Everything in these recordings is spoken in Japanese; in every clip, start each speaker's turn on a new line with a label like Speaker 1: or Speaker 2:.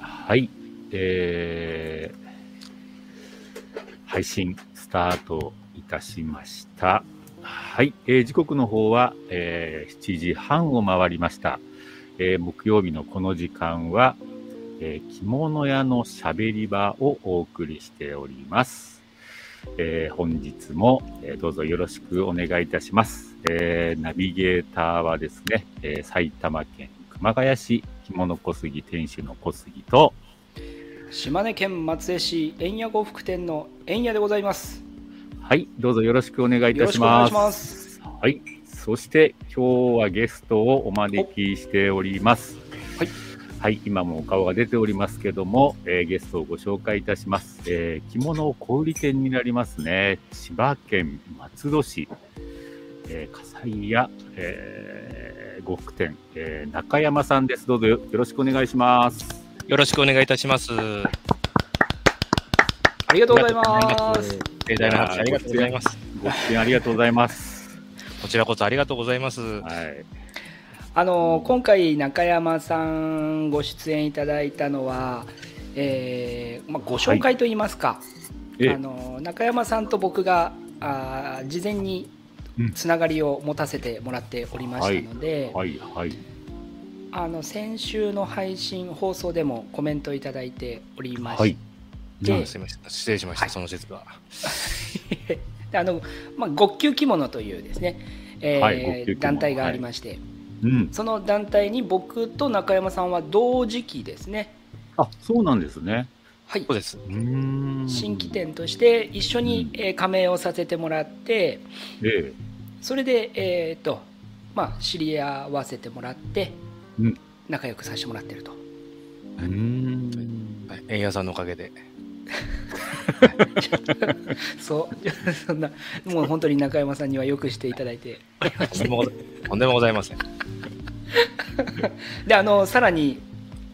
Speaker 1: はい。えー配信スタートいたしました。はい。えー時刻の方は、えー7時半を回りました。えー木曜日のこの時間は、えー着物屋のしゃべり場をお送りしております。えー本日も、えーどうぞよろしくお願いいたします。えーナビゲーターはですね、えー埼玉県熊谷市着物小杉店主の小杉と、
Speaker 2: 島根県松江市円谷呉服店の円谷でございます
Speaker 1: はい、どうぞよろしくお願いいたします。
Speaker 2: よろし
Speaker 1: はい、そして今日はゲストをお招きしております。
Speaker 2: はい、
Speaker 1: はい、今もお顔が出ておりますけども、えーゲストをご紹介いたします。えー着物小売店になりますね。千葉県松戸市、えー、笠井屋、えー、呉服店、えー中山さんです。どうぞよよろしくお願いします。
Speaker 3: よろしくお願いいたします。
Speaker 2: ありがとうございます
Speaker 3: 盛大な拍手ありがとうございます。
Speaker 1: ご出演ありがとうございます。
Speaker 3: こちらこそありがとうございます。
Speaker 1: はい、
Speaker 2: あの今回中山さんご出演いただいたのは、えーまあ、ご紹介といいますか、
Speaker 1: え
Speaker 2: あの中山さんと僕があー事前に
Speaker 1: うん
Speaker 2: つながりを持たせてもらっておりましたので、
Speaker 1: はい、はい。
Speaker 2: あの先週の配信放送でもコメントいただいておりまして、
Speaker 1: はい
Speaker 2: で
Speaker 3: うんすみません。失礼しました。
Speaker 2: はい
Speaker 3: その説は。
Speaker 2: であの、まあ、極級着物というですね、えー
Speaker 1: はい極級着物
Speaker 2: 団体がありまして、
Speaker 1: うん。
Speaker 2: その団体に僕と中山さんは同時期ですね、
Speaker 1: あ、そうなんですね。
Speaker 2: はい
Speaker 3: そう、です。
Speaker 1: うーん
Speaker 2: 新規。店として一緒に、
Speaker 1: うん
Speaker 2: えー加盟をさせてもらって
Speaker 1: ええ。
Speaker 2: それで、えーっとまあ、知り合わせてもらって、
Speaker 1: うん
Speaker 2: 仲良くさせてもらってると
Speaker 1: うーん。
Speaker 3: はい。円谷さんのおかげで。
Speaker 2: そう そんなもう本当に中山さんにはよくしていただいて
Speaker 3: とんでも ござとんでもございません。
Speaker 2: であのさらに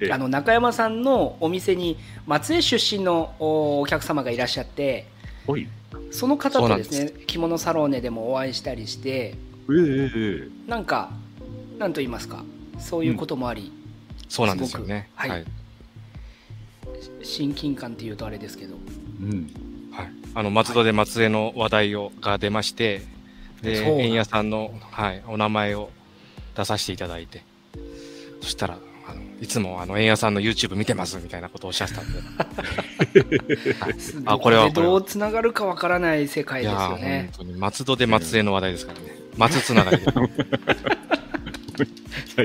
Speaker 1: ええ
Speaker 2: あの中山さんのお店に松江出身のおお客様がいらっしゃって
Speaker 1: おい。
Speaker 2: その方
Speaker 3: そ
Speaker 2: と
Speaker 3: うなん
Speaker 2: で
Speaker 3: ですす
Speaker 2: ね着物サローネでもお会いしたりして
Speaker 1: ええええ。
Speaker 2: なんかなんと言いますかそういうこともあり、
Speaker 3: そうなんですよね。
Speaker 2: すごくはい。親近感っていうとあれですけど
Speaker 1: うん。
Speaker 3: はい。あの松戸で松江の話題をが出まして、で
Speaker 2: そうなん
Speaker 3: 円谷さんのはいお名前を出させていただいて、そしたら。あのいつもあの円谷さんの YouTube 見てますみたいなことをおっしゃってたんで、あこれはこれは
Speaker 2: どうつながるかわからない世界
Speaker 3: い
Speaker 2: で
Speaker 3: や
Speaker 2: す
Speaker 3: ー
Speaker 2: よね
Speaker 3: 本当に松戸で松江の話題ですからね、松つながり で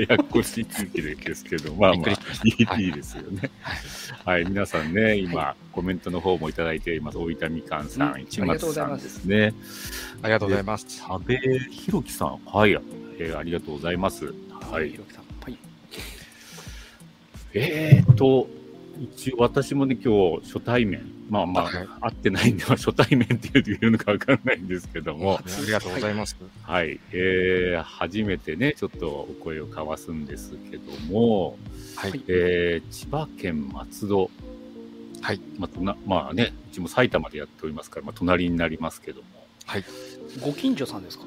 Speaker 1: ややこしい続きですけど、まあ
Speaker 3: びっ
Speaker 1: ま
Speaker 3: くり
Speaker 1: あ
Speaker 3: し。ま
Speaker 1: い
Speaker 3: し
Speaker 1: い
Speaker 3: た。はい
Speaker 1: いいですよね。はい、皆さんね、今、コメントの方もいただいています。大分みかんさ、
Speaker 2: うんん
Speaker 1: 市松さんですね。
Speaker 3: ありがとうございます。
Speaker 1: 阿部ひろきさん、はい、えーありがとうございます。はい
Speaker 2: ひ。ろきさんはい
Speaker 1: えー、っと、一応私もね、今日初対面、まあまあ、
Speaker 3: はい
Speaker 1: 会ってないんで、まあ初対面っていうのかわからないんですけども
Speaker 3: あ、りがとうございます。
Speaker 1: はい、えー初めてね、ちょっとお声を交わすんですけども、
Speaker 3: はい。
Speaker 1: えー千葉県松戸、
Speaker 3: はい。
Speaker 1: まあとな、まあね、うちも埼玉でやっておりますから、まあ、隣になりますけども、
Speaker 2: ご近所さんですか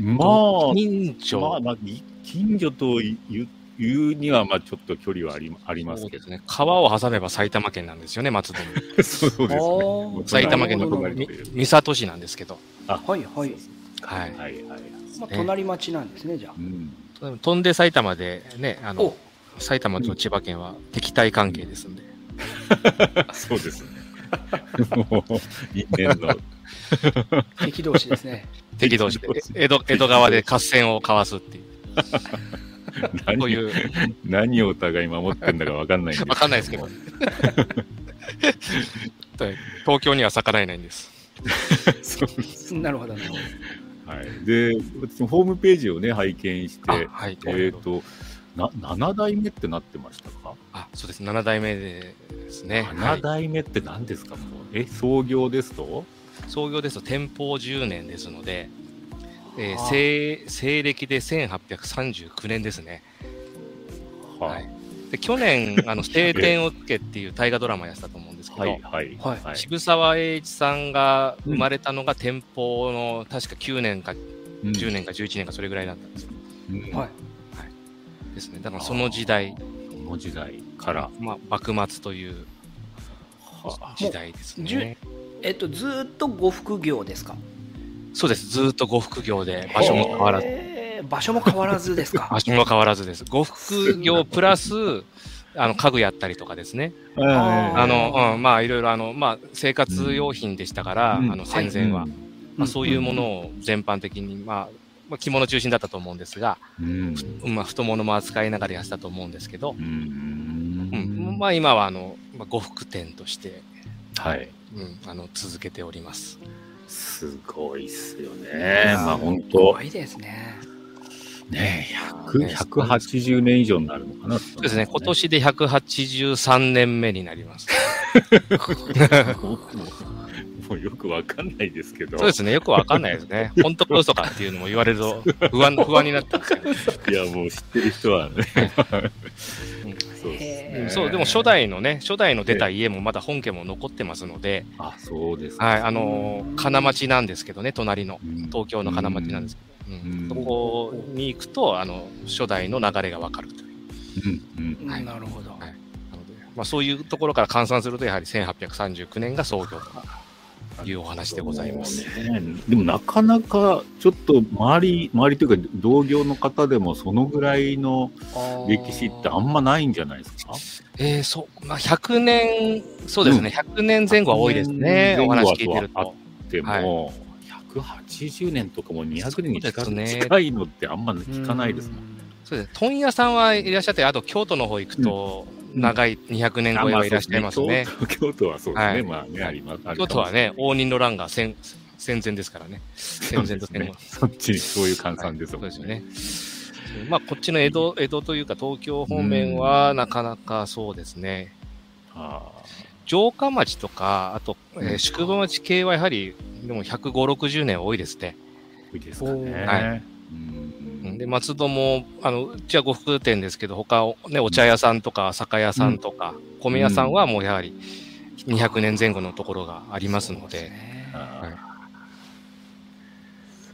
Speaker 1: まあ、
Speaker 3: 近
Speaker 1: まあ、
Speaker 3: 所
Speaker 1: まあ、ぎ近所と言う言うには、まあ、ちょっと距離はありあります
Speaker 3: そう
Speaker 1: け
Speaker 3: で
Speaker 1: ど
Speaker 3: すね。川を挟めば埼玉県なんですよね、 松戸 の。
Speaker 1: そうですね。
Speaker 2: おー
Speaker 3: 埼玉県の
Speaker 1: お隣
Speaker 3: み
Speaker 1: という
Speaker 3: 三郷市なんですけど。
Speaker 2: はいはい、
Speaker 3: はい。
Speaker 1: はいはい。
Speaker 2: まあ、隣町なんですねじゃあ
Speaker 1: うん。
Speaker 3: 飛んで埼玉でね、あ
Speaker 2: お
Speaker 3: の、埼玉と千葉県は敵対関係ですんで。
Speaker 1: そうですね。 もう因縁の
Speaker 2: 敵同士ですね
Speaker 3: 敵同士で。え 江戸、江戸川で合戦を交わすっていう。
Speaker 1: 何
Speaker 3: そういう、
Speaker 1: 何をお互い守ってんだかわかんないんです
Speaker 3: わかんないですけど。東京には逆らえないんです。
Speaker 1: そうです
Speaker 2: なるほどなるほど
Speaker 1: はい、で私もホームページをね拝見して
Speaker 3: あはい。
Speaker 1: えっ、とな7代目ってなってましたか、
Speaker 3: あ、そうです。7代目ですね。はい
Speaker 1: 7代目って何ですかもうえ創業ですと
Speaker 3: 創業ですと天保10年ですので、え
Speaker 2: は
Speaker 3: ー
Speaker 2: あ
Speaker 3: 西西暦で1839年ですね。
Speaker 1: は
Speaker 3: はいい、で去 年、あの晴天をつけっていう大河ドラマやってたと思うんですけど、
Speaker 1: はいはい
Speaker 2: はい
Speaker 3: 渋沢栄一さんが生まれたのが天保の確か9年か10年か11年かそれぐらいだったんですよ
Speaker 1: うん
Speaker 2: はい
Speaker 3: ですね。だからその時代、
Speaker 1: の時代から。
Speaker 3: まあ、幕末という時代です
Speaker 2: じゅ
Speaker 3: ね。
Speaker 2: えっと、ずーっとご副業ですか
Speaker 3: そうです。ずーっと呉服業で場所も変わらず、
Speaker 2: えー場所も変わらずですか
Speaker 3: 場所も変わらずです。呉服業プラス、あの、家具やったりとかですね。
Speaker 2: あー
Speaker 3: あの、うん、まあ、いろいろ、あの、まあ、生活用品でしたから、
Speaker 1: うん
Speaker 3: あの、戦前は。まあ、そういうもの
Speaker 1: を、
Speaker 3: を全般的に、まあ、まあ、着物中心だったと思うんですが、
Speaker 1: うん
Speaker 3: まあ、太ももも扱いながらやってたと思うんですけど
Speaker 1: う、
Speaker 3: うんん、まあ、今は、あの、まあ、呉服店として、
Speaker 1: はい。
Speaker 3: うん、あの、続けております。
Speaker 1: すごいっすよね。
Speaker 3: うん
Speaker 1: まあ本
Speaker 2: す
Speaker 1: 当
Speaker 2: ごいですね。
Speaker 1: ね、
Speaker 3: ね
Speaker 1: 100 180年以上になるのかな。そ
Speaker 3: そうですね、今。年で183年目になります。
Speaker 1: もうよくわかんないですけど。
Speaker 3: そうですね、よくわかんないです ね。本当か嘘かっていうのも言われ ると不安、不安になったんですよね。
Speaker 1: いや、もう知ってる人はね。そうです
Speaker 2: へ
Speaker 1: ね
Speaker 2: ー
Speaker 3: そう、でも初。代のね、初代の出た家もまだ本家も残ってますので、
Speaker 1: あ、そうですか。
Speaker 3: はい、あのー金町なんですけどね、隣の、
Speaker 1: うん
Speaker 3: 東京の金町なんですけど、うん
Speaker 1: うん
Speaker 3: そこに行くと、あの、初代の流れがわかるという。
Speaker 1: うん
Speaker 2: うん
Speaker 3: はい
Speaker 2: なるほど。
Speaker 3: はいなので、まあそういうところから換算すると、やはり1839年が創業というお話でございます。
Speaker 1: ねでもなかなかちょっと周り、周りというか同業の方でもそのぐらいの歴史ってあんまないんじゃないですか
Speaker 3: えー、そう、まあ、100年、そうですね、100年前後は多いですね、
Speaker 1: 100年
Speaker 3: お話聞いてる
Speaker 1: 前後は
Speaker 3: と。
Speaker 1: でも、
Speaker 3: はい
Speaker 1: 180年とかもう200年に近,、
Speaker 3: そうですね
Speaker 1: 近いのってあんま聞かないですもん。
Speaker 3: そうですね、問屋さんはいらっしゃって、あと京都の方行くと、
Speaker 1: うん
Speaker 3: 長い200年
Speaker 1: あ
Speaker 3: 超え
Speaker 1: まあ
Speaker 3: はいらっしゃいますね。
Speaker 1: そうですね京都京都はそうですね。
Speaker 3: はい
Speaker 1: まあね、あります。あるかも
Speaker 3: 京都はね、応仁の乱が戦戦前ですからね、戦前
Speaker 1: そ
Speaker 3: と
Speaker 1: うです
Speaker 3: 戦
Speaker 1: ね
Speaker 3: 後。
Speaker 1: そっちにそういう換算です
Speaker 3: そう
Speaker 1: もん
Speaker 3: ですよね。まあ、こっちの江戸、江戸というか東京方面は、なかなかそうですね。
Speaker 1: あ
Speaker 3: 城下町とか、あと、えー
Speaker 1: うん
Speaker 3: 宿場町系はやはり、でも105、60年多いですね。
Speaker 1: ーいいですかね。
Speaker 3: は
Speaker 1: うん
Speaker 3: うんで、松戸も、あの、うちは呉服店ですけど、他、ね、お茶屋さんとか、酒屋さんとか、米屋さんはもうやはり200年前後のところがありますの
Speaker 2: そう
Speaker 3: で、
Speaker 2: ね
Speaker 1: あ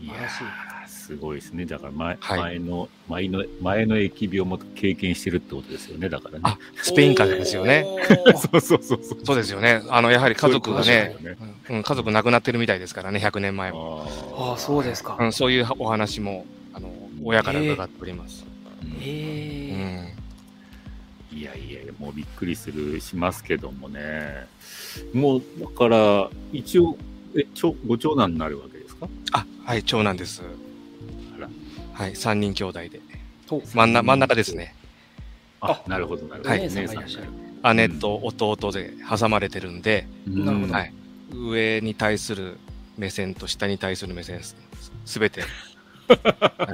Speaker 1: ーいや
Speaker 2: 素晴
Speaker 1: ーすごいですね。だから前,、
Speaker 3: はい
Speaker 1: 前の前の前の疫病も経験してるってことですよね。だからね
Speaker 3: あ。スペイン風邪ですよね。。
Speaker 2: おー
Speaker 1: そうそうそうそう。
Speaker 3: そうですよね。あの、やはり家族が
Speaker 1: そういう
Speaker 3: ね
Speaker 1: こと、ですよね
Speaker 3: うん、家族亡くなってるみたいですからね、100年前も。
Speaker 2: あ
Speaker 1: あ
Speaker 2: あ、そうですか
Speaker 3: う。ん、そういうお話も、あの、親から伺っております。
Speaker 1: ー
Speaker 2: ええ。
Speaker 3: うん。
Speaker 1: いやいやいや、もうびっくりする、しますけどもね。もう、だから、一応、え、ちょご長男になるわけですか
Speaker 3: あ、はい、長男です。
Speaker 1: ら
Speaker 3: はい、3人兄弟で。
Speaker 2: と
Speaker 3: 真んな真ん中ですね。
Speaker 1: あ、なるほど、なるほど。
Speaker 2: お姉さんがい
Speaker 1: お
Speaker 2: らっしゃる。
Speaker 3: 姉と弟で挟まれてるんで、
Speaker 1: うん
Speaker 2: なるほど
Speaker 3: はい、上に対する目線と下に対する目線すすべて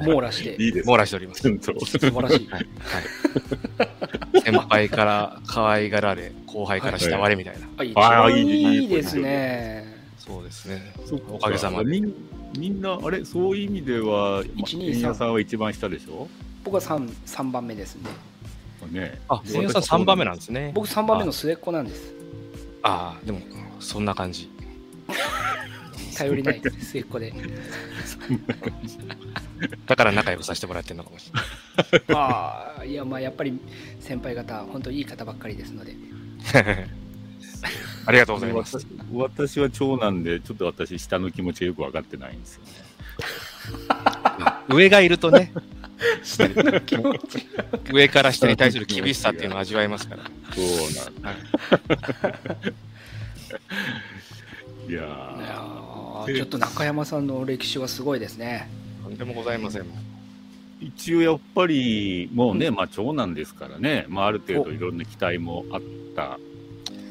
Speaker 2: 網羅して。
Speaker 1: いいですね。
Speaker 3: 網羅しております。
Speaker 1: ちゃんと。
Speaker 2: 素晴ら しい。
Speaker 3: はいはい、 先輩から可愛がられ、後輩から慕われみたいな。
Speaker 2: あいい
Speaker 1: あーいい
Speaker 2: い
Speaker 1: いい
Speaker 2: いですね。
Speaker 3: そうですね。
Speaker 1: そっか
Speaker 3: おかげさまで。
Speaker 1: みんみんな、あれ、そういう意味では、
Speaker 2: 一
Speaker 1: ま
Speaker 2: 二三
Speaker 1: 円谷さんは一番下でしょ
Speaker 2: 僕は三三番目ですね。
Speaker 1: ね。
Speaker 3: あ、
Speaker 1: で
Speaker 3: 千代さん3番目なんですね。
Speaker 2: 僕三番目の末っ子なんです。
Speaker 3: ああ、でも、そんな感じ。
Speaker 2: 頼りないです 末っ子で。
Speaker 3: だから仲良くさせてもらってるのかもしれない。
Speaker 2: ああ、いやまあやっぱり先輩方本当いい方ばっかりですので。
Speaker 3: ありがとうございます。
Speaker 1: 私私は長男で、ちょっと私、下の気持ちがよく分かってないんです よね。
Speaker 3: 上がいると ね、
Speaker 2: 下の気持ちが
Speaker 3: 上から下に対する厳しさっていうのを味わえますから。
Speaker 1: そうなん
Speaker 3: はい
Speaker 1: いやー
Speaker 2: いやーちょっと中山さんの歴史はすごいですね。
Speaker 3: とんでもございません。
Speaker 1: 一応やっぱりもうね、まあ長男ですからね、まあ、ある程度いろんな期待もあった
Speaker 2: あ
Speaker 1: ね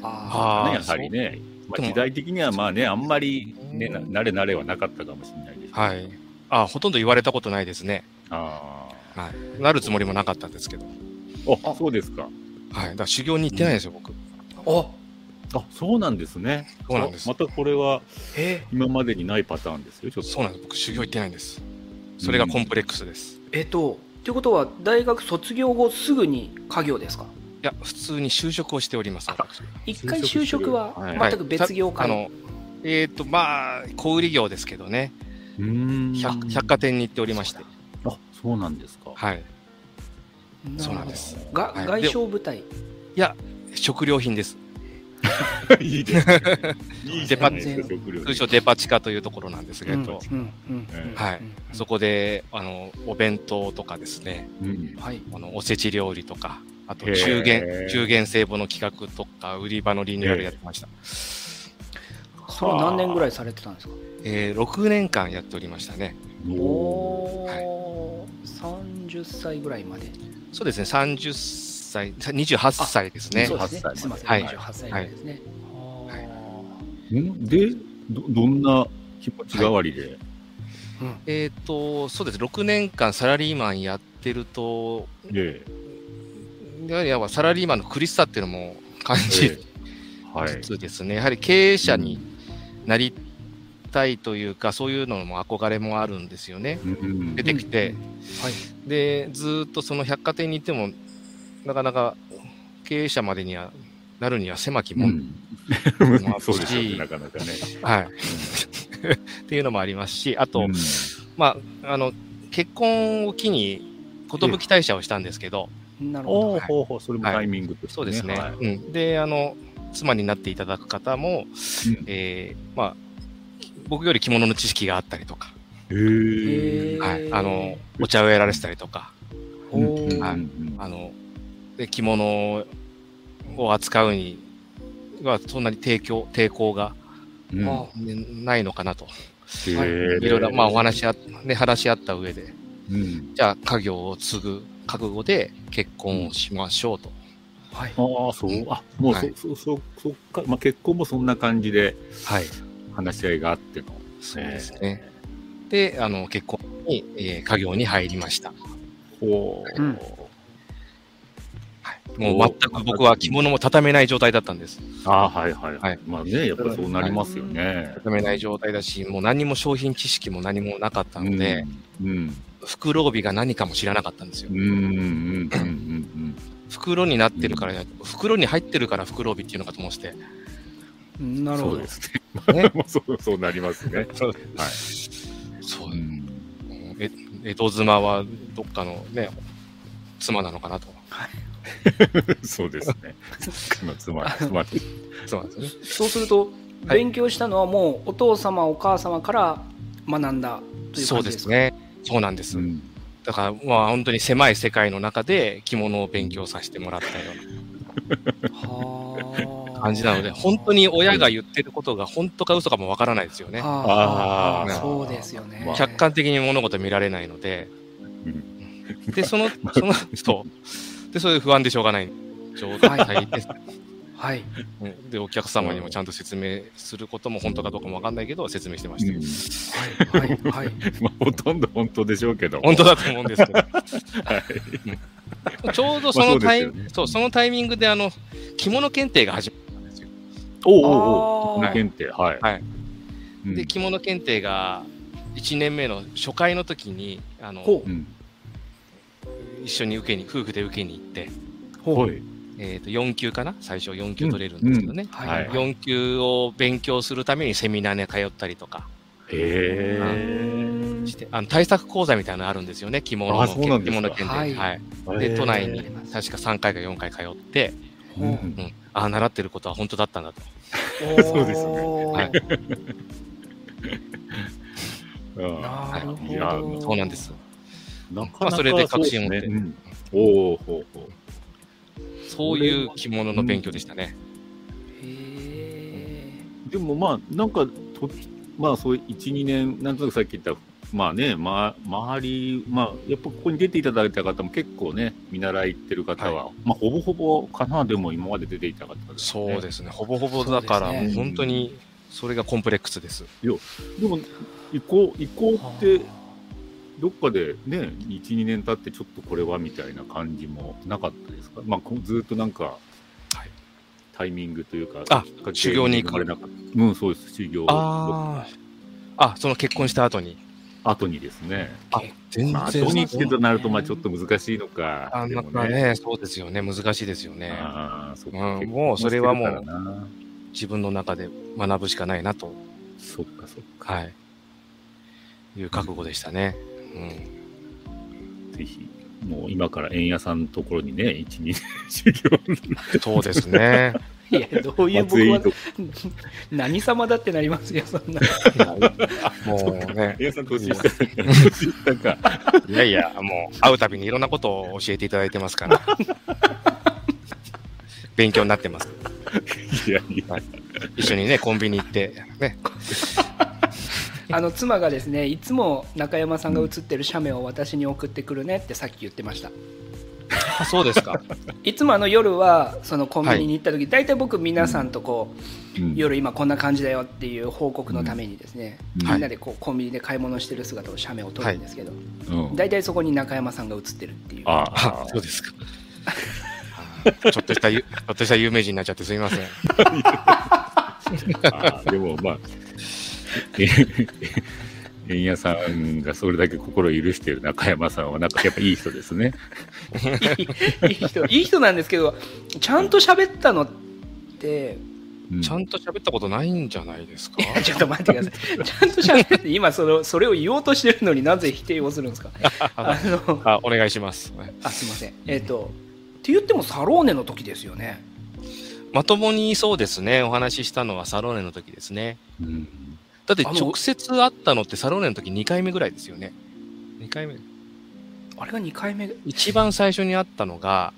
Speaker 3: あー
Speaker 1: やはりね、ま
Speaker 3: で
Speaker 1: あ、
Speaker 3: も
Speaker 1: 時代的にはまあねあんまり、ね、
Speaker 3: う
Speaker 1: なん慣れ慣れはなかったかもしれないです
Speaker 3: はい。あ、ほとんど言われたことないですね。
Speaker 1: あ
Speaker 3: はい。なるつもりもなかったんですけど。はい。
Speaker 1: ーあそうですか
Speaker 3: だから修行に行ってないんですよ、僕。
Speaker 2: あ。お
Speaker 1: あそうなんですね
Speaker 3: そうなんです
Speaker 1: ま。たこれは
Speaker 2: え
Speaker 1: 今までにないパターンですよちょっと
Speaker 3: そうなんです。僕、修行行ってないんです。それがコンプレックスです。い
Speaker 2: えっとということは大学卒業後すぐに家業ですか。
Speaker 3: や、普通に就職をしております、私。
Speaker 2: 一回就職は
Speaker 1: はい
Speaker 2: 全く別業界
Speaker 3: あの、えっ、と、まあ、小売業ですけどね。
Speaker 1: うーん
Speaker 3: 百百貨店に行っておりまして。
Speaker 1: あそうなんですか
Speaker 3: はい。そうなんです。
Speaker 2: が、
Speaker 3: はい
Speaker 2: 外商部隊。
Speaker 3: 食料品です。
Speaker 1: いい ですね。いいじゃないですか、
Speaker 2: 全
Speaker 1: 食料。
Speaker 3: 通称デパ地下というところなんですけ
Speaker 2: う
Speaker 3: ど、
Speaker 2: んうんうんうん
Speaker 3: はい
Speaker 2: うん
Speaker 3: そこであのお弁当とかですね、
Speaker 1: うん
Speaker 2: はい。
Speaker 3: あのおせち料理とか、あと
Speaker 1: へー
Speaker 3: 中元中元聖母の企画とか売り場のリニューアルやってました。
Speaker 2: それは何年ぐらいされてたんですか。
Speaker 3: えー6年間やっておりましたね。
Speaker 1: おー
Speaker 2: おお。三十歳ぐらいまで。
Speaker 3: そうですね、30歳、28歳ですね
Speaker 2: そ。うですね。
Speaker 1: 28歳まです
Speaker 2: みません。
Speaker 3: はい
Speaker 2: 二十八歳ぐらいですね。あ
Speaker 1: うんでど、どんな気持ち代わりで、
Speaker 2: ーうん
Speaker 3: えっ、と、そうです、6年間サラリーマンやってると、
Speaker 1: で、
Speaker 3: やはりやっぱサラリーマンの苦しさっていうのも感じ
Speaker 1: えーは
Speaker 3: つ
Speaker 1: い。
Speaker 3: つですね、やはり経営者になりたいというか、そういうのも憧れもあるんですよね。
Speaker 1: うん
Speaker 3: 出てきて、
Speaker 2: はい。
Speaker 3: で、ずーっとその百貨店に行っても、なかなか経営者までにはなるには狭きも、
Speaker 1: うんん
Speaker 3: まあ
Speaker 1: そうですよ
Speaker 3: 欲し
Speaker 1: ね、
Speaker 3: い
Speaker 1: なかなかね。
Speaker 3: はい。 っていうのもありますし、あと、
Speaker 1: うん
Speaker 3: まあ、あの、結婚を機に、寿退社をしたんですけど、
Speaker 2: なる
Speaker 1: お
Speaker 2: ほ
Speaker 1: ーほうほう、それもタイミングとして、
Speaker 3: そうですね。
Speaker 1: はい
Speaker 3: うん、で、あの、妻になっていただく方も、
Speaker 1: うん
Speaker 3: えーまあ、僕より着物の知識があったりとか、
Speaker 1: へ
Speaker 2: ど。
Speaker 1: ー
Speaker 2: へー
Speaker 3: はい、あの、お茶をやられてたりとか、
Speaker 1: う
Speaker 2: お
Speaker 1: ん
Speaker 2: ー
Speaker 1: うん
Speaker 3: はい
Speaker 1: うん
Speaker 3: あの、で着物を扱うには、そんなに提供、抵抗が、
Speaker 1: うん
Speaker 2: あ
Speaker 3: ねないのかなと。
Speaker 1: へー
Speaker 3: いろいろ、まあ、お話し合っ、ね、話し合った上で、
Speaker 1: うん
Speaker 3: じゃあ、家業を継ぐ覚悟で結婚をしましょうと。
Speaker 2: はい。
Speaker 1: ああ、そう、あもうそ、
Speaker 3: はい
Speaker 1: そそそっか、まあ、結婚もそんな感じで
Speaker 3: はい。
Speaker 1: 話し合いがあっての。
Speaker 3: そうですね。で、あの、結婚に、えー家業に入りました。
Speaker 1: ほう
Speaker 2: うん
Speaker 3: もう全く僕は着物も畳めない状態だったんです。
Speaker 1: ああ、はいはい、は
Speaker 3: はいい。
Speaker 1: まあね、やっぱそうなりますよね。
Speaker 3: 畳めない状態だし、もう何にも商品知識も何もなかったので、
Speaker 1: うん、
Speaker 3: 袋帯が何かも知らなかったんですよ
Speaker 1: うん、。うん、うん、うん、うん
Speaker 3: 袋になってるから、袋に入ってるから袋帯っていうのかと思ってて。
Speaker 1: う。
Speaker 2: なんる
Speaker 1: そ
Speaker 2: ほど
Speaker 1: うで。すね。
Speaker 3: ね
Speaker 1: もうそう、そうなりますね。
Speaker 3: そう
Speaker 1: はい。
Speaker 3: そうう。
Speaker 1: ん
Speaker 3: え江戸妻はどっかのね、妻なのかなと。
Speaker 1: そうです ね。まあ、つまり、つまり。
Speaker 3: そうなんですね。
Speaker 2: そうすると
Speaker 3: はい
Speaker 2: 勉強したのはもうお父様お母様から学んだという
Speaker 3: そ
Speaker 2: 感
Speaker 3: う
Speaker 2: じ
Speaker 3: で
Speaker 2: ですすか。
Speaker 3: ね。そうなんです。
Speaker 1: うん
Speaker 3: だから、まあ、本当に狭い世界の中で着物を勉強させてもらったよう
Speaker 2: は
Speaker 3: な
Speaker 2: あ
Speaker 3: 感じなので、本当に親が言ってることが本当か嘘かもわからないですよね。
Speaker 2: あ
Speaker 1: あ
Speaker 2: あ
Speaker 1: ー
Speaker 2: そうですよね。
Speaker 1: まあ
Speaker 3: 客観的に物事見られないので、で、その、その人、で、そういう不安でしょうがない状態 です。
Speaker 2: はい。
Speaker 3: うんで、お客様にもちゃんと説明することも本当かどうかもわかんないけど、説明してましたよ。
Speaker 2: はいはいはい。
Speaker 1: まあ、ほとんど本当でしょうけど。
Speaker 3: 本当だと思うんですけ ど。
Speaker 1: はい。
Speaker 3: ちょうどそのタイ,、
Speaker 1: まあそうですよね
Speaker 3: そうそのタイミングであの着物検定が始まったんですよ。
Speaker 1: おうおうおう。
Speaker 2: あ
Speaker 1: この
Speaker 2: ー
Speaker 1: 検定、はい。
Speaker 3: はい
Speaker 1: うん
Speaker 3: で着物検定が1年目の初回の時にあの
Speaker 2: ほ
Speaker 1: うん。
Speaker 3: 一緒に受けに夫婦で受けに行って、
Speaker 1: ほい。
Speaker 3: えー、と4級かな最初4級取れるんですけどね、
Speaker 2: う
Speaker 1: は
Speaker 2: はいい。
Speaker 3: 4級を勉強するためにセミナーに通ったりとか
Speaker 1: へえ。
Speaker 3: してあの対策講座みたいなのあるんですよね着物
Speaker 1: あ
Speaker 3: の
Speaker 1: そうなん
Speaker 3: 検
Speaker 1: で
Speaker 3: 着
Speaker 1: すか
Speaker 3: 物検定、はい
Speaker 1: へ
Speaker 3: で
Speaker 1: ー
Speaker 3: 都内に確か3回か4回通って、
Speaker 1: う
Speaker 2: うん
Speaker 1: ん
Speaker 3: うん、ああ習ってることは本当だったんだと。
Speaker 1: そうですよね
Speaker 2: おー
Speaker 3: はい
Speaker 1: うん
Speaker 2: な
Speaker 1: い
Speaker 2: る
Speaker 1: や
Speaker 2: ほど。
Speaker 3: そうなんです。
Speaker 1: なかな
Speaker 3: まあ
Speaker 1: か
Speaker 3: それで確信を持っ
Speaker 1: そう
Speaker 3: て
Speaker 1: ですねうんおおほうほう。
Speaker 3: そういう着物の勉強でしたね。
Speaker 2: へ
Speaker 1: でもまあなんかとまあそう12年なんとなくさっき言ったまあね、まあ、周りまあやっぱここに出ていただいた方も結構ね見習いってる方は、まあほぼほぼかなでも今まで出ていた方です、ね、
Speaker 3: そ
Speaker 1: す
Speaker 3: うですね。ほぼほぼだから、
Speaker 2: そうです
Speaker 1: ね
Speaker 3: もう本当にそれがコンプレックスです。
Speaker 1: でも移行移行
Speaker 2: ー
Speaker 1: ってどっかでね12年経ってちょっとこれはみたいな感じもなかったですかまあこうずっとなんか、
Speaker 3: はい
Speaker 1: タイミングというか
Speaker 3: あ
Speaker 1: きっかけ
Speaker 3: 修行に行
Speaker 1: 恵
Speaker 3: く
Speaker 1: まれなかったうんそうです修行
Speaker 3: ああ。あ、その結婚した後に。
Speaker 1: 後にですね
Speaker 3: あ、全
Speaker 1: まあ、
Speaker 3: 然
Speaker 1: 土日ってなると、まあ、ちょっと難しいのか。
Speaker 3: あん
Speaker 1: で
Speaker 3: な
Speaker 1: も
Speaker 3: かね、そうですよね。難しいですよね。
Speaker 1: ああ、そっ
Speaker 3: う
Speaker 1: か
Speaker 3: ん。
Speaker 1: 結婚
Speaker 3: もうそれはもう
Speaker 1: してるからな
Speaker 3: 自分の中で学ぶしかないなと、
Speaker 1: そっか、そっか。
Speaker 3: はい。いう覚悟でしたね。うん。
Speaker 1: ぜひ、もう今から円屋さんのところにね、1、2年修行
Speaker 3: そうですね。
Speaker 2: いや、どういう僕
Speaker 1: 松井
Speaker 2: は
Speaker 1: と
Speaker 2: 何様だってなりますよ、そんな。
Speaker 3: もうね。
Speaker 1: 円屋さん投資してなんか、
Speaker 3: いやいや、もう会うたびにいろんなことを教えていただいてますから。 勉強になってます。
Speaker 1: いやいや、
Speaker 3: 一緒にね、コンビニ行って、ね、
Speaker 2: あの妻がですね、いつも中山さんが写ってる写メを私に送ってくるねってさっき言ってました。
Speaker 3: あそうですか。
Speaker 2: いつもあの夜はそのコンビニに行った時、大体僕皆さんとこ
Speaker 1: う
Speaker 2: う、
Speaker 1: ん
Speaker 2: 夜今こんな感じだよっていう報告のためにですね、
Speaker 1: うん
Speaker 2: みんなでこうコンビニで買い物してる姿を写メを撮るんですけど、
Speaker 1: うん
Speaker 2: 大体そこに中山さんが写ってるっていう。
Speaker 1: あ
Speaker 3: あ
Speaker 1: あ、
Speaker 3: そうですか。ちょっとしたゆ、ちょっとした有名人になっちゃってすみません。
Speaker 1: あーでもまあ、 え円屋さんがそれだけ心を許している中山さんは、なんかやっぱいい人ですね。
Speaker 2: いい人いい人なんですけど、ちゃんと喋ったのって、
Speaker 1: うん
Speaker 3: ちゃんと喋ったことないんじゃないですか
Speaker 2: い。やちょっと待ってください、ちゃんと喋って、今その、それを言おうとしてるのになぜ否定をするん ですか。あの
Speaker 3: あ、お願いします。
Speaker 2: あすいません、えっと、って言ってもサローネの時ですよね。
Speaker 3: まともにそうですね、お話ししたのはサローネの時ですね。
Speaker 1: うん
Speaker 3: だって
Speaker 2: あの
Speaker 3: 直接会ったのってサローネの時2回目ぐらいですよね。2回目。
Speaker 2: あれが2回目、
Speaker 3: 一番最初に会ったのが、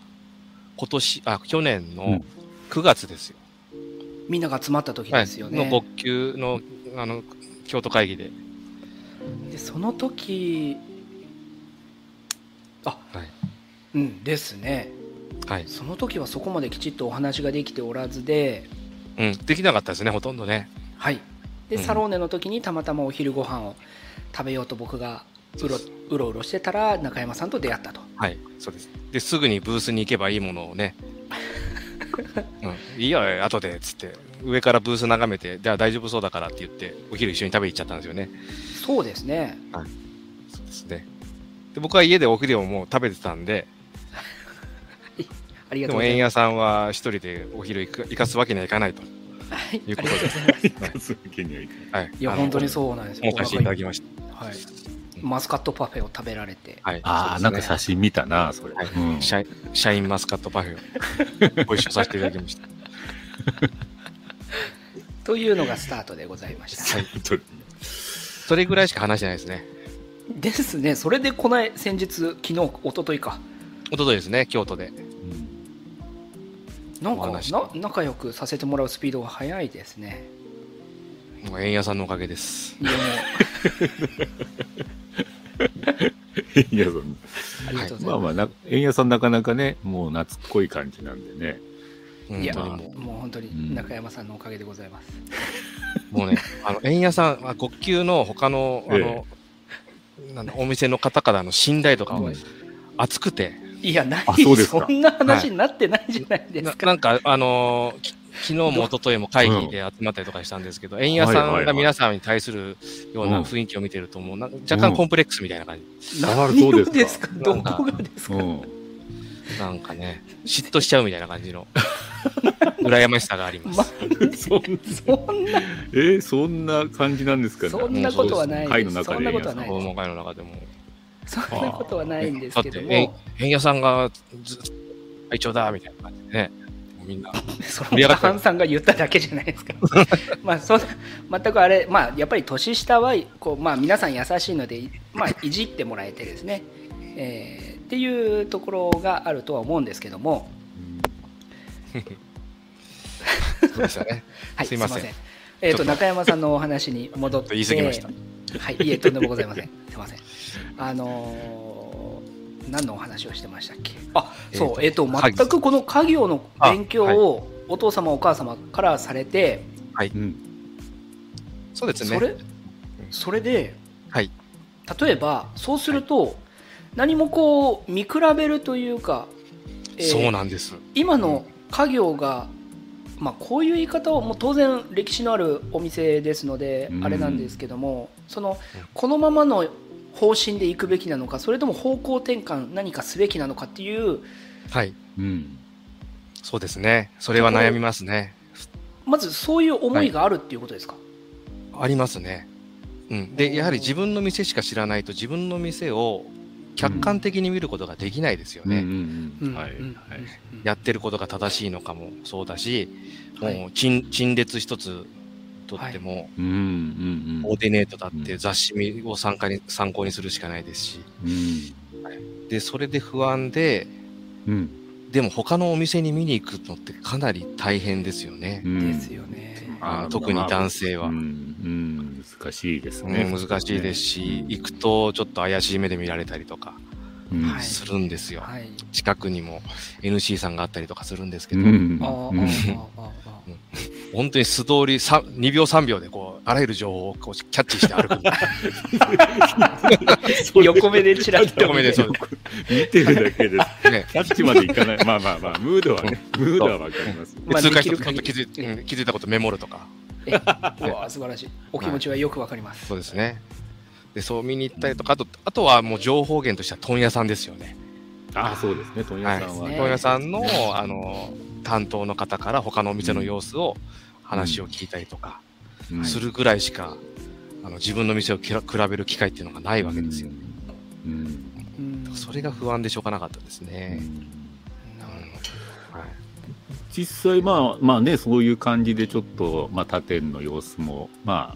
Speaker 3: 今年、あ、去年
Speaker 1: う
Speaker 3: の
Speaker 1: ん
Speaker 3: 9月ですよ。
Speaker 2: みんなが集まった時
Speaker 3: は
Speaker 2: ですよね。
Speaker 3: の学級の、あの、京都会議で。
Speaker 2: でその時あ、
Speaker 3: はい
Speaker 2: うんですね
Speaker 3: はい。
Speaker 2: その時はそこまできちっとお話ができておらずで
Speaker 3: うん、できなかったですね、ほとんどね。
Speaker 2: はいで、
Speaker 3: うん
Speaker 2: サローネの時にたまたまお昼ご飯を食べようと僕がうろ
Speaker 3: そうです
Speaker 2: うろうろしてたら中山さんと出会ったと
Speaker 3: はい、そうです。で、すぐにブースに行けばいいもの をね、うん、いいよ、後で、つって、上からブース眺めて、じゃあ大丈夫そうだからって言って、お昼一緒に食べに行っちゃったんですよね。
Speaker 2: そうですね
Speaker 3: そうですね。で、僕は家でお昼をもう食べてたんで、
Speaker 2: あり
Speaker 3: で
Speaker 2: がとうご
Speaker 3: も
Speaker 2: ざ
Speaker 3: 円
Speaker 2: いま
Speaker 3: 屋さんは一人でお昼行く行かすわけにはいかないと。
Speaker 2: すはい
Speaker 3: いう
Speaker 2: あ
Speaker 3: こ
Speaker 2: り
Speaker 3: と
Speaker 2: がと
Speaker 3: で
Speaker 2: うございます
Speaker 1: そういう気にはいかない
Speaker 3: はい。
Speaker 2: いや
Speaker 3: あの
Speaker 2: 本当にそうなんですよ
Speaker 3: お貸しいただきました。
Speaker 2: はい、マスカットパフェを食べられて
Speaker 3: はい。
Speaker 1: ああ、
Speaker 3: そ
Speaker 1: な
Speaker 3: うんで
Speaker 1: か
Speaker 3: す
Speaker 1: 写真見たな、それ。
Speaker 3: はい
Speaker 1: うん
Speaker 3: ねシャイシャインマスカットパフェをご一緒させていただきました。
Speaker 2: というのがスタートでございました、
Speaker 1: ちゃんと
Speaker 3: それぐらいしか話してないですね。
Speaker 2: ですねそれでこない先日昨日一昨日か
Speaker 3: 一昨日ですね、京都で。
Speaker 1: うん
Speaker 2: なんか
Speaker 3: お
Speaker 2: な
Speaker 3: 話と
Speaker 2: 仲良くさせてもらうスピードが速いですね。
Speaker 3: もう円屋さんのおかげです。
Speaker 2: いやもう
Speaker 1: いやその
Speaker 2: ありがとうございます。
Speaker 1: まあまあな、円屋さんなかなかね、もう懐っこい感じなんでね。
Speaker 3: うん
Speaker 2: いや
Speaker 3: 本当
Speaker 1: まあ
Speaker 3: にもう
Speaker 2: もう本当に中山さんのおかげでございます。
Speaker 3: もうね、あの、円屋さん、まあ、極級の他の、あの、なんだお店の方からの信頼とか
Speaker 1: う
Speaker 3: は
Speaker 1: ん
Speaker 3: 厚くて、
Speaker 2: いやない
Speaker 1: あそうですか
Speaker 2: んな話になってないじゃないで
Speaker 3: な
Speaker 2: すか。
Speaker 3: なんか、あのーき昨日も一昨日も会議で集まったりとかしたんですけど、円屋
Speaker 1: はいは
Speaker 3: さん
Speaker 1: いは
Speaker 3: が
Speaker 1: い
Speaker 3: 皆さんに対するよう
Speaker 1: う
Speaker 3: なん雰囲気を見てると、もうなんか若干コンプレックスみたいな感じ。
Speaker 1: あ
Speaker 2: 何
Speaker 1: そう
Speaker 2: を
Speaker 1: で
Speaker 2: ですす
Speaker 1: か
Speaker 2: かどこがです
Speaker 1: う
Speaker 2: か。
Speaker 1: ん。
Speaker 3: なんかね、嫉妬しちゃうみたいな感じの、羨ましさがあり ます。
Speaker 2: ま
Speaker 1: そん
Speaker 2: そんな
Speaker 1: えーそんな感じなんですかね。
Speaker 2: そんなことはない
Speaker 1: 会
Speaker 2: で
Speaker 1: の
Speaker 2: す。
Speaker 1: 中
Speaker 2: そ
Speaker 1: で
Speaker 2: んな
Speaker 1: 円
Speaker 2: こ
Speaker 1: 谷
Speaker 2: と
Speaker 1: さ
Speaker 2: は
Speaker 1: ん
Speaker 2: ない
Speaker 3: 訪
Speaker 2: です。
Speaker 3: 問会の中でも。
Speaker 2: そんなことはないんですけど
Speaker 3: だって
Speaker 2: も、
Speaker 3: 円屋さんがずず会長だみたいな感じでね、もうみんな。
Speaker 2: そ
Speaker 3: 盛り上が
Speaker 2: の
Speaker 3: った
Speaker 2: ハンさんが言っただけじゃないです か。まあそんな全くあれまあやっぱり年下はこうまあ皆さん優しいのでまあいじってもらえてですね、えーっていうところがあるとは思うんですけども。
Speaker 3: そうでし たね。
Speaker 2: はい、
Speaker 3: す
Speaker 2: す
Speaker 3: い
Speaker 2: い
Speaker 3: ま
Speaker 2: ま
Speaker 3: せん
Speaker 2: せん。えっ、
Speaker 3: ちょ
Speaker 2: と
Speaker 3: っと
Speaker 2: 中山さんのお話に戻って、
Speaker 3: 言い過ぎました
Speaker 2: はい、いえとんでもございません。すいません。あのー何のお話をしてましたっけ？あ、そう、え
Speaker 3: え
Speaker 2: っ、
Speaker 3: ーと
Speaker 2: と全くこの家業の勉強
Speaker 3: あ
Speaker 2: をお父様お母様からされて、
Speaker 1: うん。
Speaker 3: そうですね。
Speaker 2: それそれで、
Speaker 3: はい
Speaker 2: 例えばそうすると、何もこう見比べるというか、えー
Speaker 3: そうなんです。
Speaker 2: 今の家業が、まあ、こういう言い方をもう当然歴史のあるお店ですので
Speaker 1: うん
Speaker 2: あれなんですけども、その
Speaker 3: うん
Speaker 2: このままの方針で行くべきなのかそれとも方向転換何かすべきなのかっていう
Speaker 3: はい。
Speaker 1: うん。
Speaker 3: そうですね。それは悩みますね。
Speaker 2: まずそういう思いがあるっていうことですか、
Speaker 3: ありますね。うん。
Speaker 2: お
Speaker 3: で、
Speaker 2: ー
Speaker 3: やはり自分の店しか知らないと、自分の店を客観的に見ることができないですよね。
Speaker 1: うんうんはいはい
Speaker 2: うんうん
Speaker 3: やってることが正しいのかもそうだし、
Speaker 2: はい
Speaker 3: もう陳陳列一つとっても、
Speaker 1: うんうんうん
Speaker 3: オーディネートだっ
Speaker 1: う
Speaker 3: て
Speaker 1: ん
Speaker 3: 雑誌を参加に参考にするしかないですし、
Speaker 1: うん
Speaker 3: で、それで不安で、
Speaker 1: うん
Speaker 3: でも他のお店に見に行くのってかなり大変ですよね。
Speaker 1: うん
Speaker 2: ですよね。
Speaker 1: あー
Speaker 3: 特に男性は
Speaker 1: うんうん難しいです
Speaker 3: ね
Speaker 1: ね。
Speaker 3: 難しいですし、行くとちょっと怪しい目で見られたりとか
Speaker 1: うん
Speaker 2: はい
Speaker 3: するんですよ。
Speaker 2: はい。
Speaker 3: 近くにも NC さんがあったりとかするんですけ
Speaker 1: う
Speaker 3: ど、
Speaker 1: ん
Speaker 2: あーあ
Speaker 1: うん
Speaker 2: ーあーあ
Speaker 3: 本当に素通りさ2秒3秒でこうあらゆる情報をこうキャッチして歩く。
Speaker 2: ー横目でちらっと。
Speaker 3: 横目でそう
Speaker 1: 見てるだけです。
Speaker 3: ね
Speaker 1: キャッチまでいかない。まあまあまあ、ムードはね、ムードはわかります。
Speaker 2: まあ
Speaker 3: 通過し
Speaker 2: で
Speaker 3: た
Speaker 2: きる限
Speaker 3: と
Speaker 2: り
Speaker 3: 気づいうん気づいたことメモるとか、
Speaker 2: うわー素晴らしい。お気持ちはよくわかります。
Speaker 3: そうですね。で、そう見に行ったりとか、あとあとはもう情報源としては問屋さんですよね。
Speaker 1: ああ、そうですね、問屋さんは。
Speaker 2: はい
Speaker 3: 問屋さんのあの担当の方から他のお店の様子を話を聞いたりとか
Speaker 1: うん
Speaker 3: するぐらいしか、あの自分の店をきら比べる機会っていうのがないわけですよ。。
Speaker 1: うん
Speaker 2: うん
Speaker 3: それが不安でしょうがなかったですね。
Speaker 2: なる
Speaker 3: うんはい
Speaker 1: 実際、まあまあね、そういう感じで、ちょっと、まあ、他店の様子も、まあ、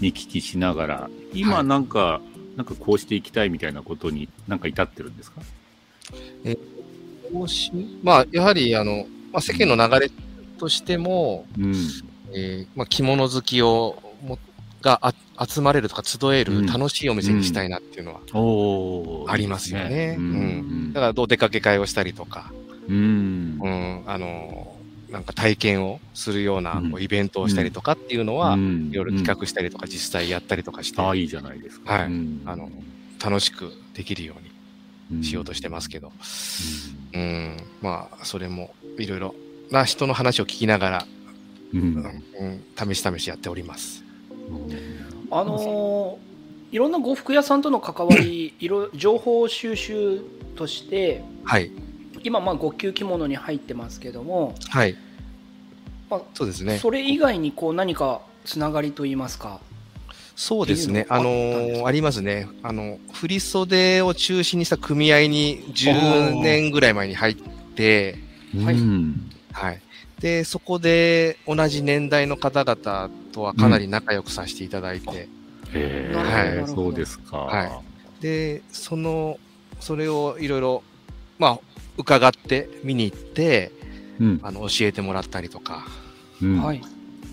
Speaker 1: 見聞きしながら、
Speaker 3: は
Speaker 1: 今、
Speaker 3: い
Speaker 1: なんか、なんかこうしていきたいみたいなことに、なんか至ってるんですか
Speaker 3: 方針まあ、やはりあの、まあ、世間の流れとしても、
Speaker 1: うん。
Speaker 3: えーまあ、着物好きをもがあ集まれるとか集え
Speaker 1: うん
Speaker 3: る楽しいお店にしたいなっていうのは、
Speaker 1: おー
Speaker 3: ありますよね
Speaker 1: いいで
Speaker 3: うんだからお出かけ会をしたりとか、
Speaker 1: うん。
Speaker 3: うん、あのなんか体験をするような
Speaker 1: うん
Speaker 3: こうイベントをしたりとかっていうのは、
Speaker 1: うん
Speaker 3: いろいろ企画したりとか実際やったりとかして、
Speaker 1: ああ、いいじゃないですか。
Speaker 3: はい
Speaker 1: うん
Speaker 3: あの楽しくできるようにしようとしてますけど、うんまあそれもいろいろな人の話を聞きながら、
Speaker 1: うん
Speaker 3: うんうん試し試しやっております。
Speaker 1: う
Speaker 2: あのーいろんな呉服屋さんとの関わり、いろ情報収集として、
Speaker 3: はい、
Speaker 2: 今、まあ、5級着物に入ってますけども、
Speaker 3: はい
Speaker 2: あ
Speaker 3: そうですね。
Speaker 2: それ以外にこう何かつながりといいますか、
Speaker 3: そうですね
Speaker 2: っ。ていうの
Speaker 3: あの
Speaker 2: があったんです
Speaker 3: ー
Speaker 2: か
Speaker 3: ありますね。あの、振り袖を中心にした組合に10年ぐらい前に入って、
Speaker 1: ん
Speaker 2: はい
Speaker 1: うん
Speaker 3: はい。で、そこで同じ年代の方々とはかなり仲良くさせていただいて、
Speaker 1: へえ
Speaker 3: なる
Speaker 2: ほど
Speaker 1: そうですか。
Speaker 3: はで、その、それをいろいろ、まあ、伺って見に行って、
Speaker 1: うん
Speaker 3: あの、教えてもらったりとか
Speaker 1: うん
Speaker 2: はい、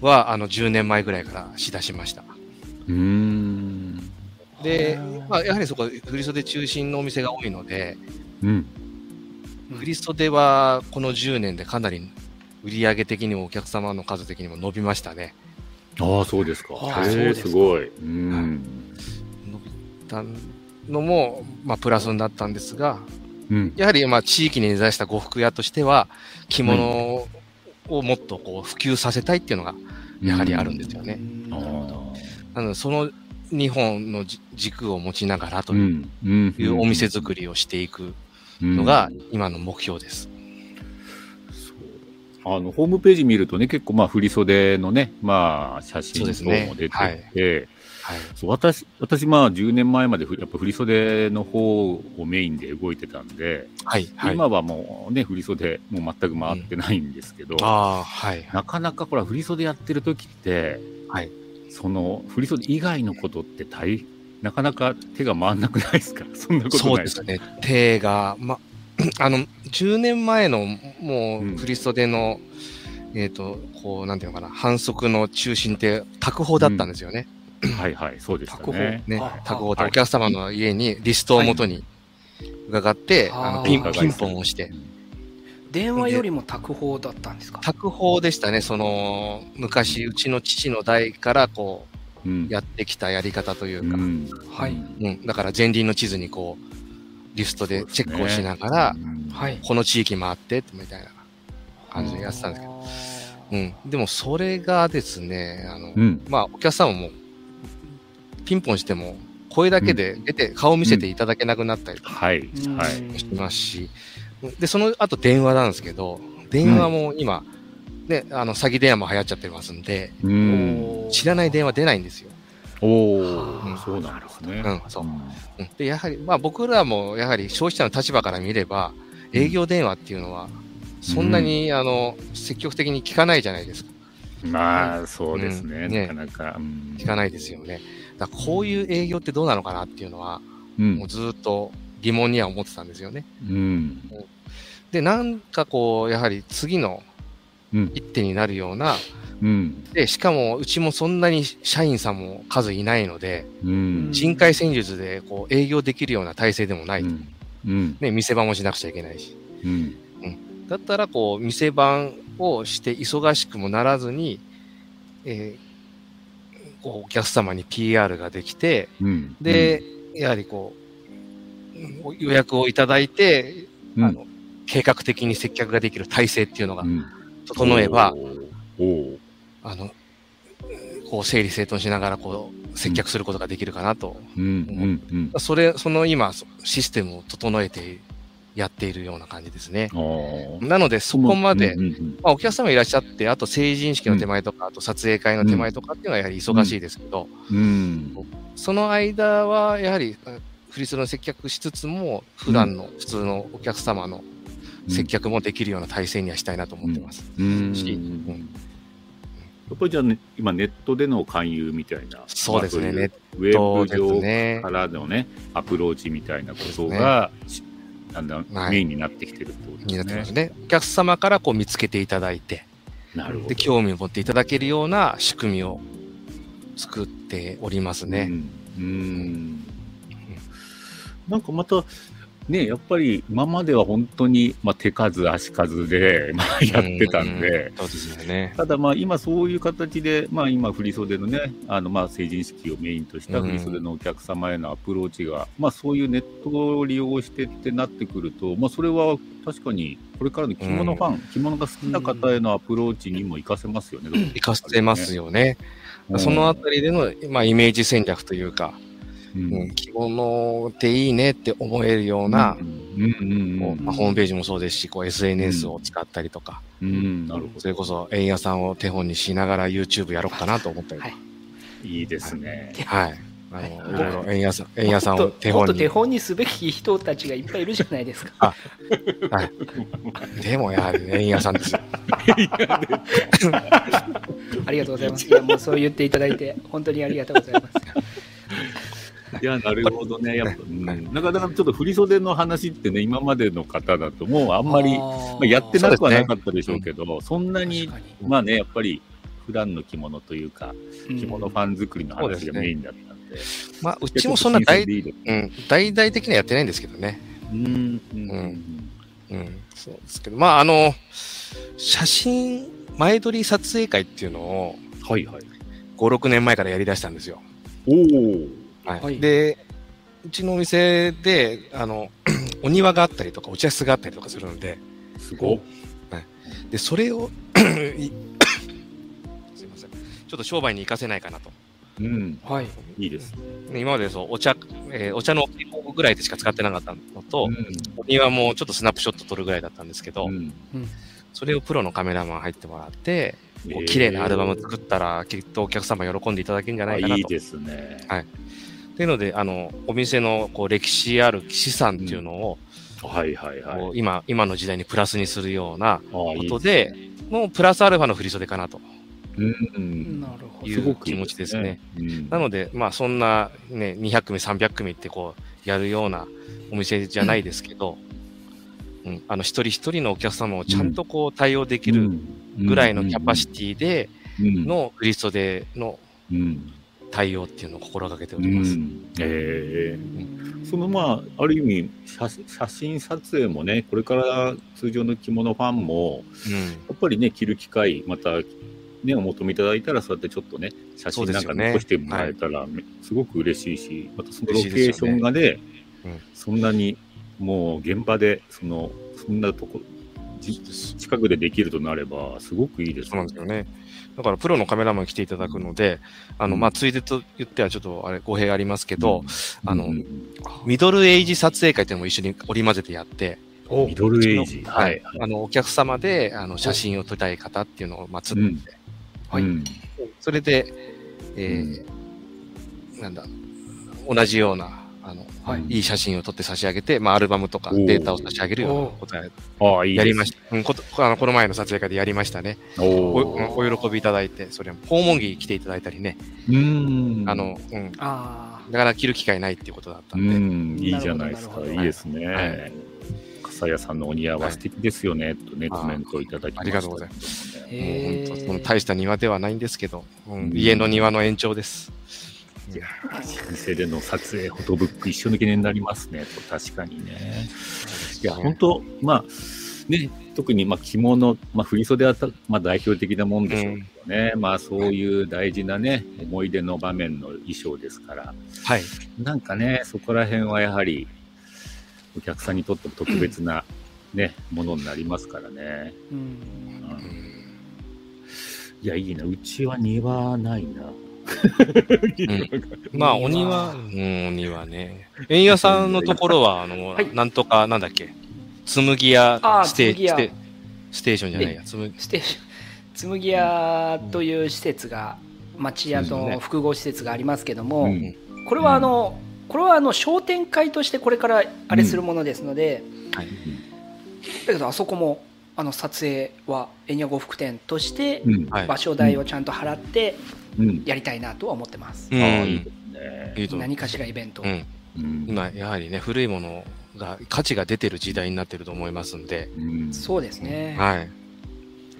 Speaker 3: は、あの、10年前ぐらいからしだしました。
Speaker 1: うーん。
Speaker 3: で
Speaker 2: はあ、
Speaker 3: まあ、やはりそこ、振り袖中心のお店が多いので、
Speaker 1: うん。
Speaker 3: 振り袖はこの10年でかなり売り上げ的にもお客様の数的にも伸びましたね。
Speaker 1: ああ、そうですか。
Speaker 2: ああそう
Speaker 1: へ
Speaker 2: で
Speaker 1: え
Speaker 2: す
Speaker 1: す
Speaker 2: か
Speaker 1: ごい。うん。
Speaker 3: 伸びたのも、まあ、プラスになったんですが、
Speaker 1: うん。
Speaker 3: やはりまあ地域に根ざした呉服屋としては、着物をもっとこう普及させたいっていうのがやはりあるんですよね。
Speaker 1: ああ。
Speaker 3: なので、その2本のじ軸を持ちながらと
Speaker 1: う
Speaker 3: いうん
Speaker 1: うん
Speaker 3: お店作りをしていくのが今の目標です。
Speaker 1: そうあのホームページ見るとね、結構、まあ、振り袖のね、まあ、写真
Speaker 3: そうですね
Speaker 1: 等も出てて、
Speaker 3: はい。
Speaker 1: そう私、私、まあ、10年前までふ、やっぱ振り袖の方をメインで動いてたんで、
Speaker 3: はい。はい、
Speaker 1: 今はもうね、振り袖、もう全く回ってないんですけど、
Speaker 3: ああ、はい。
Speaker 1: なかなかほら、振り袖やってる時って、
Speaker 3: はい
Speaker 1: その振り袖以外のことって大なかなか手が回んなくないですか、 そんなことない
Speaker 3: そうですね。手が、ま、 あの、10年前の、も
Speaker 1: うん
Speaker 3: う、振り袖の、えっ、と、こう、なんていうのかな、反則の中心って、卓法だったんですよね。
Speaker 1: はいはい、そうでした
Speaker 2: 宅
Speaker 1: ね。
Speaker 2: うん
Speaker 3: ね
Speaker 2: あ、
Speaker 3: 卓法って、
Speaker 1: はい
Speaker 3: お客様の家にリストを元に伺っ
Speaker 2: はい
Speaker 3: て、あの
Speaker 2: あー
Speaker 3: ピ
Speaker 2: お伺
Speaker 3: ン
Speaker 2: い
Speaker 3: ピンポンをして、
Speaker 2: 電話よりも宅法だったんですか。
Speaker 3: 卓法でしたね、その、昔、うちの父の代から、こ
Speaker 1: うん、
Speaker 3: う、やってきたやり方といううか、うん、
Speaker 1: ん、、
Speaker 2: はい
Speaker 3: だから前輪の地図に、こう、リストでチェックをしながら、
Speaker 2: はいい、
Speaker 3: この地域回って、みたいな感じでやってたんですけど、うん、でもそれがですね、あの、
Speaker 1: うん、
Speaker 3: まあ、お客様も、ピンポンしても、声だけで出て、顔見せていただけなくなったりとか
Speaker 1: はい、
Speaker 2: うん
Speaker 1: はい、
Speaker 3: しますし、で、その後電話なんですけど、電話も今、ね、あの、詐欺電話も流行っちゃってますんで、
Speaker 1: うん、
Speaker 2: おー
Speaker 3: 知らない電話出ないんですよ。
Speaker 1: お
Speaker 2: は
Speaker 1: お、
Speaker 3: あ
Speaker 1: そうなんですね。
Speaker 3: うんそう
Speaker 1: うん
Speaker 3: うんでやはり、まあ、僕らもやはり消費者の立場から見れば、営業電話っていうのは、そんなに、あの積極的に聞かないじゃないですか。
Speaker 1: まあ、そうですね。
Speaker 3: うん
Speaker 1: な
Speaker 3: ね
Speaker 1: かなか。うん
Speaker 3: 聞かないですよね。だからこういう営業ってどうなのかなっていうのは、
Speaker 1: うん
Speaker 3: もうずっと疑問には思ってたんですよね。
Speaker 1: うん。
Speaker 3: で、なんかこう、やはり次の
Speaker 1: うん
Speaker 3: 一手になるような、
Speaker 1: うん。
Speaker 3: で、しかもうちもそんなに社員さんも数いないので、
Speaker 1: うん。
Speaker 3: 人海戦術でこう営業できるような体制でもない。
Speaker 1: うん。うん。
Speaker 3: ね、店番もしなくちゃいけないし。
Speaker 1: うん。
Speaker 3: だったら、こう、店番をして忙しくもならずに、えーこう、お客様に PR ができて、
Speaker 1: うん。
Speaker 3: で、やはりこう、うん予約をいただいて、
Speaker 1: うん、
Speaker 3: あの、計画的に接客ができる体制っていうのが
Speaker 1: うん、
Speaker 3: 整えば、
Speaker 1: おー、
Speaker 3: あの、こう、整理整頓しながら、こう、接客することができるかなと。
Speaker 1: うん、うん、うん。
Speaker 3: それ、その今、そシステムを整えてやっているような感じですね。
Speaker 1: あー
Speaker 3: なので、そこまで
Speaker 1: う、んうん
Speaker 3: まあ、お客様いらっしゃって、あと成人式の手前とか、あと撮影会の手前とかっていうのはやはり忙しいですけど、
Speaker 1: うん、
Speaker 3: その間はやはりあフリスロの接客しつつも、普段の普通のお客様の接客もできるような体制にはしたいなと思ってます。
Speaker 1: うん
Speaker 3: し
Speaker 1: うんやっぱりじゃあ、ね、今ネットでの勧誘みたいな、
Speaker 3: そうですね
Speaker 1: まあ
Speaker 3: ネッ
Speaker 1: ウェ
Speaker 3: そ
Speaker 1: ブ
Speaker 3: うです
Speaker 1: 上
Speaker 3: ね
Speaker 1: か。らのね、アプローチみたいなことが、しだんだん
Speaker 3: はい
Speaker 1: メインになってきてるってこと
Speaker 3: にな
Speaker 1: で
Speaker 3: っ
Speaker 1: す
Speaker 3: てま
Speaker 1: ね
Speaker 3: す。ね。お客様からこう見つけていただいて、
Speaker 1: なるほど
Speaker 3: で、。興味を持っていただけるような仕組みを作っておりますね。
Speaker 1: うん。うんなんかまた、ね、やっぱり今までは本当に、まあ、手数足数で、 まあ、やってたんで、
Speaker 3: うそうですよね。
Speaker 1: ただまあ今そういう形で、まあ今振り袖のね、あのまあ成人式をメインとした振り袖のお客様へのアプローチが、まあそういうネットを利用してってなってくると、まあそれは確かにこれからの着物ファン、着物が好きな方へのアプローチにも活かせますよね。
Speaker 3: 活かせますよね。
Speaker 1: うん
Speaker 3: そのあたりでの、まあ、イメージ戦略というか、
Speaker 1: うん
Speaker 3: うん、着物っていいねって思えるような、
Speaker 1: うんうんうん
Speaker 3: こうまあ、ホームページもそうですし、こう SNS を使ったりとか、
Speaker 1: うん、なるほ
Speaker 3: それこそ円屋さんを手本にしながら YouTube やろうかなと思ったり、
Speaker 2: は
Speaker 3: はい
Speaker 1: ど。
Speaker 3: い、
Speaker 1: いいですね。
Speaker 3: あの
Speaker 2: はい
Speaker 3: いろいろ円屋さん円屋さん
Speaker 2: も
Speaker 3: を
Speaker 2: っと
Speaker 3: 手本
Speaker 2: もっと手
Speaker 3: に。
Speaker 2: 本にすべき人たちがいっぱいいるじゃないですか。
Speaker 3: はい、でもやはり円屋さんですよ。
Speaker 2: ありがとうございます。いやもうそう言っていただいて本当にありがとうございます。
Speaker 1: いや、なるほどね。やっ ぱ、うん、なかなかちょっと振り袖の話ってね、今までの方だともう あんまり、まあ、やってなくはなかったでしょうけど、そんなに
Speaker 2: 確か
Speaker 1: まあね、やっぱり普段の着物というか、
Speaker 2: に
Speaker 1: 着物ファン作りの話がメインだったんで。
Speaker 3: まあ、う
Speaker 1: 結
Speaker 3: ち
Speaker 1: 構
Speaker 3: もそんな
Speaker 1: 新鮮
Speaker 3: 大
Speaker 1: で、いいです
Speaker 3: うん、大々的にはやってないんですけどね。
Speaker 1: うん。うん。
Speaker 3: うん、そうですけど、まあ、あの、写真、前撮り撮影会っていうのを
Speaker 1: はいはい。
Speaker 3: 5、6年前からやり出したんですよ。
Speaker 1: おー
Speaker 3: はい
Speaker 2: はい
Speaker 3: で、うちのお店で、あの、 お庭があったりとか、お茶室があったりとかするので、
Speaker 1: すごっ。
Speaker 3: で、それを、 い すいません。ちょっと商売に活かせないかなと。
Speaker 1: うん。
Speaker 2: はい。
Speaker 1: いいです。
Speaker 3: ね今までそう、お茶、えーお茶のぐらいでしか使ってなかったのと、
Speaker 1: ん。
Speaker 3: お庭もちょっとスナップショット撮るぐらいだったんですけど、
Speaker 1: うん
Speaker 3: それをプロのカメラマン入ってもらって、こ
Speaker 1: えー
Speaker 3: う綺麗なアルバム作ったら、きっとお客様喜んでいただけるんじゃないかな
Speaker 1: あい
Speaker 3: と
Speaker 1: い。ですね。
Speaker 3: っていうので、あの、お店のこう歴史ある資産っていうのを、
Speaker 1: はいはいはい。
Speaker 3: こう今、今の時代にプラスにするような
Speaker 1: ああ、い
Speaker 3: こ
Speaker 1: い
Speaker 3: と
Speaker 1: す
Speaker 3: で、もうプラスアルファの振り袖かなと
Speaker 1: うん。
Speaker 2: なるほ
Speaker 3: い
Speaker 2: ど。
Speaker 3: う気持ちですね。
Speaker 1: うん
Speaker 3: なので、まあそんなね、200組、300組ってこう、やるようなお店じゃないですけど、うん、あの、一人一人のお客様をちゃんとこう対応できるぐらいのキャパシティでの振り袖の
Speaker 1: うんうん
Speaker 3: 対応っていうのを心がけてお
Speaker 1: う
Speaker 3: ります。
Speaker 1: ん。ええ。
Speaker 2: うん
Speaker 1: そのまあ、ある意味写、写真撮影もね、これから通常の着物ファンも、
Speaker 3: うん
Speaker 1: やっぱりね、着る機会、また、ね、お求めいただいたら、そうやってちょっとね、写
Speaker 3: そ
Speaker 1: 真
Speaker 3: うで
Speaker 1: なん
Speaker 3: す
Speaker 1: か
Speaker 3: よね
Speaker 1: 残してもらえたら、めすごく嬉しいし、またそのロ
Speaker 3: 嬉
Speaker 1: ケ
Speaker 3: しいですよ
Speaker 1: ーショ
Speaker 3: ね
Speaker 1: ンがね、
Speaker 3: うん
Speaker 1: そんなに、もう現場で、その、そんなとこ、じ近くでできるとなれば、すごくいいです
Speaker 3: そうなんですよね。だからプロのカメラマン来ていただくので、あの、まあ、ついでと言ってはちょっとあれ、語弊ありますけど、あの
Speaker 1: うん
Speaker 3: ミドルエイジ撮影会っていうのも一緒に織り交ぜてやって、
Speaker 1: ミドルエイジ。
Speaker 3: はい。あの、お客様で、あの、写真を撮りたい方っていうのを、まあ、つって、
Speaker 1: うん
Speaker 3: はい
Speaker 1: うん
Speaker 3: それで、えーなんだ、同じような、あの、
Speaker 2: はい
Speaker 3: いい写真を撮って差し上げて、まあ、アルバムとか
Speaker 1: おー
Speaker 3: データを差し上げるようなことや
Speaker 1: ああ、いいです
Speaker 3: やりました。うん、ことあのこの前の撮影会でやりましたね。お
Speaker 1: おー
Speaker 3: お喜びいただいて、それも訪問着来ていただいたりね、
Speaker 1: うーん。
Speaker 3: あの、うん、
Speaker 2: あ
Speaker 3: なかなか着る機会ないっていうことだった
Speaker 1: うん
Speaker 3: で、
Speaker 1: ん、いいじゃないですか。
Speaker 2: なるほどなるほど
Speaker 1: いいですね。
Speaker 3: はい
Speaker 1: 笠谷さんのお庭は素敵ですよね、とね、
Speaker 3: あー
Speaker 1: コメントをいただきました。
Speaker 3: ありがとうござい
Speaker 1: ます。
Speaker 2: あ
Speaker 3: もう本当そ
Speaker 2: へ
Speaker 3: の大した庭ではないんですけど、うん
Speaker 1: うん
Speaker 3: 家の庭の延長です。
Speaker 1: 店での撮影、フォトブック、一緒抜けになりますね、と確かにね。いや、
Speaker 3: ね
Speaker 1: 本当、まあ、ね、特にまあ着物、まあ、振袖はた、まあ、代表的なもんでしょうけどね、まあ、そういう大事なね、思い出の場面の衣装ですから、
Speaker 3: はい。
Speaker 1: なんかね、そこら辺はやはり、お客さんにとっても特別な、ね、ものになりますからね。
Speaker 2: う
Speaker 1: うんんいや、いいな。うちは庭ないな。
Speaker 3: まあ、
Speaker 2: お
Speaker 3: お
Speaker 2: 庭
Speaker 3: 庭、うん、お庭ね。円屋さんのところは、あの、
Speaker 2: はい
Speaker 3: なんとか、なんだっけ、紬屋
Speaker 2: あー
Speaker 3: ステ
Speaker 2: 紬屋
Speaker 3: ステステーションじゃないや、紬
Speaker 2: ステーション紬屋という施設が町屋
Speaker 1: そうです
Speaker 2: と
Speaker 1: ね
Speaker 2: 複合施設がありますけども、
Speaker 1: うん
Speaker 2: これはあの、これはあの商店会としてこれからあれするものですので、
Speaker 3: はい
Speaker 2: だけどあそこもあの撮影はエニア呉服店として
Speaker 1: うん。
Speaker 3: はい
Speaker 2: 場所代をちゃんと払って
Speaker 1: うん。
Speaker 2: やりたいなとは思ってます、
Speaker 3: うん
Speaker 1: ああいいですね。
Speaker 3: いいと思う
Speaker 2: 何かしらイベントを、
Speaker 3: うん。
Speaker 1: うん
Speaker 3: 今、やはりね、古いものが価値が出てる時代になってると思いますんで、
Speaker 1: うん
Speaker 2: そうですね、
Speaker 3: はい。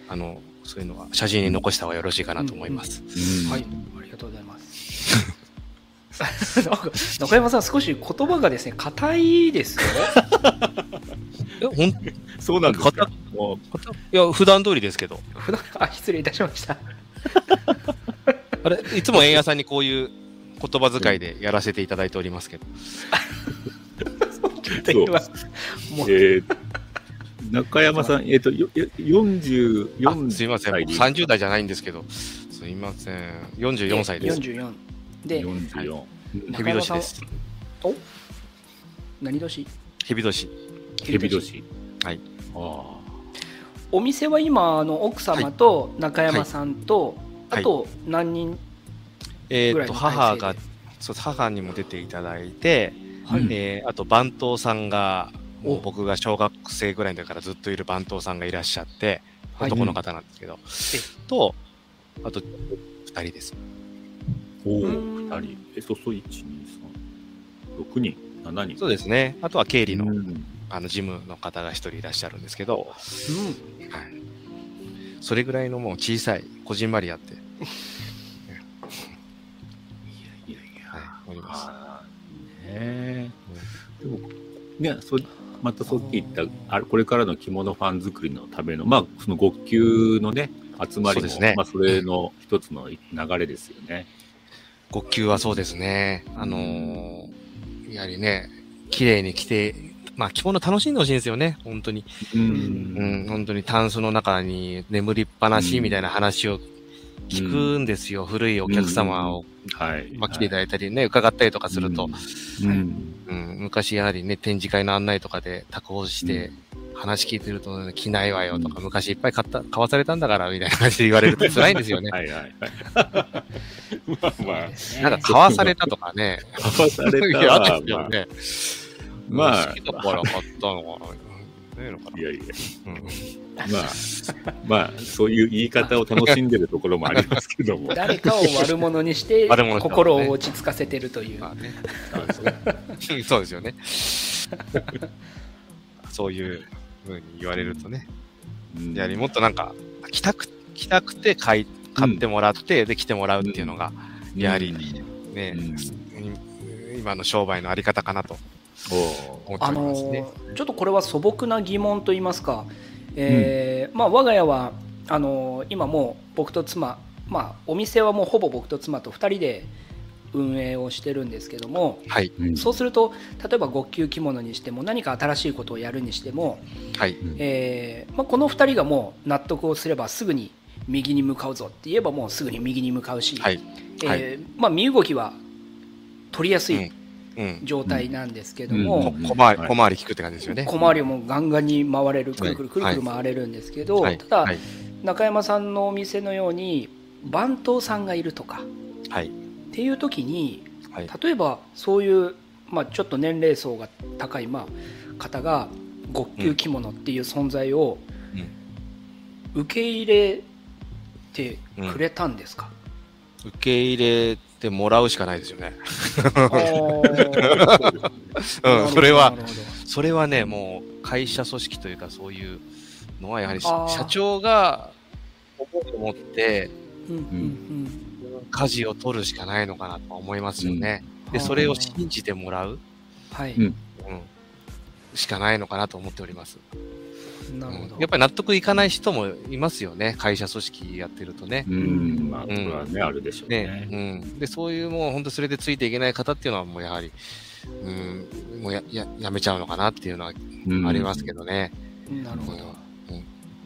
Speaker 3: あの、そういうのは写真に残した方がよろしいかなと思います。
Speaker 1: うん
Speaker 2: はい、ありがとうございます。 なんか中山さん、少し言葉がですね、硬いですよ。
Speaker 3: え、ほん、い
Speaker 1: そうなんですか
Speaker 3: 片。
Speaker 1: も
Speaker 3: や、普段通りですけど。
Speaker 2: 普段あ失礼いたしました。
Speaker 3: あれ、いつも円屋さんにこういう言葉遣いでやらせていただいておりますけど。
Speaker 2: ちょっと今も
Speaker 1: う
Speaker 2: う
Speaker 1: えー中山さん、えっと、よよ44
Speaker 3: あすいません。
Speaker 1: 歳で
Speaker 3: 30代じゃないんですけど。すいません。44歳です。
Speaker 2: 44で、
Speaker 1: 44。
Speaker 3: ヘビ年です。
Speaker 2: 何年
Speaker 3: ヘビ年。
Speaker 1: ヘビ年。
Speaker 3: はい。
Speaker 1: あ
Speaker 2: お店は今、あの奥様と中山さんと、
Speaker 3: はい
Speaker 2: あと何人、
Speaker 3: えーっ
Speaker 2: ぐらい
Speaker 3: と、
Speaker 2: の
Speaker 3: 母
Speaker 2: 体制
Speaker 3: が
Speaker 2: で、
Speaker 3: そう母にも出ていただいて、
Speaker 1: はい
Speaker 3: えーあと番頭さんが、もう
Speaker 2: お
Speaker 3: 僕が小学生ぐらいだからずっといる番頭さんがいらっしゃって、
Speaker 2: はい
Speaker 3: 男の方なんですけど、と、あと、二人です。
Speaker 1: あ。おお、
Speaker 2: うん
Speaker 1: 2人。え、そうそう、1、2、3、6人、7人。
Speaker 3: そうですね。あとは経理の、
Speaker 1: うん
Speaker 3: あの、事務の方が一人いらっしゃるんですけど、はい。それぐらいのもう小さい、こじんまりやって、
Speaker 1: いやいや
Speaker 3: はい、おります。
Speaker 1: あーねえでもねそまたさっき言ったあこれからの着物ファン作りのためのまあその5級のね集まり
Speaker 3: そうで
Speaker 1: も
Speaker 3: すね
Speaker 1: まあ、それの一つの流れですよね。
Speaker 3: 呼吸はそうですね。あのーやはりね、綺麗に着て、まあ着物楽しんでほしいんですよね、本当に。
Speaker 1: うん
Speaker 3: うん、本当にタンスの中に眠りっぱなしみたいな話を聞くんですよ。古いお客様を、
Speaker 1: はい。
Speaker 3: まあ、来ていただいたりね、伺ったりとかすると、
Speaker 1: うん、
Speaker 3: うん昔やはりね、展示会の案内とかで宅報して、話聞いてると、着ないわよとか、
Speaker 1: うん
Speaker 3: 昔いっぱい買った、買わされたんだから、みたいな感じで言われると辛いんですよ
Speaker 1: う
Speaker 3: ね
Speaker 1: ん。 はいはいはい。まあま あ、
Speaker 3: なんか買わされたとかね。
Speaker 1: 飛ばされ
Speaker 3: い
Speaker 1: た
Speaker 3: や、あ
Speaker 1: は
Speaker 3: った んですよね。
Speaker 1: まあ
Speaker 3: 好きだから買ったのかな。ねえのか
Speaker 1: まあ。
Speaker 3: ない
Speaker 1: やいや、
Speaker 3: うん
Speaker 1: まあ、まあ、そういう言い方を楽しんでるところもありますけど も。
Speaker 2: 誰かを悪者にして
Speaker 3: 悪 者にしてますね
Speaker 2: 心を落ち着かせてるという、
Speaker 3: まあね。
Speaker 1: そうですね
Speaker 3: そうですよね。そういうふうに言われるとね。
Speaker 1: うん
Speaker 3: やはりもっとなんか、着たく、着たくて買い、買ってもらって、で、着てもらうっていうのが、やはりね、い今の商売のあり方かなと
Speaker 1: お
Speaker 3: 思ってお
Speaker 2: あ
Speaker 3: り
Speaker 2: の
Speaker 3: ますね。
Speaker 2: ーちょっとこれは素朴な疑問と言いますか、えーまあ、我が家はあのー今もう僕と妻、まあ、お店はもうほぼ僕と妻と2人で運営をしてるんですけども
Speaker 3: はい、
Speaker 1: ー
Speaker 2: そうすると例えば極級着物にしても何か新しいことをやるにしても、
Speaker 3: はい。
Speaker 2: えーまあ、この2人がもう納得をすればすぐに右に向かうぞって言えばもうすぐに右に向かうし、
Speaker 3: はい。はい
Speaker 2: えーまあ、身動きは取りやすい
Speaker 3: うん。
Speaker 2: 状態なんですけど
Speaker 1: うん
Speaker 2: も、
Speaker 1: うん
Speaker 3: 小回り、小回り聞くって感じですよね。
Speaker 2: 小回りをもうガンガンに回れるくるくるくる
Speaker 3: は
Speaker 2: く
Speaker 3: い
Speaker 2: る回れるんですけど、
Speaker 3: はい
Speaker 2: ただ、
Speaker 3: はい。
Speaker 2: 中山さんのお店のように番頭さんがいるとか
Speaker 3: はい。
Speaker 2: っていう時に
Speaker 3: はい
Speaker 2: 例えばそういう、まあ、ちょっと年齢層が高い、まあ、方が極級着物っていう存在を受け入れてくれたんですか、
Speaker 3: 受け入れてもらうしかないですよね。
Speaker 2: あー
Speaker 3: うん、それ
Speaker 2: な
Speaker 3: は、
Speaker 2: るほど
Speaker 3: それはね、もう会社組織というか、そういうのはやはり
Speaker 2: あー
Speaker 3: 社長が思うと思って、
Speaker 2: うんうん
Speaker 3: 舵を取るしかないのかなと思いますよね。
Speaker 2: うん
Speaker 3: で、
Speaker 2: あー
Speaker 3: それを信じてもらう、
Speaker 2: はい、
Speaker 1: うん
Speaker 3: うん、しかないのかなと思っております。
Speaker 2: なるほ
Speaker 3: う
Speaker 2: ど
Speaker 3: んやっぱり納得いかない人もいますよね、会社組織やってるとね。
Speaker 1: うん、まあ、これはね、あるでしょう
Speaker 3: ね
Speaker 1: ね。
Speaker 3: うん、でそういうもう本当それでついていけない方っていうのはもうやはり、うん、もうやややめちゃうのかなっていうのは
Speaker 1: うん
Speaker 3: ありますけどね。
Speaker 2: なるほど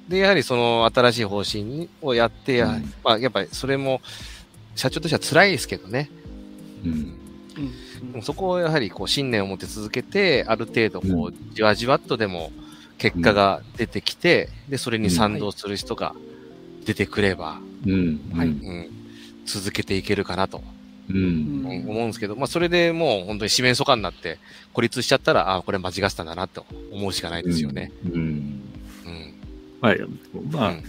Speaker 3: でやはりその新しい方針をやってや、
Speaker 1: うん
Speaker 3: まあ、やっぱりそれも社長としては辛いですけどね、
Speaker 1: うん
Speaker 2: うん
Speaker 3: でもそこをやはりこう信念を持って続けて、ある程度
Speaker 1: う
Speaker 3: こうじわじわっとでも結果が出てきて、でそれに賛同する人が出てくれば、
Speaker 1: うん。
Speaker 2: はい
Speaker 3: うん、続けていけるかなと
Speaker 1: う。
Speaker 2: うんん
Speaker 3: 思うんですけど、まあ、それでもう本当に四面楚歌になって孤立しちゃったら、ああ、これ間違ってたんだなと思うしかないですよね。
Speaker 1: うん。
Speaker 3: うん
Speaker 1: まあ、まあ
Speaker 3: うん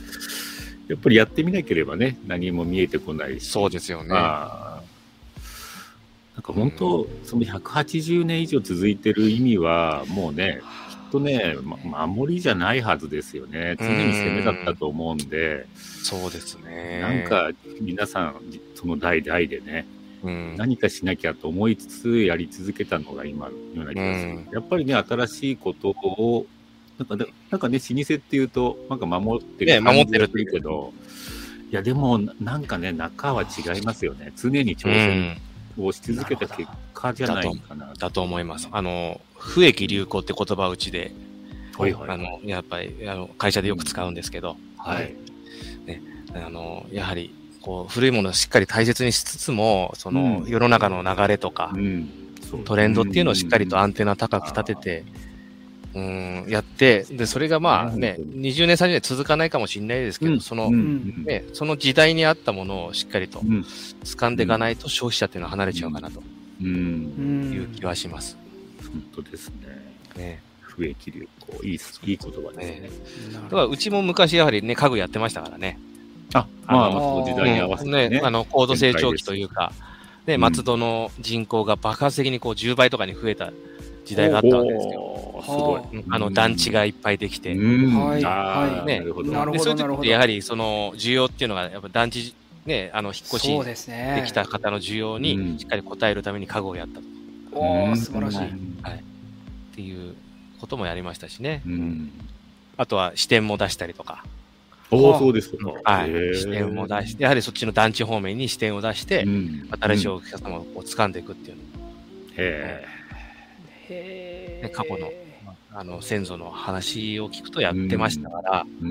Speaker 1: やっぱりやってみなければね、何も見えてこないし。
Speaker 3: そうですよね。
Speaker 1: まあ、なんか本当、その180年以上続いてる意味は、もうね、きっとね、ま、守りじゃないはずですよね。常に攻めだったと思うんで、
Speaker 3: そうですね。
Speaker 1: なん、か皆さん、その代々でね、
Speaker 3: うん、
Speaker 1: 何かしなきゃと思いつつやり続けたのが今のような気がする、
Speaker 3: うん
Speaker 1: やっぱりね新しいことをなんかねなんかね老舗っていうとなんか守って
Speaker 3: ね守ってるってい
Speaker 1: 感じ
Speaker 3: う
Speaker 1: がすけどいやでもななんかね中は違いますよね常に挑戦をし続けた結果じゃないかな、
Speaker 3: だと思います。あの、不益流行って言葉をうちで、
Speaker 1: はいはい
Speaker 3: あの、やっぱり、あの、会社でよく使うんですけど、
Speaker 1: はい、
Speaker 3: あの、やはり、こう、古いものをしっかり大切にしつつも、その、
Speaker 1: うん
Speaker 3: 世の中の流れとか、
Speaker 1: ん、そう
Speaker 3: トレンドっていうのをしっかりとアンテナ高く立てて、うん、やって、で、それがまあね、
Speaker 1: うん
Speaker 3: 20年、30年続かないかもしれないですけど、
Speaker 1: うん
Speaker 3: その、
Speaker 1: うん
Speaker 3: ね、その時代に合ったものをしっかりと
Speaker 1: うん
Speaker 3: 掴んでいかないと消費者っていうのは離れちゃうかなと
Speaker 1: うんうん
Speaker 2: ん
Speaker 3: いう気はします。
Speaker 1: 本当ですね
Speaker 3: ね。
Speaker 1: 不益流行いいすいい言葉ですね
Speaker 2: なる
Speaker 3: だ
Speaker 2: ほ
Speaker 3: か
Speaker 2: ど
Speaker 3: らうちも昔やはりね、家具やってましたからね。
Speaker 1: あまあ
Speaker 3: あ
Speaker 1: まあ
Speaker 2: の
Speaker 1: その時代に合わせてね,、
Speaker 3: ねあの高度成長期というか、ね、
Speaker 1: うん
Speaker 3: 松戸の人口が爆発的にこう10倍とかに増えた時代があったわけですよ。
Speaker 1: おー
Speaker 2: す
Speaker 1: す
Speaker 2: ご
Speaker 1: ご
Speaker 2: い
Speaker 1: い。
Speaker 3: うんあの団地がいっぱいできて。
Speaker 1: うん
Speaker 2: はい
Speaker 1: あー
Speaker 3: はい
Speaker 1: なるほど。
Speaker 2: ねなる
Speaker 3: で
Speaker 2: ほ
Speaker 3: そう
Speaker 2: ど
Speaker 3: いう時ってやはりその需要っていうのがやっぱ団地、ね、あの引っ越し
Speaker 2: そうですね
Speaker 3: できた方の需要
Speaker 1: う
Speaker 3: に
Speaker 1: ん
Speaker 3: しっかり応えるために家具をやったっ
Speaker 2: おー素晴らしい、
Speaker 1: うん
Speaker 3: ていうこともやりましたしね。
Speaker 1: うん。
Speaker 3: あとは支店も出したりとか、
Speaker 1: おお、そうですか。
Speaker 3: はい
Speaker 1: へー
Speaker 3: 支店も出して、やはりそっちの団地方面に支店を出して、
Speaker 1: うん
Speaker 3: 新しいお客様を掴んでいくっていうの
Speaker 1: へ
Speaker 2: へー
Speaker 3: ね過去のあの先祖の話を聞くとやってましたから、
Speaker 1: ーう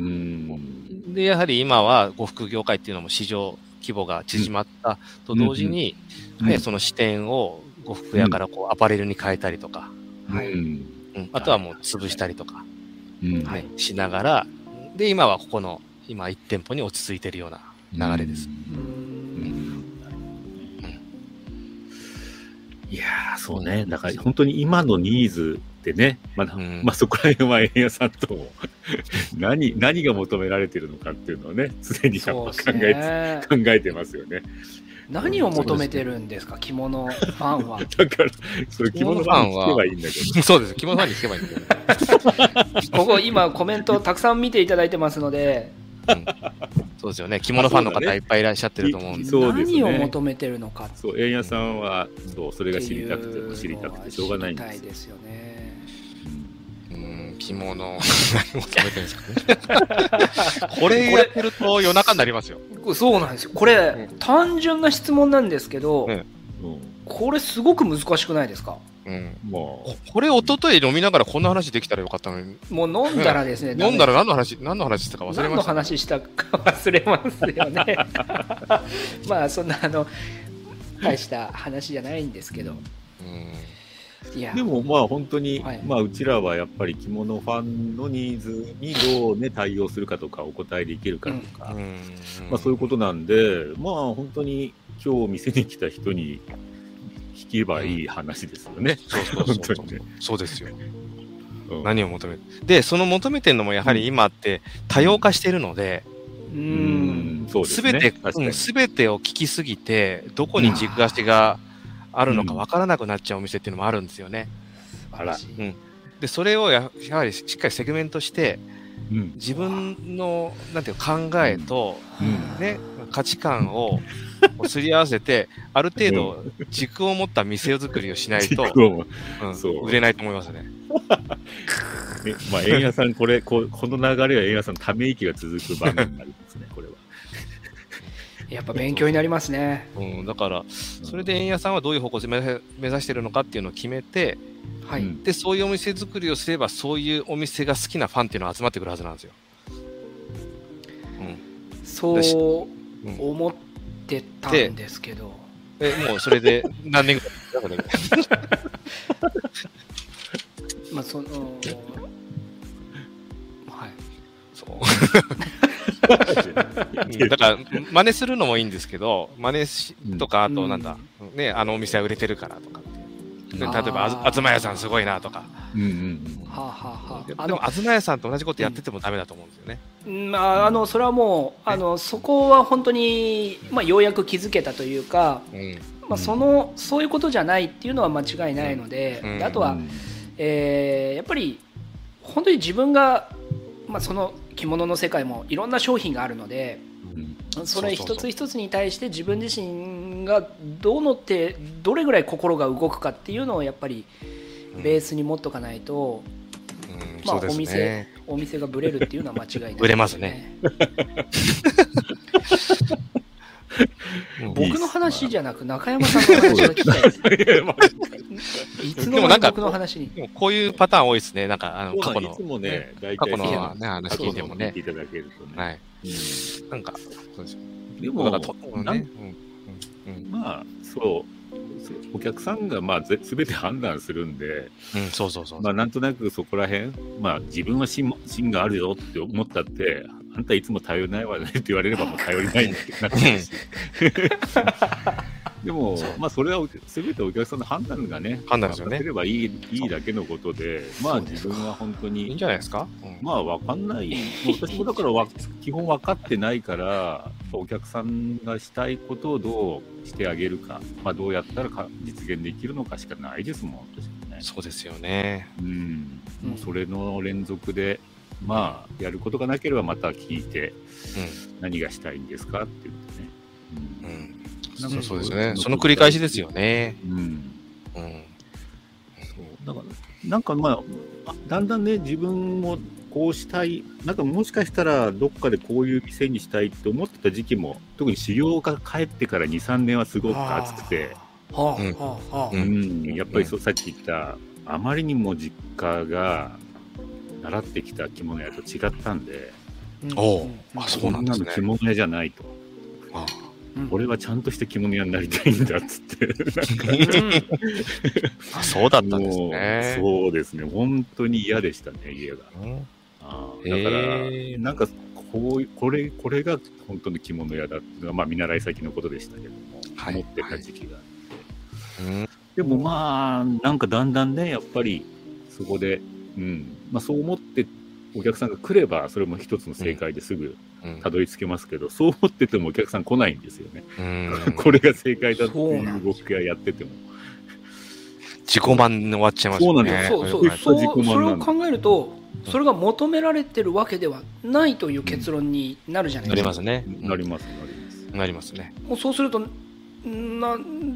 Speaker 1: ん。
Speaker 3: でやはり今は呉服業界っていうのも市場規模が縮まったと同時に、
Speaker 1: うん
Speaker 3: ね
Speaker 1: うん
Speaker 3: その視点を呉服屋からこうアパレルに変えたりとか、
Speaker 2: はい
Speaker 1: うん
Speaker 3: うんあとはもう潰したりとか
Speaker 1: うん
Speaker 2: はい
Speaker 3: しながら、で今はここの今1店舗に落ち着いてるような流れです。。
Speaker 1: う
Speaker 2: う
Speaker 1: んんいやーそうね、だから本当に今のニーズってね、まだ、
Speaker 3: うん
Speaker 1: まあそこら辺は円屋さんと も何、何が求められてるのかっていうのをね、常にやっぱ
Speaker 2: そ
Speaker 1: 考
Speaker 2: う
Speaker 1: え
Speaker 2: で
Speaker 1: つ
Speaker 2: すね
Speaker 1: 考えてますよね。
Speaker 2: 何を求めてるんですか着物ファンは
Speaker 1: だから、それ着物ファンに聞けばいいんだけ
Speaker 3: そうです。着物さんに聞けばいいんだけどね。
Speaker 2: ここ今コメントをたくさん見ていただいてますので
Speaker 3: そうですよね。着物ファンの方いっぱいいらっしゃってると思うんで。
Speaker 1: そうですね
Speaker 2: 何を求めてるのかって
Speaker 1: ど。そう、円谷さんは、そう、それが知りた
Speaker 2: っていう
Speaker 1: く
Speaker 2: の
Speaker 1: て、
Speaker 2: は
Speaker 1: 知りたくてしょうがないんで
Speaker 2: 知り
Speaker 1: す
Speaker 2: たい。ですよね
Speaker 3: うん、着物、 何を求めてるんですかね。 これやってると夜中になりますよ。
Speaker 2: そうなんですよこれ、
Speaker 3: う
Speaker 2: 単純な質問なんですけど、
Speaker 3: うん
Speaker 1: うん
Speaker 2: これすごく難しくないですか
Speaker 3: うん。
Speaker 1: も
Speaker 3: ここれ、一昨日飲みながらこんな話できたらよかったのに、
Speaker 2: もう飲んだらですね、
Speaker 3: 飲んだら何の話、何の話したか忘れ
Speaker 2: 何
Speaker 3: ま
Speaker 2: の
Speaker 3: した。
Speaker 2: 話したか忘れますよね まあそんなあの大した話じゃないんですけど
Speaker 3: うん。
Speaker 2: いや
Speaker 1: う、でもまあ本当に、
Speaker 2: はい
Speaker 1: まあうちらはやっぱり着物ファンのニーズにどうね、対応するかとか、お答えできるかとか、まあそういうことなんで、まあ本当に今日店に来た人に、聞けばいい話ですよね。
Speaker 3: そうそうそうそう
Speaker 1: 本当にね
Speaker 3: そうですよ。
Speaker 1: うん
Speaker 3: 何を求めるで、その求めてるのもやはり今って多様化してるので、
Speaker 2: う
Speaker 1: うんん、そうですす
Speaker 3: べ、
Speaker 1: ね。
Speaker 3: て
Speaker 1: 確か
Speaker 3: う
Speaker 1: に
Speaker 3: ん、全てを聞きすぎて、どこに軸足があるのかわからなくなっちゃうお店っていうのもあるんですよね。
Speaker 1: あら
Speaker 2: 素晴しい
Speaker 3: うんで、それをややはりしっかりセグメントして、
Speaker 1: うん
Speaker 3: 自分の、なんていうか考えと、
Speaker 1: うん
Speaker 3: ね、価値観をこうすり合わ せて、ある程度軸を持った店作りをしない と、
Speaker 1: 軸を
Speaker 3: うん
Speaker 1: そう
Speaker 3: 売れないと思いますね。
Speaker 1: ねまあ、円谷さん、これ、こうこの流れは円谷さん、ため息が続く番組になりますね、これは。
Speaker 2: やっぱ勉強になりますね。
Speaker 3: うん、だから、それで
Speaker 1: うん、
Speaker 3: 円屋さんはどういう方向性を目指目指してるのかっていうのを決めて、
Speaker 2: はい。
Speaker 1: うん
Speaker 3: で、そういうお店作りをすれば、そういうお店が好きなファンっていうのが集まってくるはずなんですよ。
Speaker 2: そう
Speaker 3: うん
Speaker 2: 思ってたんですけど。
Speaker 3: えもうそれで何年ぐらいだから
Speaker 2: まあそのはい。
Speaker 3: そううんだから、真似するのもいいんですけど、真似しとか、あ
Speaker 2: う
Speaker 3: と、
Speaker 2: ん
Speaker 3: なんだ、ね、あのお店は売れてるからとか、で例え
Speaker 2: あ
Speaker 3: ば、
Speaker 2: ー
Speaker 3: あず東屋さんすごいなとか、
Speaker 1: うんうん
Speaker 2: はあ、はあは
Speaker 3: で
Speaker 2: あ、あ
Speaker 3: で
Speaker 2: の
Speaker 3: も、東屋さんと同じことやっててもダメだと思うんですよね。
Speaker 2: うんああのそれはもうあのそこは本当にまあようやく気づけたというか、
Speaker 3: うん
Speaker 2: まあそのそういうことじゃないっていうのは間違いないので、
Speaker 3: うん
Speaker 2: であ
Speaker 1: う
Speaker 2: と
Speaker 1: ん
Speaker 2: は、えーやっぱり本当に自分がまあその着物の世界もいろんな商品があるので。
Speaker 1: うん
Speaker 2: それ
Speaker 3: そう
Speaker 2: 一
Speaker 3: そうそ
Speaker 2: つ
Speaker 3: う
Speaker 2: 一つに対して自分自身がどの手どれぐらい心が動くかっていうのをやっぱりベースに持っとかないと、
Speaker 3: うん
Speaker 2: まあ
Speaker 3: そうですね。
Speaker 2: お店がブレるっていうのは間違いない、
Speaker 3: ブレますね。
Speaker 1: いいっ
Speaker 2: 僕
Speaker 1: す
Speaker 2: の話じゃなく中山さんの話が聞きたいです。 いつ
Speaker 3: で
Speaker 2: の
Speaker 3: も
Speaker 2: 間
Speaker 3: な
Speaker 2: に
Speaker 3: んか
Speaker 2: 僕の話に。
Speaker 3: でもこういうパターン多いですね。なんか、あの、過去
Speaker 1: い
Speaker 3: の
Speaker 1: つ、もね、大
Speaker 3: 過
Speaker 1: 体
Speaker 3: 去の
Speaker 1: そう
Speaker 3: はね、話
Speaker 1: 過去
Speaker 3: 聞いて
Speaker 1: の
Speaker 3: も
Speaker 1: を聞い
Speaker 3: ね
Speaker 1: て。いただけるとね。
Speaker 3: はい。
Speaker 1: うん
Speaker 3: なんか、そうですよ。
Speaker 1: で
Speaker 3: だから
Speaker 1: も、
Speaker 3: と、うん
Speaker 1: なん
Speaker 3: ね。うんうん
Speaker 1: まあ、そう、そうお客さんが、まあ、ぜ全て判断するんで、
Speaker 3: うん、そうそうそう。
Speaker 1: まあ、なんとなくそこら辺、まあ、自分は芯も芯があるよって思ったって、あんたいつも頼りないわねって言われれば、もう頼りないってなっち ゃうし。 でも
Speaker 3: そう、
Speaker 1: まあ、それはお全てお客さんの判断がね、
Speaker 3: 判断ですよね
Speaker 1: 任せればいいいいだけのことで、まあ、自分は本当
Speaker 3: いいん
Speaker 1: に、
Speaker 3: じゃないですかうん
Speaker 1: まあ、わかん ない、私もだからわ、基本分かってないから、お客さんがしたいことをどうしてあげるか、まあ、どうやったらか実現できるのかしかないですもん、私もね。
Speaker 3: そうですよね。
Speaker 1: うん
Speaker 2: うん
Speaker 1: もうそれの連続で、まあ、やることがなければまた聞いて、何がしたいんですかって言ってね。
Speaker 3: うん。うん。
Speaker 1: なん
Speaker 3: そ
Speaker 1: か
Speaker 3: うそうですね。
Speaker 1: そう
Speaker 3: その繰り返しですよね。
Speaker 1: うんうん
Speaker 3: うん。
Speaker 1: そうだから、なんかまあ、あだんだんね、自分もこうしたい、なんかもしかしたら、どっかでこういう店にしたいって思ってた時期も、特に修行が帰ってから2、3年はすごく熱くて、
Speaker 2: はあ
Speaker 3: うん
Speaker 2: はあはあ
Speaker 3: う
Speaker 1: うん、やっぱりそうさっき言った、あまりにも実家が習ってきた着物やと違ったんで、
Speaker 2: うん
Speaker 3: おう
Speaker 2: うん
Speaker 3: あそうなんですね
Speaker 1: この着物屋じゃないと。
Speaker 3: あ
Speaker 2: うん
Speaker 1: 俺はちゃんとした着物屋になりたいんだっつ って。
Speaker 2: うん
Speaker 3: あそうだったんです
Speaker 1: もう
Speaker 3: ね。
Speaker 1: そうですね。本当に嫌でしたね、家が。
Speaker 3: うん
Speaker 1: あ
Speaker 3: へ
Speaker 1: ーだから、
Speaker 3: ー
Speaker 1: なんかこういう、これ、これが本当の着物屋だっていうのは、まあ見習い先のことでしたけども、
Speaker 3: はい
Speaker 1: 思ってた時期が。
Speaker 3: うん
Speaker 1: でもまあ、なんかだんだんね、やっぱりそこで、うん、まあそう思ってお客さんが来れば、それも一つの正解ですぐ
Speaker 3: うん
Speaker 1: たどり着けますけど、そう思っててもお客さん来ないんですよね。
Speaker 3: うん
Speaker 1: これが正解だって
Speaker 2: そう
Speaker 1: い
Speaker 2: なん
Speaker 1: う僕がやってても。
Speaker 3: 自己満に終わっちゃいますよ
Speaker 1: そうなんで
Speaker 3: ね。
Speaker 1: す
Speaker 2: そうそ
Speaker 1: こ
Speaker 2: う
Speaker 1: れ
Speaker 2: そう
Speaker 1: 自己満なの
Speaker 2: それを考えるとそれが求められてるわけではないという結論になるじゃない
Speaker 3: な
Speaker 2: です
Speaker 3: り
Speaker 2: か
Speaker 3: ますね。
Speaker 1: なります、なります。
Speaker 3: なりますね。
Speaker 2: もうそうするとな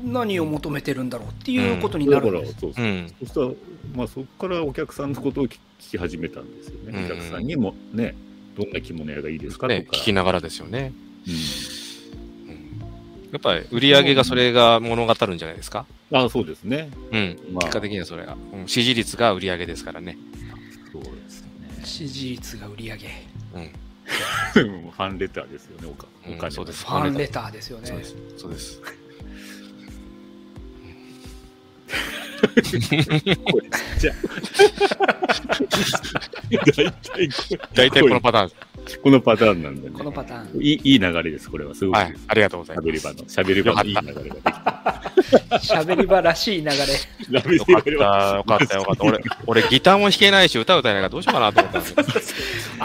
Speaker 2: 何を求めてるんだろうっていうことにな
Speaker 1: だ
Speaker 2: る
Speaker 1: か
Speaker 2: ん
Speaker 1: ら、
Speaker 2: です、
Speaker 1: そう
Speaker 3: う。
Speaker 1: そうんそしたら、まあ、そこからお客さんのことを聞聞き始めたんですよね。
Speaker 3: うん
Speaker 1: お客さんにもね、どんな着物屋がいいですかとか。
Speaker 3: ね、聞きながらですよね。
Speaker 1: う
Speaker 3: うんやっぱり売り上げがそれが物語るんじゃないですか。
Speaker 1: んあそうですね。
Speaker 3: うん。
Speaker 1: まあ
Speaker 3: 結果的にはそれが。うん支持率が売り上げですからね。
Speaker 1: そうです
Speaker 2: 支持率が売り上げ
Speaker 3: うん。
Speaker 1: ね。もうファンレターですよね、おか
Speaker 3: うん
Speaker 1: お金
Speaker 3: そうです
Speaker 2: ファンレターですよね
Speaker 3: そうです。そう です。
Speaker 1: これじゃあ大体こ
Speaker 3: 大体このパターンで
Speaker 1: れこのパターンなんだね。
Speaker 2: このパターン
Speaker 1: いいいい流れです、これは。す
Speaker 3: す。
Speaker 1: ごく。
Speaker 3: はい。ありがとうございま
Speaker 1: 喋り
Speaker 3: す
Speaker 1: 場。の、喋り場のいい流れができた。
Speaker 2: 喋り場らし い流れ。
Speaker 1: ラベ
Speaker 3: よかった、よかった、よかった。俺、俺ギターも弾けないし、歌歌えないからどうしようかなと思 ったんですけど。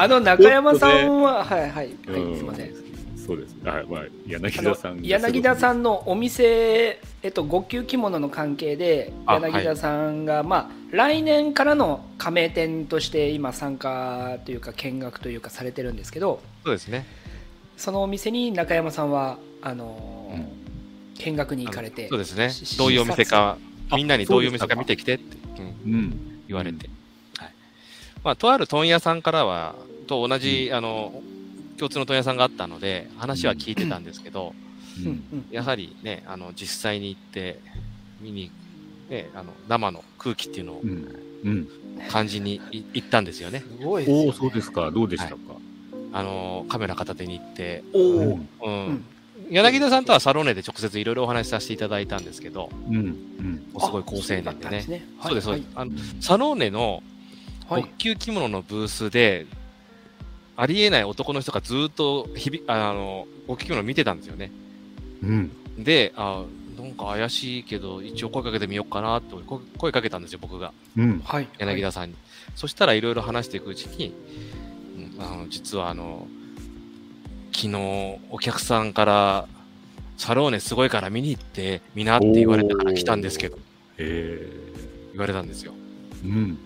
Speaker 2: あの中山さんは、はいはい、はい、すいません。
Speaker 1: そうですね。はい、まあ、柳
Speaker 2: あ
Speaker 1: 田
Speaker 2: の
Speaker 1: さんがすごく。
Speaker 2: 柳田さんのお店、えっと、五級着物の関係で
Speaker 3: あ
Speaker 2: 柳田さんが、まあ、来年からの加盟店として今参加というか見学というかされてるんですけど
Speaker 3: そうですね。
Speaker 2: そのお店に中山さんはあのー
Speaker 1: う
Speaker 2: 見学に行かれ
Speaker 3: あ
Speaker 2: て
Speaker 3: のそうですね
Speaker 2: し。
Speaker 3: どういうお店か、みんなにどういうお店か見て
Speaker 1: き
Speaker 3: きてって、うん
Speaker 1: うん。
Speaker 3: 言われて。はい。まあ、とある問屋さんからは、と同じ、あの、共通の問屋さんがあったので、話は聞いてたんですけど、
Speaker 1: う
Speaker 2: うん
Speaker 1: ん
Speaker 2: うん
Speaker 3: やはりね、あの、実際に行って、見に、ね、あの、生の空気っていうのを
Speaker 1: うん。うん。
Speaker 3: 感じにい行ったんですよね。
Speaker 2: すごいですよ、
Speaker 1: お
Speaker 2: ね、
Speaker 1: お、そうですか。どうでしたか。
Speaker 3: あの、カメラ片手に行って、
Speaker 2: お
Speaker 1: う
Speaker 2: お、
Speaker 1: ん。
Speaker 3: う。
Speaker 2: うんん
Speaker 3: 柳田さんとはサロネで直接いろいろお話しさせていただいたんですけど、
Speaker 1: うん。うん。
Speaker 3: すごい好青年で
Speaker 2: あそうだったん
Speaker 3: ね。
Speaker 2: ねはい
Speaker 3: そうです、そうです。あの、サローネの
Speaker 2: はい
Speaker 3: 特級着物のブースで、ありえない男の人がずーっとひび、ああの、お着物見てたんですよね。
Speaker 1: うん。
Speaker 3: で、あなんか怪しいけど、一応声かけてみようかなって声声かけたんですよ、僕が。
Speaker 1: うん。
Speaker 2: はい、
Speaker 3: 柳田さんに。そしたらいろいろ話していくうちに、うんあの、実はあの、昨日お客さんから、サローネすごいから見に行ってみなって言われたから来たんですけど、
Speaker 1: え
Speaker 3: 言われたんですよ。
Speaker 1: え。うん。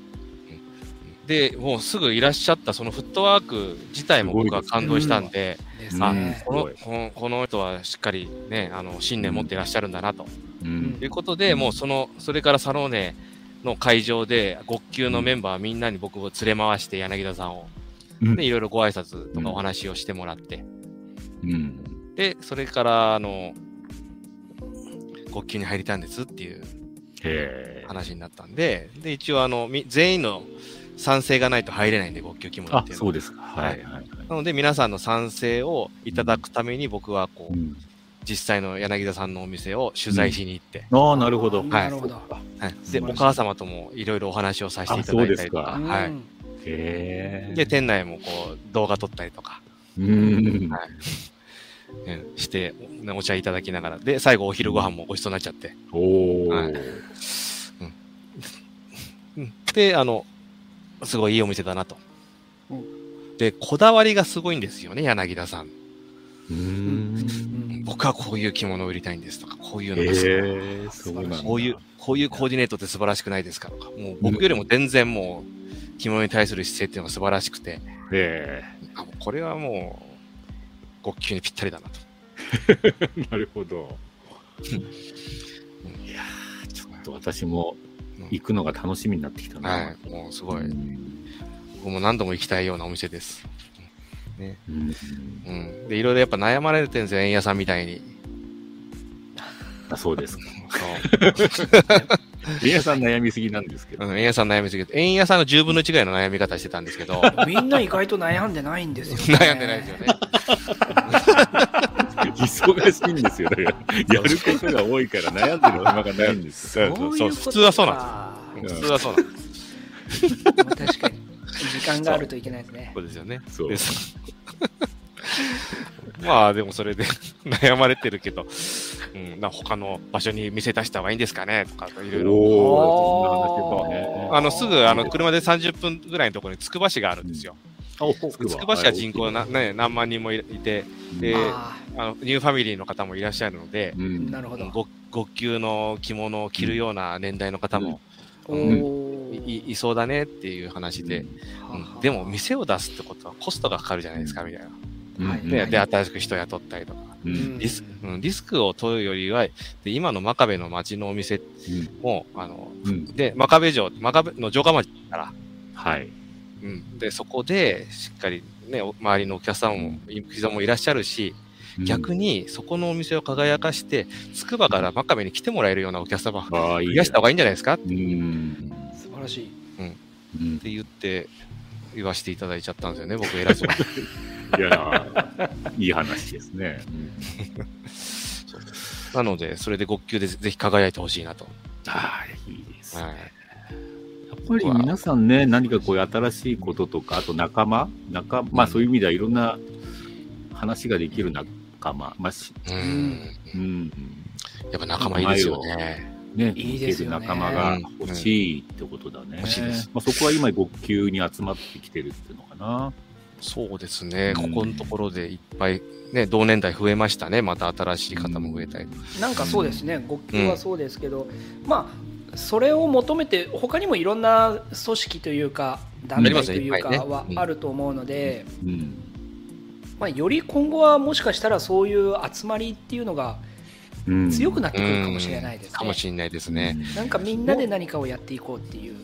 Speaker 3: で、もうすぐいらっしゃったそのフットワーク自体も僕は感動したんで、
Speaker 2: です
Speaker 1: あ
Speaker 2: ね
Speaker 3: こ
Speaker 1: ごいう
Speaker 3: の
Speaker 1: ん
Speaker 3: このこの人はしっかりね、あの、信念持っていらっしゃるんだなと。
Speaker 1: うん
Speaker 3: ということで、もうその、それからサローネの会場で、極級のメンバーみんなに僕を連れ回して、柳田さんを、
Speaker 1: うん
Speaker 3: で、いろいろご挨拶とかお話をしてもらって、
Speaker 1: うん。
Speaker 3: で、それから、あの、極級に入りたいんですっていう
Speaker 1: ええ。
Speaker 3: 話になったんで、で、一応、あの、み全員の賛成がないと入れないんで、極級着物
Speaker 1: あ
Speaker 3: って、いうの
Speaker 1: そ
Speaker 3: は
Speaker 1: うですか。はいはいはい。
Speaker 3: なので、皆さんの賛成をいただくために、僕は、こ
Speaker 1: う
Speaker 3: う、
Speaker 1: ん
Speaker 3: 実際の柳田さんのお店を取材しに行って、
Speaker 1: ああ、なるほど。
Speaker 2: なるほど
Speaker 1: そっか
Speaker 3: はい、
Speaker 1: 素晴
Speaker 3: で、
Speaker 1: らしい
Speaker 3: お母様ともいろいろお話をさせていただいたりと
Speaker 1: あ
Speaker 3: か、
Speaker 1: そ
Speaker 3: はい。
Speaker 1: へえ。
Speaker 3: で、店内もこう動画撮ったりとか、
Speaker 1: うん。
Speaker 3: はいうんして、ねお茶いただきながら、で、最後お昼ご飯もごちそうになっちゃって、
Speaker 1: おお。
Speaker 3: はいうんで、あの、すごいいいお店だなと
Speaker 2: う。
Speaker 3: で、こだわりがすごいんですよね、柳田さん。
Speaker 1: うー。
Speaker 2: うんん
Speaker 3: 僕はこういう着物を売りたいんですとか、こういうのが好き
Speaker 1: ええ、そうなんだ。
Speaker 3: こういう、こういうコーディネートって素晴らしくないですかとか、もう僕よりも全然もう、着物に対する姿勢っていうのが素晴らしくて、
Speaker 1: え
Speaker 3: あもうこれはもう、極級にぴったりだなと。
Speaker 1: え。なるほど。
Speaker 3: うん
Speaker 1: いやーちょっと私も行くのが楽しみになってきたな。
Speaker 3: はい、もうすごい、
Speaker 1: うん
Speaker 3: 僕も何度も行きたいようなお店です。
Speaker 1: うん
Speaker 3: うん。で、いろいろやっぱ悩まれてるんですよ、円屋さんみたいに。
Speaker 1: あそうですか。
Speaker 3: そ
Speaker 1: 皆さん悩みすぎなんですけど。
Speaker 3: う。うん、円屋さん悩みすぎて、円屋さんの10分の1ぐらいの悩み方してたんですけど、
Speaker 2: みんな意外と悩んでないんですよ、ね。
Speaker 3: 悩んでないですよね。
Speaker 1: 忙しいんですよ。だから、やることが多いから悩んでる暇がないんですよ。
Speaker 2: そういう
Speaker 3: そう
Speaker 2: こと
Speaker 3: 普通はそう
Speaker 2: な
Speaker 1: うん
Speaker 3: 普通はそうなんです。
Speaker 2: 確かに。時間があるといけないですね
Speaker 3: そ。うですよね。
Speaker 1: そう
Speaker 3: で。す まあ、でもそれで 悩まれてるけど、うん、な他の場所に店出した方がいいんですかねとか、いろいろ。
Speaker 1: おーそんな話ですね
Speaker 3: あの、すぐ、あの、車で30分ぐらいのところにつくば市があるんですよ。つくば市は人口な、ね、何万人もいいて、で
Speaker 1: うん
Speaker 2: あ
Speaker 3: あの、ニューファミリーの方もいらっしゃるので、
Speaker 2: あ、なるほど。
Speaker 3: ご極級の着物を着るような年代の方も
Speaker 2: お
Speaker 3: い,い、
Speaker 2: ー
Speaker 3: いそうだねっていう話で、うんでも、店を出すってことはコストがかかるじゃないですかみたいな。
Speaker 1: うん
Speaker 2: はい
Speaker 3: でで新しく人雇ったりとか。
Speaker 1: う
Speaker 2: うんん
Speaker 3: リスうん、リスクを取るよりは、で今の真壁の町のお店も、あの
Speaker 1: うん
Speaker 3: で真壁城、真壁の城下町だから、
Speaker 1: はい。
Speaker 3: うん、でそこでしっかり、ね、お周りのお客さんも、い膝もいらっしゃるし、逆
Speaker 1: に、
Speaker 3: にそこのお店を輝かして、つくばから真壁に来てもらえるようなお客様、
Speaker 1: ああ、い
Speaker 3: 増
Speaker 1: い
Speaker 3: やした方がいいんじゃないですかっ
Speaker 1: うん。
Speaker 2: 素晴らしい。
Speaker 1: うん
Speaker 3: て言って、言わせていただいちゃったんですよね、僕、偉 そうに。
Speaker 1: いや、いい話ですね。
Speaker 3: なので、それで極級でぜひ輝いてほしいなと。
Speaker 1: ああ、いいです。や
Speaker 3: はい
Speaker 1: っぱり皆さんね、何かこういう新しいこととか、あと仲間、仲まあそういう意味ではいろんな話ができる仲間、まあし、
Speaker 3: う
Speaker 2: うん
Speaker 3: ん
Speaker 1: うん、
Speaker 3: やっぱ仲間いいですよね。
Speaker 1: ね、
Speaker 2: いいですよね
Speaker 1: 見てる仲間が欲しいってことだね。
Speaker 3: 欲しいです
Speaker 1: まあ、そこは今、極級に集まってきてるっていうのかな。
Speaker 3: そうですね、
Speaker 1: う
Speaker 3: こ
Speaker 1: ん
Speaker 3: このところでいっぱい、ね、同年代増えましたね、また新しい方も増えたり。
Speaker 2: なんかそうですね、極級はそうですけど、まあ、それを求めて、他にもいろんな組織というか、団体というか
Speaker 3: ありますねいっぱいね
Speaker 2: は
Speaker 3: うん
Speaker 2: あると思うので、
Speaker 1: うん。
Speaker 2: まあ、より今後はもしかしたらそういう集まりっていうのが
Speaker 1: うん、
Speaker 2: 強く
Speaker 1: な
Speaker 2: なってくるかもしれないです
Speaker 3: か
Speaker 2: ね
Speaker 3: も。しれないですね。。
Speaker 2: なんかみんなで何かをやっていこうっていう。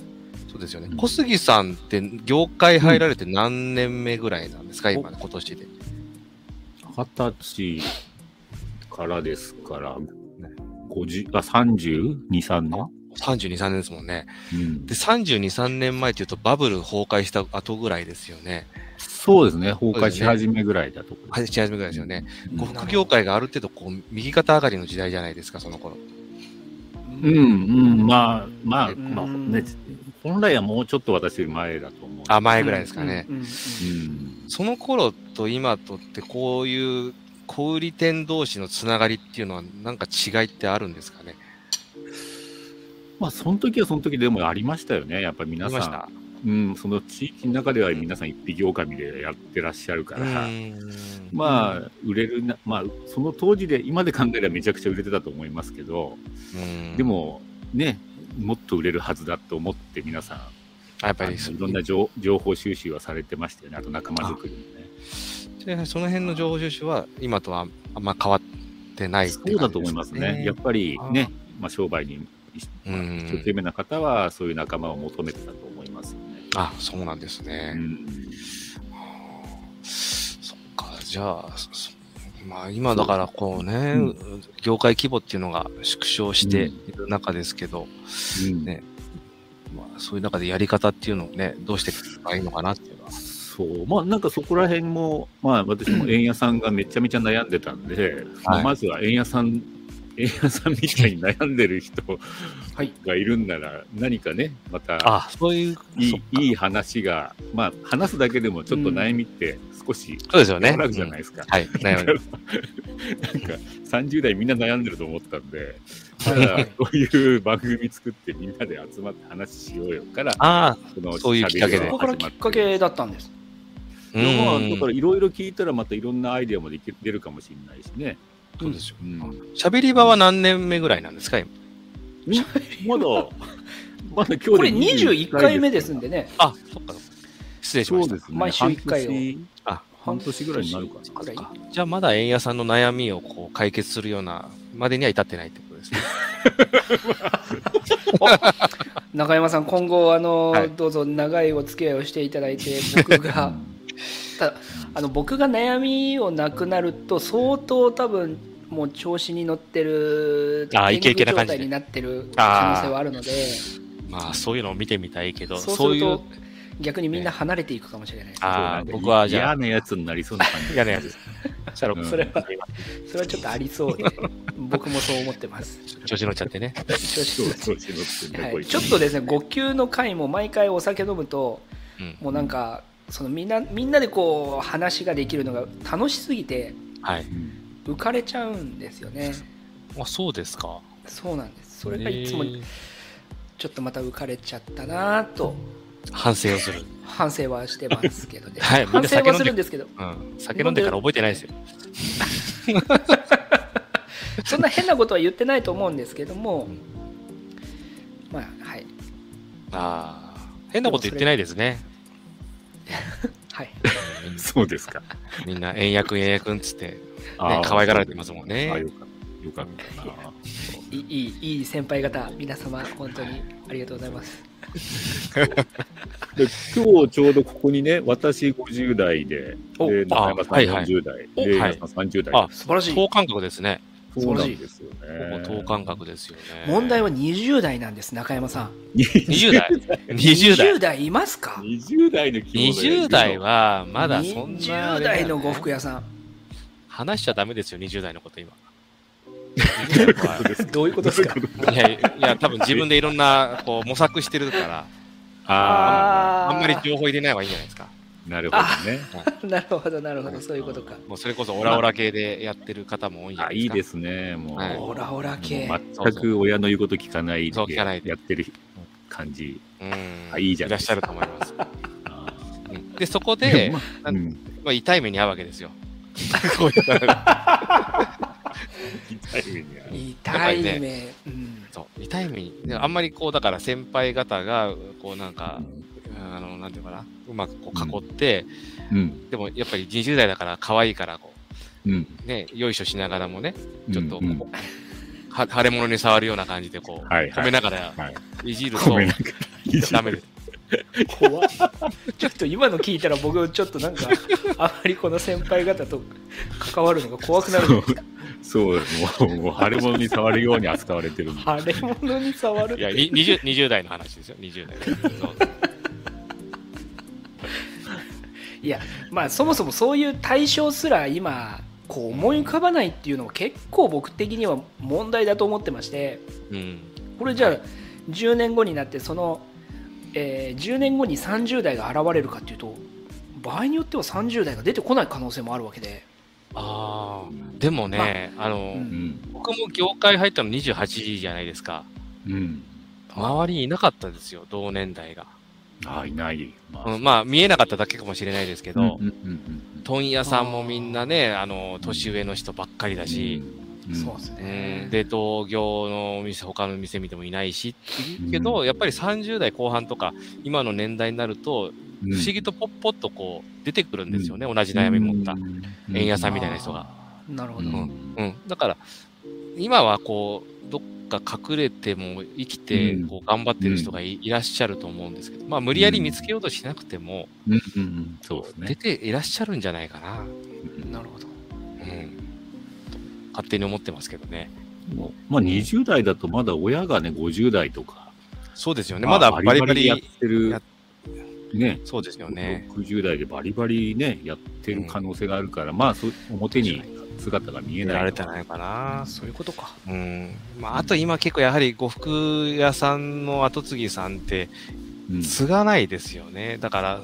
Speaker 3: そうですよ
Speaker 1: う
Speaker 3: ね
Speaker 1: ん。
Speaker 3: 小杉さんって業界入られて何年目ぐらいなんですか、今、今年で。
Speaker 1: 二十歳からですから、50あ32、3年、
Speaker 3: 32、3年ですもんね。
Speaker 1: うん
Speaker 3: で、32、3年前っていうとバブル崩壊した後ぐらいですよね。
Speaker 1: そうですね、崩壊し始めぐらいだと。
Speaker 3: はい、し始めぐらいですよね。
Speaker 1: うん
Speaker 3: 呉服業界がある程度こう、右肩上がりの時代じゃないですか、その頃。
Speaker 1: うんうん、まあ、まあ、まあ、
Speaker 2: うん
Speaker 1: ね、本来はもうちょっと私より前だと思う。
Speaker 3: あ、前ぐらいですかね。
Speaker 2: うんうんうん
Speaker 1: うん、
Speaker 3: その頃と今とってこういう小売店同士のつながりっていうのはなんか違いってあるんですかね
Speaker 1: まあ、その時はその時でもありましたよね。やっぱり
Speaker 3: あ
Speaker 1: 皆
Speaker 3: りまし
Speaker 1: さ
Speaker 3: た
Speaker 1: ん、うん、その地域の中では皆さん一匹狼でやってらっしゃるか
Speaker 3: う
Speaker 1: ら、
Speaker 3: ーん
Speaker 1: まあ、売れるな、まあ、その当時で、今で考えればめちゃくちゃ売れてたと思いますけど、
Speaker 3: うん
Speaker 1: でも、ね、もっと売れるはずだと思って皆さん、
Speaker 3: あやっぱ
Speaker 1: あの
Speaker 3: り
Speaker 1: いろんな情情報収集はされてましたよね。あと仲間作りもね。
Speaker 3: でその辺の情報収集は今とはあんま変わってないって
Speaker 1: そうだと思いますね。やっぱりね、まあ、商売に一
Speaker 3: うん
Speaker 1: 一生懸命な方は、そういう仲間を求めてたと思いますよね。
Speaker 3: あそうなんです
Speaker 1: う
Speaker 3: ね、
Speaker 1: ん
Speaker 3: そっかじゃあそそまあ今だからこうね、業界規模っていうのが縮小している中ですけど、
Speaker 1: うん
Speaker 3: ねまあ、そういう中でやり方っていうのをねどうしていくのがいいのかなっていうのは
Speaker 1: そう、まあなんかそこら辺も、まあ私も円屋さんがめちゃめちゃ悩んでたんで、まあまずは円屋さん、 円屋さんみたいに悩んでる人
Speaker 2: はい
Speaker 1: がいるんなら、何かね、また
Speaker 3: あ、そういう、
Speaker 1: い
Speaker 3: そっ
Speaker 1: い
Speaker 3: か
Speaker 1: いい話が、まあ話すだけでもちょっと悩みって少し
Speaker 3: そうですよね。
Speaker 1: 和らぐじゃないですか
Speaker 3: うん。はい、悩み
Speaker 1: なんか30代みんな悩んでると思ったんで、だからこういう番組作ってみんなで集まって話しようよから、
Speaker 3: ああ、
Speaker 1: その
Speaker 3: そういうきっかけで
Speaker 2: そこからきっかけだったんです。
Speaker 3: う
Speaker 1: いやまあ
Speaker 3: ん
Speaker 1: だからいろいろ聞いたらまたいろんなアイデアもでき出るかもしれないしね。
Speaker 3: そうですよ。
Speaker 1: うん
Speaker 3: 喋り場は何年目ぐらいなんですか、今。
Speaker 1: まだ、まだ今日で
Speaker 2: これ21回目ですん
Speaker 1: ね。
Speaker 2: でね、
Speaker 3: あ、そっか。失礼し
Speaker 1: そ
Speaker 3: ま
Speaker 1: う
Speaker 3: した
Speaker 1: で。すね。
Speaker 2: 毎週一回を
Speaker 1: 半年
Speaker 3: あ
Speaker 1: 半年ぐらいになるかな。
Speaker 2: くらい
Speaker 3: じゃあまだ円屋さんの悩みをこう解決するようなまでには至ってないってことですね。
Speaker 2: 中山さん、今後あの、
Speaker 3: はい
Speaker 2: どうぞ長いお付き合いをしていただい て、僕がただあの僕が悩みをなくなると、相当多分もう調子に乗ってる、
Speaker 3: あーイケイケな
Speaker 2: 天狗
Speaker 3: 感
Speaker 2: 状
Speaker 3: じで
Speaker 2: 態になってる可能性はあるので、
Speaker 3: まあそういうのを見てみたいけど、
Speaker 2: そうす
Speaker 3: そう
Speaker 2: る
Speaker 3: い
Speaker 2: と
Speaker 3: う、
Speaker 2: 逆にみんな離れていくかもしれないです。
Speaker 3: ああ、
Speaker 1: そう
Speaker 3: 僕はじゃあ
Speaker 1: 嫌、なやつになりそうな感じ。
Speaker 3: 嫌なやつです。そしたら
Speaker 1: うん
Speaker 2: それは、それはちょっとありそう で、僕もそう思ってます。
Speaker 3: 調子乗っちゃってね。
Speaker 2: 調子
Speaker 1: そう
Speaker 2: に乗っ
Speaker 1: そうそうそう
Speaker 2: てはい
Speaker 1: こいつ
Speaker 2: ちょっとですね、5級の回も毎回お酒飲むと、
Speaker 3: うん。
Speaker 2: もうなんか、そのみんなみんなでこう話ができるのが楽しすぎて、
Speaker 3: はい。
Speaker 1: うん
Speaker 2: 浮かれちゃうんですよね。
Speaker 3: あ、そうですか。
Speaker 2: そうなんです。それがいつも
Speaker 3: えー
Speaker 2: ちょっとまた浮かれちゃったなぁと
Speaker 3: 反省をする。
Speaker 2: 反省はしてますけどね。
Speaker 3: はいみん
Speaker 2: 反
Speaker 3: な
Speaker 2: 省
Speaker 3: 酒飲んで
Speaker 2: はするんですけど、
Speaker 3: うん。酒飲んでから覚えてないですよ。
Speaker 2: そんな変なことは言ってないと思うんですけども
Speaker 3: ん、
Speaker 2: まあはい
Speaker 3: ああ、変なこと言ってないですね。
Speaker 2: はい。
Speaker 1: そうですか。
Speaker 3: みんな、円役円役んつって、ね、
Speaker 1: あー
Speaker 3: 可愛がられてますもん
Speaker 1: あ、
Speaker 3: ね
Speaker 1: よ。かった。よかったな。
Speaker 2: いいいいいい先輩方皆様本当にありがとうございます。
Speaker 1: で今日ちょうどここにね、私50代で、
Speaker 2: お
Speaker 1: で中山さん
Speaker 3: あはいはい
Speaker 1: 40代、
Speaker 2: お
Speaker 1: で、
Speaker 3: はい
Speaker 1: 皆さん30代。
Speaker 3: あ
Speaker 2: 素晴らしい。
Speaker 3: 等間隔ですね。
Speaker 1: そうなんですよね。
Speaker 3: ほぼ等間隔ですよね。
Speaker 2: 問題は20代なんです中山さん。
Speaker 3: 20代。20代。
Speaker 2: いますか？
Speaker 1: 20代の希望
Speaker 3: 20代は、まだそんな、
Speaker 2: 20代の呉服屋さん。
Speaker 3: 話しちゃダメですよ、20代のこと今。
Speaker 2: どういうことですか？
Speaker 3: いやいや、多分自分でいろんな、こう、模索してるから、
Speaker 1: あ
Speaker 2: ー
Speaker 3: あんまり情報入れない方がいいんじゃないですか。
Speaker 1: なるほどね。
Speaker 2: なるほど、なるほど、そういうことか。
Speaker 3: もうそれこそオラオラ系でやってる方も多いんじゃ
Speaker 1: あ、
Speaker 3: ない
Speaker 1: いい
Speaker 3: で
Speaker 1: ですすね。もう、
Speaker 3: はい
Speaker 2: オラオラ系。
Speaker 1: もう全く親の言うこと聞かない
Speaker 3: そう聞かない
Speaker 1: でやってる感じ。
Speaker 3: か。うん
Speaker 1: あいいじゃ
Speaker 3: い
Speaker 1: な
Speaker 3: ら
Speaker 1: い
Speaker 3: っしゃると思います。
Speaker 1: あ
Speaker 3: うんで、そこ
Speaker 1: ー
Speaker 3: で
Speaker 1: も、まあ
Speaker 3: なん
Speaker 1: うん
Speaker 3: まあ、痛い目に遭うわけですよ。 こういうのが
Speaker 1: 痛い目に遭う
Speaker 2: 痛い
Speaker 3: やっぱり
Speaker 2: 目。うん
Speaker 3: そう痛い目に。であんまりこう、だから先輩方が、こうなんか、あの、なんていうのかな、うまくこう囲って、
Speaker 1: うん
Speaker 3: でもやっぱり20代だから可愛いから、こ
Speaker 1: うん
Speaker 3: う、ね、よいしょしながらもね、
Speaker 1: うん
Speaker 3: ちょっとこ
Speaker 1: う
Speaker 3: う、
Speaker 1: ん
Speaker 3: は腫れ物に触るような感じで、こう、
Speaker 1: はいはい
Speaker 3: 褒めながら
Speaker 1: はい
Speaker 3: いじると
Speaker 1: ご、めんなんか
Speaker 3: ダメです。
Speaker 2: 怖っちょっと今の聞いたら僕ちょっと なんかあまりこの先輩方と関わるのが怖くなるんですか
Speaker 1: そうそうもうもう腫れ物に触るように扱われてるんで
Speaker 2: 腫れ物に触るっ
Speaker 3: いや、
Speaker 2: て
Speaker 3: に 20, 20代の話ですよ、20代そうそう
Speaker 2: いやまあそもそもそういう対象すら今こう思い浮かばないっていうのは結構僕的には問題だと思ってまして
Speaker 3: うん。
Speaker 2: これじゃあ10年後になってその、えー10年後に30代が現れるかっていうと場合によっては30代が出てこない可能性もあるわけで
Speaker 3: ああ、でもね、あの、
Speaker 2: うん
Speaker 1: うん
Speaker 3: 僕も業界入ったの28じゃないですか。
Speaker 1: うん
Speaker 3: 周りにいなかったですよ、同年代が。
Speaker 1: あーいないま
Speaker 3: うん、まあ、見えなかっただけかもしれないですけ
Speaker 1: うん
Speaker 3: ど
Speaker 1: う、んうん
Speaker 3: 問屋さんもみんなね、あの、年上の人ばっかりだし、
Speaker 1: うん
Speaker 2: そうです
Speaker 3: うん
Speaker 2: ね
Speaker 3: で、同業のお店、他の店見てもいないし、け
Speaker 1: う
Speaker 3: ど、
Speaker 1: ん
Speaker 3: やっぱり30代後半とか、今の年代になると、
Speaker 1: うん
Speaker 3: 不思議とポッポッとこう、出てくるんですよね、同じ悩み持った。
Speaker 1: うん
Speaker 3: 円安さんみたいな人が
Speaker 2: あーなるほ
Speaker 1: う
Speaker 2: ど、
Speaker 1: ん
Speaker 3: うん、だから、今はこう、どっか隠れても生きて
Speaker 1: うん
Speaker 3: こう頑張ってる人がい,、らっしゃると思うんですけど、まあ、無理やり見つけようとしなくても、
Speaker 1: うんうんうんそうです
Speaker 3: 出
Speaker 1: ね
Speaker 3: ていらっしゃるんじゃないかな、
Speaker 2: なるほど
Speaker 3: うん、勝手に思ってますけどね。
Speaker 1: もうまあ20代だとまだ親がね50代とか
Speaker 3: そうですよね、まだバリバリ
Speaker 1: やってる
Speaker 3: やっ
Speaker 1: ね
Speaker 3: そうですよね。
Speaker 1: 60代でバリバリねやってる可能性があるから、まあそう表に姿が見え
Speaker 3: 出
Speaker 1: ない
Speaker 3: られたらないかな。
Speaker 2: そういうことか
Speaker 3: うん。まあ、あと今結構やはり呉服屋さんの後継ぎさんって、
Speaker 1: うん
Speaker 3: 継がないですよね。だから、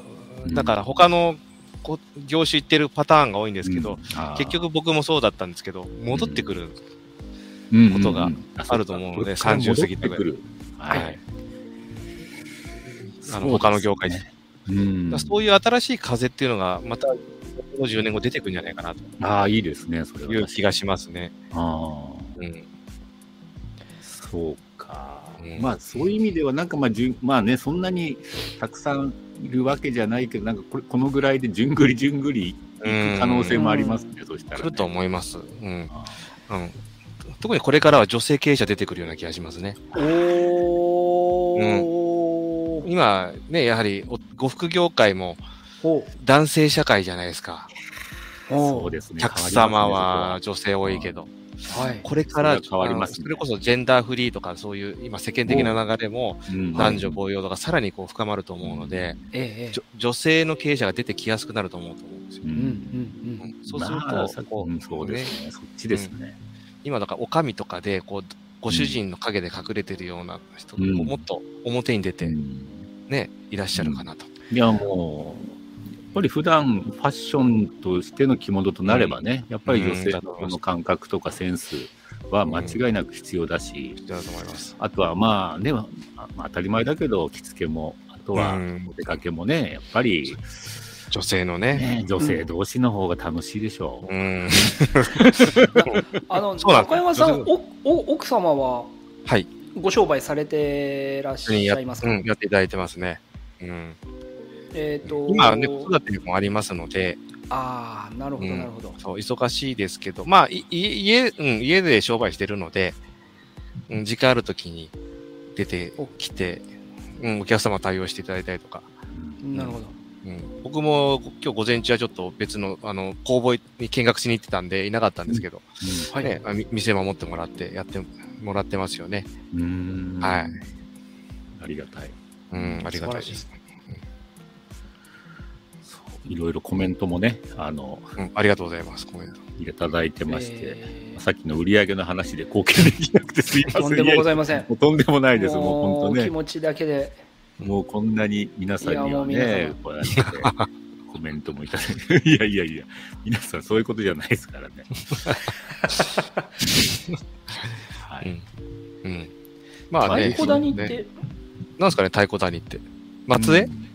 Speaker 1: うん
Speaker 3: だから他のこう業種行ってるパターンが多いんですけ
Speaker 1: う
Speaker 3: ど、
Speaker 1: んあー
Speaker 3: 結局僕もそうだったんですけど、戻ってくる。ことが
Speaker 1: うんうんうん
Speaker 3: あると思うので
Speaker 1: そっか
Speaker 3: 30過ぎて
Speaker 1: 戻ってくるはい、
Speaker 3: はい。あ
Speaker 1: そうです
Speaker 3: の
Speaker 1: ね
Speaker 3: 他の業界で。だか
Speaker 1: うん
Speaker 3: らそういう新しい風っていうのが、また50年後出てくるんじゃないかなと
Speaker 1: ああいいですねそれは
Speaker 3: いう気がしますね。
Speaker 1: あ
Speaker 3: うん。
Speaker 1: あそうか、
Speaker 3: うん
Speaker 1: まあそういう意味ではなんかまあじゅんまあねそんなにたくさんいるわけじゃないけどなんかこれこのぐらいでじゅんぐりじゅんぐりいく可能性もありますね、そしたら、
Speaker 3: 来
Speaker 1: ね、
Speaker 3: ると思います。うん。
Speaker 1: あ
Speaker 3: うん。特にこれからは女性経営者出てくるような気がしますね。
Speaker 2: おお、
Speaker 3: 今、ね、やはりお、呉服業界も
Speaker 2: お
Speaker 3: 男性社会じゃないですか。
Speaker 1: ーそうですね
Speaker 3: お客様は女性多いけど、
Speaker 2: はい
Speaker 3: これから
Speaker 1: それは変わりますね
Speaker 3: あのそれこそジェンダーフリーとか、そういう今、世間的な流れも
Speaker 1: 変わりますねそこはうん
Speaker 3: 男女平等がさらにこう深まると思うので、
Speaker 2: ええ
Speaker 3: じょ女性の経営者が出てきやすくなると思うと思うんですよ。
Speaker 1: う
Speaker 2: うんんうんうん
Speaker 3: そうす
Speaker 1: まあさ
Speaker 3: ると、こ
Speaker 1: うんそう
Speaker 3: う
Speaker 1: で
Speaker 3: ね
Speaker 1: すねそっちですね。
Speaker 3: 今だから、おかみとかでこう、ご主人の陰で隠れてるような人が
Speaker 1: うん
Speaker 3: こうもっと表に出て、
Speaker 1: うん
Speaker 3: ね、いらっしゃるかなと。
Speaker 1: いやもう、やっぱり普段ファッションとしての着物となればね、やっぱり女性の感覚とかセンスは間違いなく必要だし、
Speaker 3: だと思います。
Speaker 1: あとはまあね、まあ当たり前だけど、着付けも、あとは
Speaker 3: うん
Speaker 1: お出かけもね、やっぱり、
Speaker 3: 女性のね。
Speaker 1: ね、女性同士の方が楽しいでしょう。
Speaker 3: うん。
Speaker 2: あの
Speaker 3: そうなんです
Speaker 2: 中山さ
Speaker 3: そ
Speaker 2: ん
Speaker 3: う
Speaker 2: おお奥様は
Speaker 3: はい。
Speaker 2: ご商売されてらっし
Speaker 3: や
Speaker 2: ゃ
Speaker 3: う
Speaker 2: いますか、
Speaker 3: んやっていただいてますね。うん。
Speaker 2: えっ、と
Speaker 3: 今はね、子育てもありますので、
Speaker 2: ああなるほど
Speaker 3: うん
Speaker 2: なるほど、
Speaker 3: そう忙しいですけど、まあ、いい家、うん、家で商売してるので、うん、時間あるときに出てきて、うん、お客様対応していただいたりとか、
Speaker 2: なるほど
Speaker 3: うん、僕も今日午前中はちょっと別の、あの、工房に見学しに行ってたんで、いなかったんですけど、
Speaker 2: はい、
Speaker 3: ね、あみ店守ってもらって、やってもらってますよね。
Speaker 1: うんうん
Speaker 3: はい。
Speaker 1: ありがたい。
Speaker 3: うん、ありがたいで
Speaker 2: 素
Speaker 3: す。
Speaker 1: いろいろコメントもね、あの、
Speaker 3: うん、ありがとうございます。ごめんなさい
Speaker 1: いただいてまして。
Speaker 2: え ー
Speaker 1: さっきの売り上げの話で貢献できなくてすいません。
Speaker 2: とんでもございません
Speaker 1: もうとんでもないです、もう
Speaker 2: も
Speaker 1: 本
Speaker 2: う
Speaker 1: 当
Speaker 2: 気
Speaker 1: ね。
Speaker 2: 持ちだけで
Speaker 1: もうこんなに皆さんにはね
Speaker 2: いや、
Speaker 1: こうやってコメントもいただいて、いや いやいや、皆さんそういうことじゃないです からね。は
Speaker 3: う
Speaker 1: い、
Speaker 3: ん。うん。まあ
Speaker 1: まあ
Speaker 3: ね、
Speaker 2: 太鼓谷っ
Speaker 3: そうね
Speaker 2: て、
Speaker 3: なんですかね、太鼓谷って。松江、
Speaker 1: うん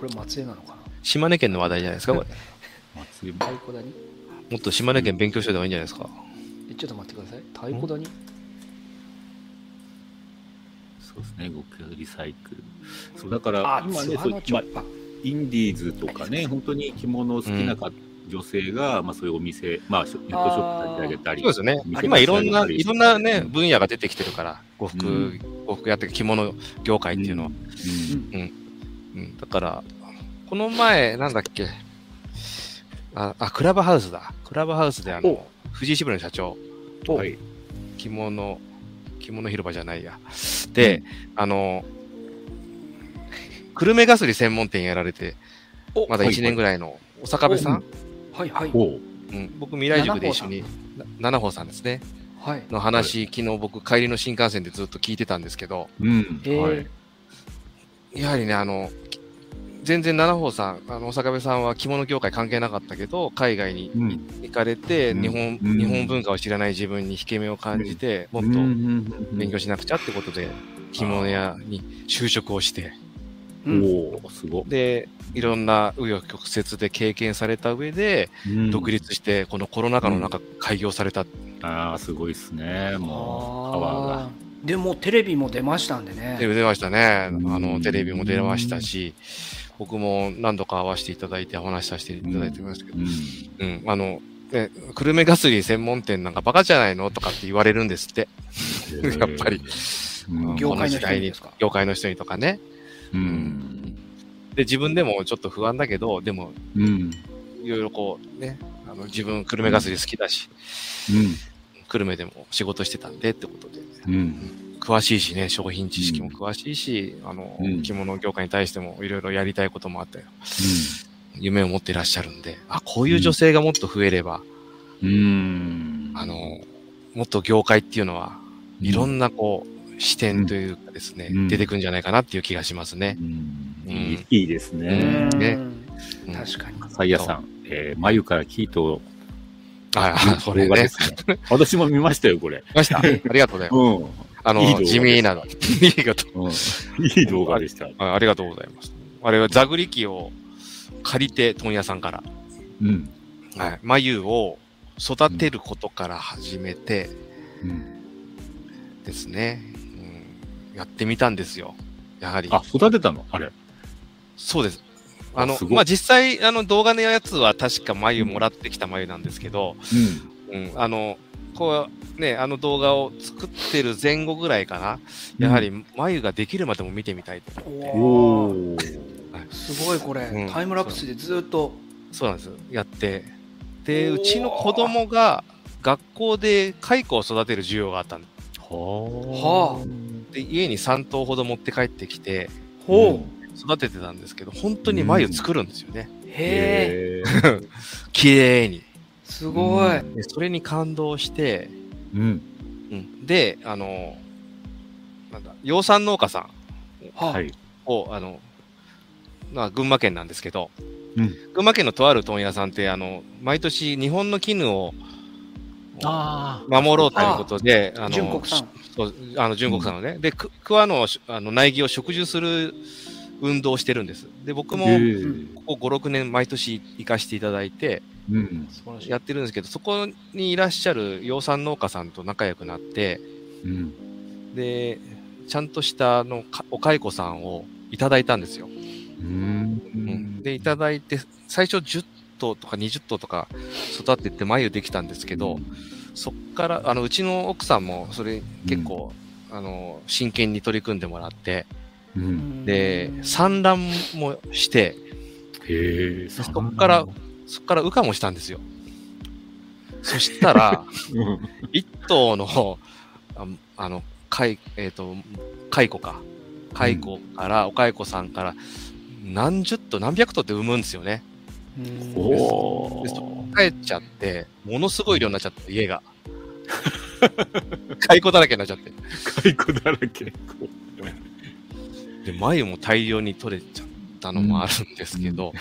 Speaker 2: これ松江なのかな
Speaker 3: 島根県の話題じゃないですか、これ。
Speaker 1: 松江
Speaker 2: 太鼓谷
Speaker 3: もっと島根県勉強してた方がいいんじゃないですか。
Speaker 2: えちょっと待ってください。太鼓谷
Speaker 1: そうですね、極力リサイクル。そうだから
Speaker 2: あ、
Speaker 1: 今
Speaker 2: 津
Speaker 1: ね、
Speaker 2: 和
Speaker 1: そう
Speaker 2: 野
Speaker 1: まあ
Speaker 2: 町か。
Speaker 1: インディーズとかね、本当に着物を好きなか、女性が、まあ、そういうお店、まあ、ショネットショップ立ち上げたり、
Speaker 3: そうですよね
Speaker 1: あ。りま
Speaker 3: 今
Speaker 1: す
Speaker 3: いろんな、
Speaker 1: ね
Speaker 3: いろんなね、
Speaker 1: うん
Speaker 3: 分野が出てきてるから、呉服、
Speaker 1: う
Speaker 3: 呉服やって着物業界っていうのは。
Speaker 1: うん
Speaker 2: うん
Speaker 3: うん、だから、この前、なんだっけ、あ、あクラブハウスだ。クラブハウスで、あの
Speaker 2: お、
Speaker 3: 藤井支部の社長、
Speaker 1: うん
Speaker 2: お
Speaker 1: はい、
Speaker 3: 着物、着物広場じゃないや。で、あの、久留米ガスリ専門店やられて、
Speaker 2: お
Speaker 3: まだ1年ぐらいの、お坂部さん、
Speaker 2: はいはい。
Speaker 1: おう
Speaker 3: うん、僕、未来塾で一緒に、な七宝さんですね、
Speaker 2: はい。
Speaker 3: の話、昨日僕、帰りの新幹線でずっと聞いてたんですけど、
Speaker 1: うん、
Speaker 2: えー
Speaker 1: はい、
Speaker 3: やはりね、あの、全然七宝さん、あの、坂部さんは着物業界関係なかったけど、海外に
Speaker 1: うん、
Speaker 3: 行かれて、
Speaker 1: うん
Speaker 3: 日本、
Speaker 1: うん
Speaker 3: 日本文化を知らない自分に引け目を感じて、もっ
Speaker 1: うんう
Speaker 3: と
Speaker 1: んうんうん
Speaker 3: 勉強しなくちゃってことで、着物屋に就職をして、
Speaker 2: うん
Speaker 1: おお、すごい。
Speaker 3: で、いろんな紆余曲折で経験された上で、
Speaker 1: うん
Speaker 3: 独立して、このコロナ禍の中、開業された。
Speaker 1: ああ、すごいですね、もう、パワー
Speaker 2: あーでもテレビも出ましたんでね。
Speaker 3: で出ましたね。あ
Speaker 1: うん
Speaker 3: の、テレビも出ましたし、僕も何度か会わせていただいて、お話しさせていただいてますけど
Speaker 1: が。、うん
Speaker 3: うん、あの、ね、久留米ガスリー専門店なんかバカじゃないのとかって言われるんですって。やっぱり。
Speaker 1: うん
Speaker 2: 業界の人に
Speaker 3: こ時代
Speaker 2: ですか
Speaker 3: 業界の人にとかね。
Speaker 1: うん、
Speaker 3: で、自分でもちょっと不安だけど、でも、
Speaker 1: うん、うん、
Speaker 3: いろいろこう、ね、あの自分、久留米ガスリー好きだし、久留米でも仕事してたんでってことで、
Speaker 1: うん、
Speaker 3: 詳しいしね、商品知識も詳しいし、あの
Speaker 1: うん、
Speaker 3: 着物業界に対してもいろいろやりたいこともあって、夢を持っていらっしゃるんで、あ、こういう女性がもっと増えれば、
Speaker 1: うん、
Speaker 3: あの、もっと業界っていうのは、いろんなこう、視点というかですね、
Speaker 1: うん
Speaker 3: 出てくるんじゃないかなっていう気がしますね。
Speaker 1: うん、
Speaker 3: うん
Speaker 1: いいいいです
Speaker 2: う
Speaker 1: ね。
Speaker 2: ん
Speaker 3: ねうんはい、
Speaker 2: 確かに。
Speaker 1: サイヤさん、えー、眉からキートを
Speaker 3: あこれ
Speaker 1: 動画で
Speaker 3: ね。
Speaker 1: すね。 私も見ましたよ、これ。
Speaker 3: ました。ありがとうございます。
Speaker 1: うん。
Speaker 3: あの、
Speaker 1: いい動画です
Speaker 3: 地味なの。あ りがとう。
Speaker 1: うん、 いい動画でした。
Speaker 3: あありがとうございます。あれはザグリ機を借りて、問屋さんから。
Speaker 1: うん。
Speaker 3: はい。眉を育てることから始めて
Speaker 1: うん、
Speaker 3: ですね。うん、やってみたんですよ。やはり。
Speaker 1: あ、育てたのあれ。
Speaker 3: そうです。あの
Speaker 1: す、ごい
Speaker 3: まあ、実際、あの、動画のやつは確か眉もらってきた眉なんですけど、うん、あの、こう、ね、あの動画を作ってる前後ぐらいかな。
Speaker 1: うん。
Speaker 3: やはり、眉ができるまでも見てみたいと。
Speaker 1: うん。
Speaker 2: お
Speaker 1: お
Speaker 2: ー
Speaker 1: ー。
Speaker 2: すごいこ
Speaker 3: う
Speaker 2: れ
Speaker 3: ん。
Speaker 2: タイムラプスでずっと。
Speaker 3: そうなんです。やって。で、
Speaker 2: おー
Speaker 3: うちの子供が学校で蚕を育てる授業があったん
Speaker 1: は
Speaker 2: は
Speaker 3: で、家に3頭ほど持って帰ってきて、
Speaker 2: ほう。
Speaker 3: 育ててたんですけど、本当に眉作るんですよね。
Speaker 2: へえ。
Speaker 3: 綺麗に。
Speaker 2: すごい。
Speaker 3: でそれに感動して、
Speaker 1: うん。
Speaker 3: うん、で、あの、なんだ、養蚕農家さん
Speaker 1: は
Speaker 2: はい。
Speaker 1: い。
Speaker 3: を、あの、まあ、群馬県なんですけど、
Speaker 1: うん
Speaker 3: 群馬県のとある問屋さんって、あの、毎年日本の絹を
Speaker 1: あ
Speaker 3: 守ろうということで、あの、
Speaker 2: 純国産。
Speaker 3: そうあの純国産のね、でく桑のしあの苗木を植樹する運動をしてるんですで僕
Speaker 1: あ。
Speaker 3: も
Speaker 1: へえ
Speaker 3: ここ56年毎年行かせていただいて
Speaker 1: うん。
Speaker 2: 素晴らしい。
Speaker 3: やってるんですけどそこにいらっしゃる養蚕農家さんと仲良くなって
Speaker 1: うん。
Speaker 3: でちゃんとしたあのかお蚕さんをいただいたんですよ、
Speaker 1: うん。
Speaker 3: でいただいて最初10頭とか20頭とか育てて繭できたんですけど、そっからあのうちの奥さんもそれ結構、あの真剣に取り組んでもらって
Speaker 1: う。
Speaker 2: うんん
Speaker 3: で、産卵もして、
Speaker 1: へえ。
Speaker 3: そっからそこから羽化もしたんですよ。そしたら、
Speaker 1: うん。
Speaker 3: 一頭の、ああの、蚕、えっ、と、蚕か。蚕から、お蚕さんから、何十頭、何百頭って産むんですよね。
Speaker 2: うん
Speaker 1: お
Speaker 3: でそ
Speaker 1: ー。
Speaker 3: 帰っちゃって、ものすごい量になっちゃった、家 が。蚕だらけになっちゃって。
Speaker 1: 蚕だらけ。
Speaker 3: で、繭も大量に取れちゃっったのもあるんですけど、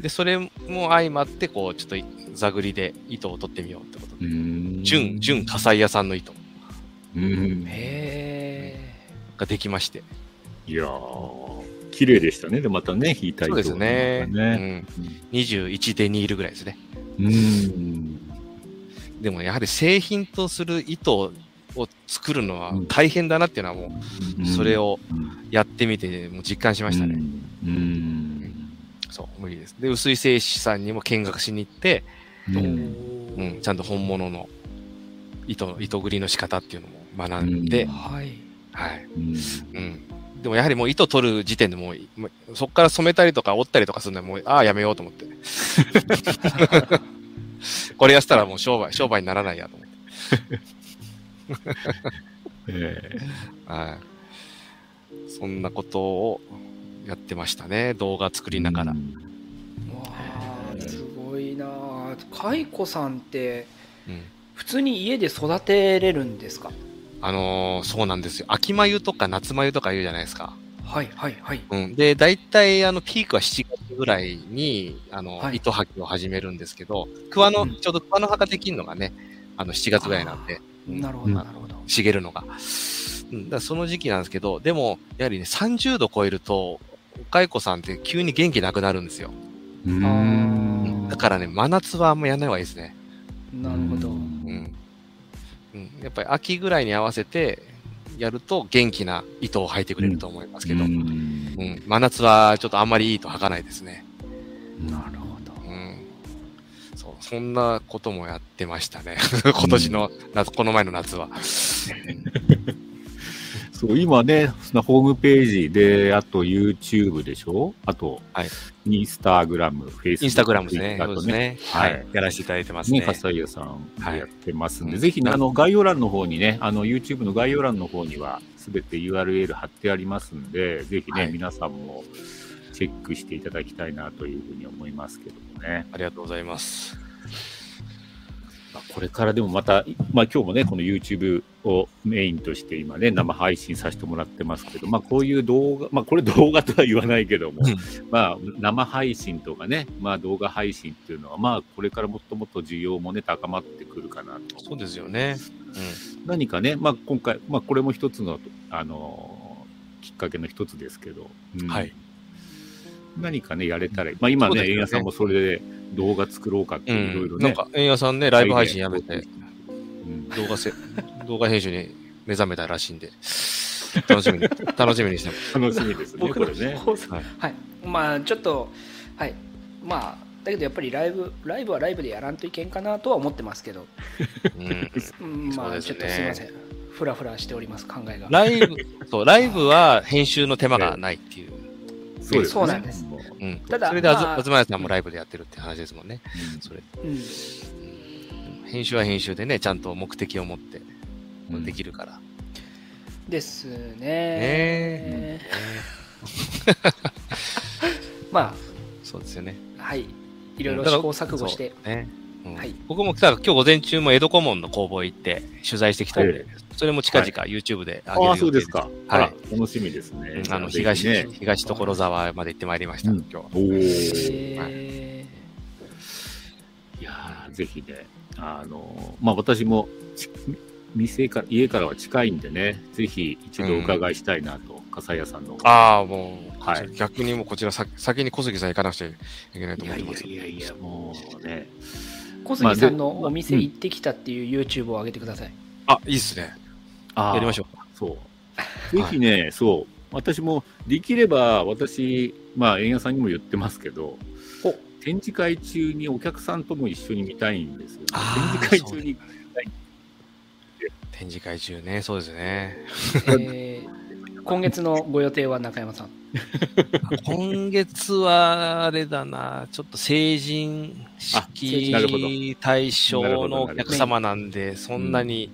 Speaker 3: で、それも相まって、こう、ちょっと座繰りで糸を取ってみようってことで、純、純火災屋さんの糸
Speaker 1: うん
Speaker 2: へ
Speaker 3: ができまして。
Speaker 1: いやー、綺麗でしたね。で、またね、引いた
Speaker 3: そ
Speaker 1: 糸
Speaker 3: うですね。
Speaker 1: ね。
Speaker 3: うん、21デニールぐらいですね。
Speaker 1: うん。
Speaker 3: でもやはり製品とする糸を作るのは大変だなっていうのはもう、それ
Speaker 1: を
Speaker 3: をやってみてもう実感しましたね。。
Speaker 1: うん。
Speaker 3: そう、無理です。で、薄井製紙さんにも見学しに行って、
Speaker 1: う
Speaker 2: え、
Speaker 1: ん
Speaker 3: うん、ちゃんと本物の糸、糸繰りの仕方っていうのも学んで、
Speaker 1: うん
Speaker 2: はい
Speaker 3: はい。
Speaker 1: うん
Speaker 3: うん。でもやはりもう糸取る時点でもうい、もうそこから染めたりとか折ったりとかするのはもう、ああ、やめようと思って。これやったらもう商売、商売にならないやと思って。
Speaker 1: え
Speaker 3: はい。そんなことをやってましたね。動画作り
Speaker 1: ー
Speaker 3: ながら。
Speaker 1: うん
Speaker 2: わあすごいなあカイコさんって
Speaker 3: うん
Speaker 2: 普通に家で育てれるんですか
Speaker 3: あのーそうなんですよ。秋眉とか夏眉とか言うじゃないですか。
Speaker 2: はいはいはい
Speaker 3: うん。で、大体、あの、ピークは7月ぐらいに、あの、
Speaker 2: はい
Speaker 3: 糸吐きを始めるんですけど、桑の、
Speaker 2: うん
Speaker 3: ちょうど桑の葉ができるのがね、あの、7月ぐらいなんで、うん
Speaker 2: なるほどなるほど、
Speaker 3: 茂るのが。うん、だからその時期なんですけど、でも、やはりね、30度超えると、おかいこさんって急に元気なくなるんですよ。
Speaker 1: うん
Speaker 3: だからね、真夏はあんまやんない方がいいですね。
Speaker 2: なるほど、
Speaker 3: うん。うん、やっぱり秋ぐらいに合わせて、やると元気な糸を吐いてくれると思いますけど、
Speaker 1: う
Speaker 3: うんん真夏はちょっとあんまりいい糸吐かないですね。
Speaker 2: なるほど
Speaker 3: うんそう、そんなこともやってましたね。 今年の夏、この前の夏は。
Speaker 1: そう、今ね、そのホームページで、あと YouTube でしょあと、
Speaker 3: はい
Speaker 1: インスタグラム、Facebook、
Speaker 3: インスタグラムですね。
Speaker 1: Twitter
Speaker 3: そう
Speaker 1: と
Speaker 3: です
Speaker 1: ね。
Speaker 3: ね。は
Speaker 1: はい
Speaker 3: い。やらせていただいてます
Speaker 1: ね、
Speaker 3: ね。
Speaker 1: 笠井さん
Speaker 3: はい
Speaker 1: やってますんで、
Speaker 3: うん
Speaker 1: ぜひね、あの、概要欄の方にね、あの、YouTube の概要欄の方には、すべて URL 貼ってありますんで、ぜひね、
Speaker 3: はい
Speaker 1: 皆さんもチェックしていただきたいなというふうに思いますけどもね。
Speaker 3: ありがとうございます。
Speaker 1: まあこれからでもまた、まあ今日もね、この YouTube をメインとして今ね、生配信させてもらってますけど、まあこういう動画、まあこれ動画とは言わないけども
Speaker 3: うん、
Speaker 1: まあ生配信とかね、まあ動画配信っていうのは、まあこれからもっともっと需要もね、高まってくるかなと。
Speaker 3: そうですよね。
Speaker 1: 何かね、まあ今回、まあこれも一つの、あのーきっかけの一つですけど、うん
Speaker 3: はい。
Speaker 1: 何かね、やれたらいい、まあ今
Speaker 3: そうで
Speaker 1: ね、
Speaker 3: すよね
Speaker 1: 円谷さんもそれで動画作ろうかって
Speaker 3: う
Speaker 1: いろい
Speaker 3: ん。
Speaker 1: ろ
Speaker 3: なん
Speaker 1: ね、
Speaker 3: か、円谷さんね、ライブ配信やめて、
Speaker 1: うん
Speaker 3: 動画せ、動画編集に目覚めたらしいんで、楽しみに、 楽しみにしてます。
Speaker 1: 楽しみですね、
Speaker 2: 僕
Speaker 1: こ
Speaker 2: の
Speaker 1: れね。
Speaker 2: 放送
Speaker 3: は
Speaker 2: はいい、まあちょっとはいまあだけどやっぱりライブライブはライブでやらんといけんかなとは思ってますけど、
Speaker 3: うん。
Speaker 2: うんま
Speaker 3: そう
Speaker 2: あ
Speaker 3: です
Speaker 2: ちょ
Speaker 3: ね
Speaker 2: っとすいませんフラフラしております考えが
Speaker 3: ライブ、そう、ライブは編集の手間がないっていう。
Speaker 1: そうですね
Speaker 2: そうなんです。
Speaker 3: うん。
Speaker 2: ただ
Speaker 3: それであず、
Speaker 2: まあ
Speaker 3: あずまやさんもライブでやってるって話ですもんね。それ。
Speaker 2: うん
Speaker 3: 編集は編集でね、ちゃんと目的を持って
Speaker 1: うん
Speaker 3: できるから。ね
Speaker 2: ですね
Speaker 3: え
Speaker 2: ま
Speaker 3: そうですよね。
Speaker 2: あはいいろいろ試行錯誤して
Speaker 3: そうね。うん
Speaker 2: はい
Speaker 3: 僕もさ、今日午前中も江戸顧問の工房行って取材してきたんで、
Speaker 1: え
Speaker 3: それも近々 YouTube で上げる予定
Speaker 1: ああ、そうですか。
Speaker 3: は
Speaker 1: はいい。楽しみですね。
Speaker 3: うんあの、
Speaker 1: ぜひ
Speaker 3: 東、東所沢まで行ってまいりました、
Speaker 1: うん
Speaker 3: 今日は。
Speaker 1: おお。い
Speaker 2: へ
Speaker 1: やーぜひね、あのー、まあ、私も、ち店から、家からは近いんでね、ぜひ一度お伺いしたいなと、笠井屋さんの。
Speaker 3: ああ、もう、
Speaker 1: はい
Speaker 3: 逆にもうこちら先、先に小杉さん行かなくちゃいけないと
Speaker 1: い
Speaker 3: 思っ
Speaker 1: や
Speaker 3: て
Speaker 1: い
Speaker 3: ます。
Speaker 1: やいやいや、もうね。
Speaker 2: ー小杉さんのお店行ってきたっていう YouTube を上げてください、
Speaker 3: あ、いいっすね。
Speaker 1: あー
Speaker 3: やりましょうか。
Speaker 1: そう。ぜひね、そう。私も、できれば、私、まあ、映画さんにも言ってますけど、
Speaker 2: お
Speaker 1: 展示会中にお客さんとも一緒に見たいんですよ。
Speaker 3: あー
Speaker 1: 展示会中に
Speaker 3: 展示会中ね、そうですね。
Speaker 2: えー今月のご予定は中山さん
Speaker 3: 今月は、あれだな、ちょっと成人
Speaker 1: あなるほど
Speaker 3: 式対象のお客様なんで、そんなに、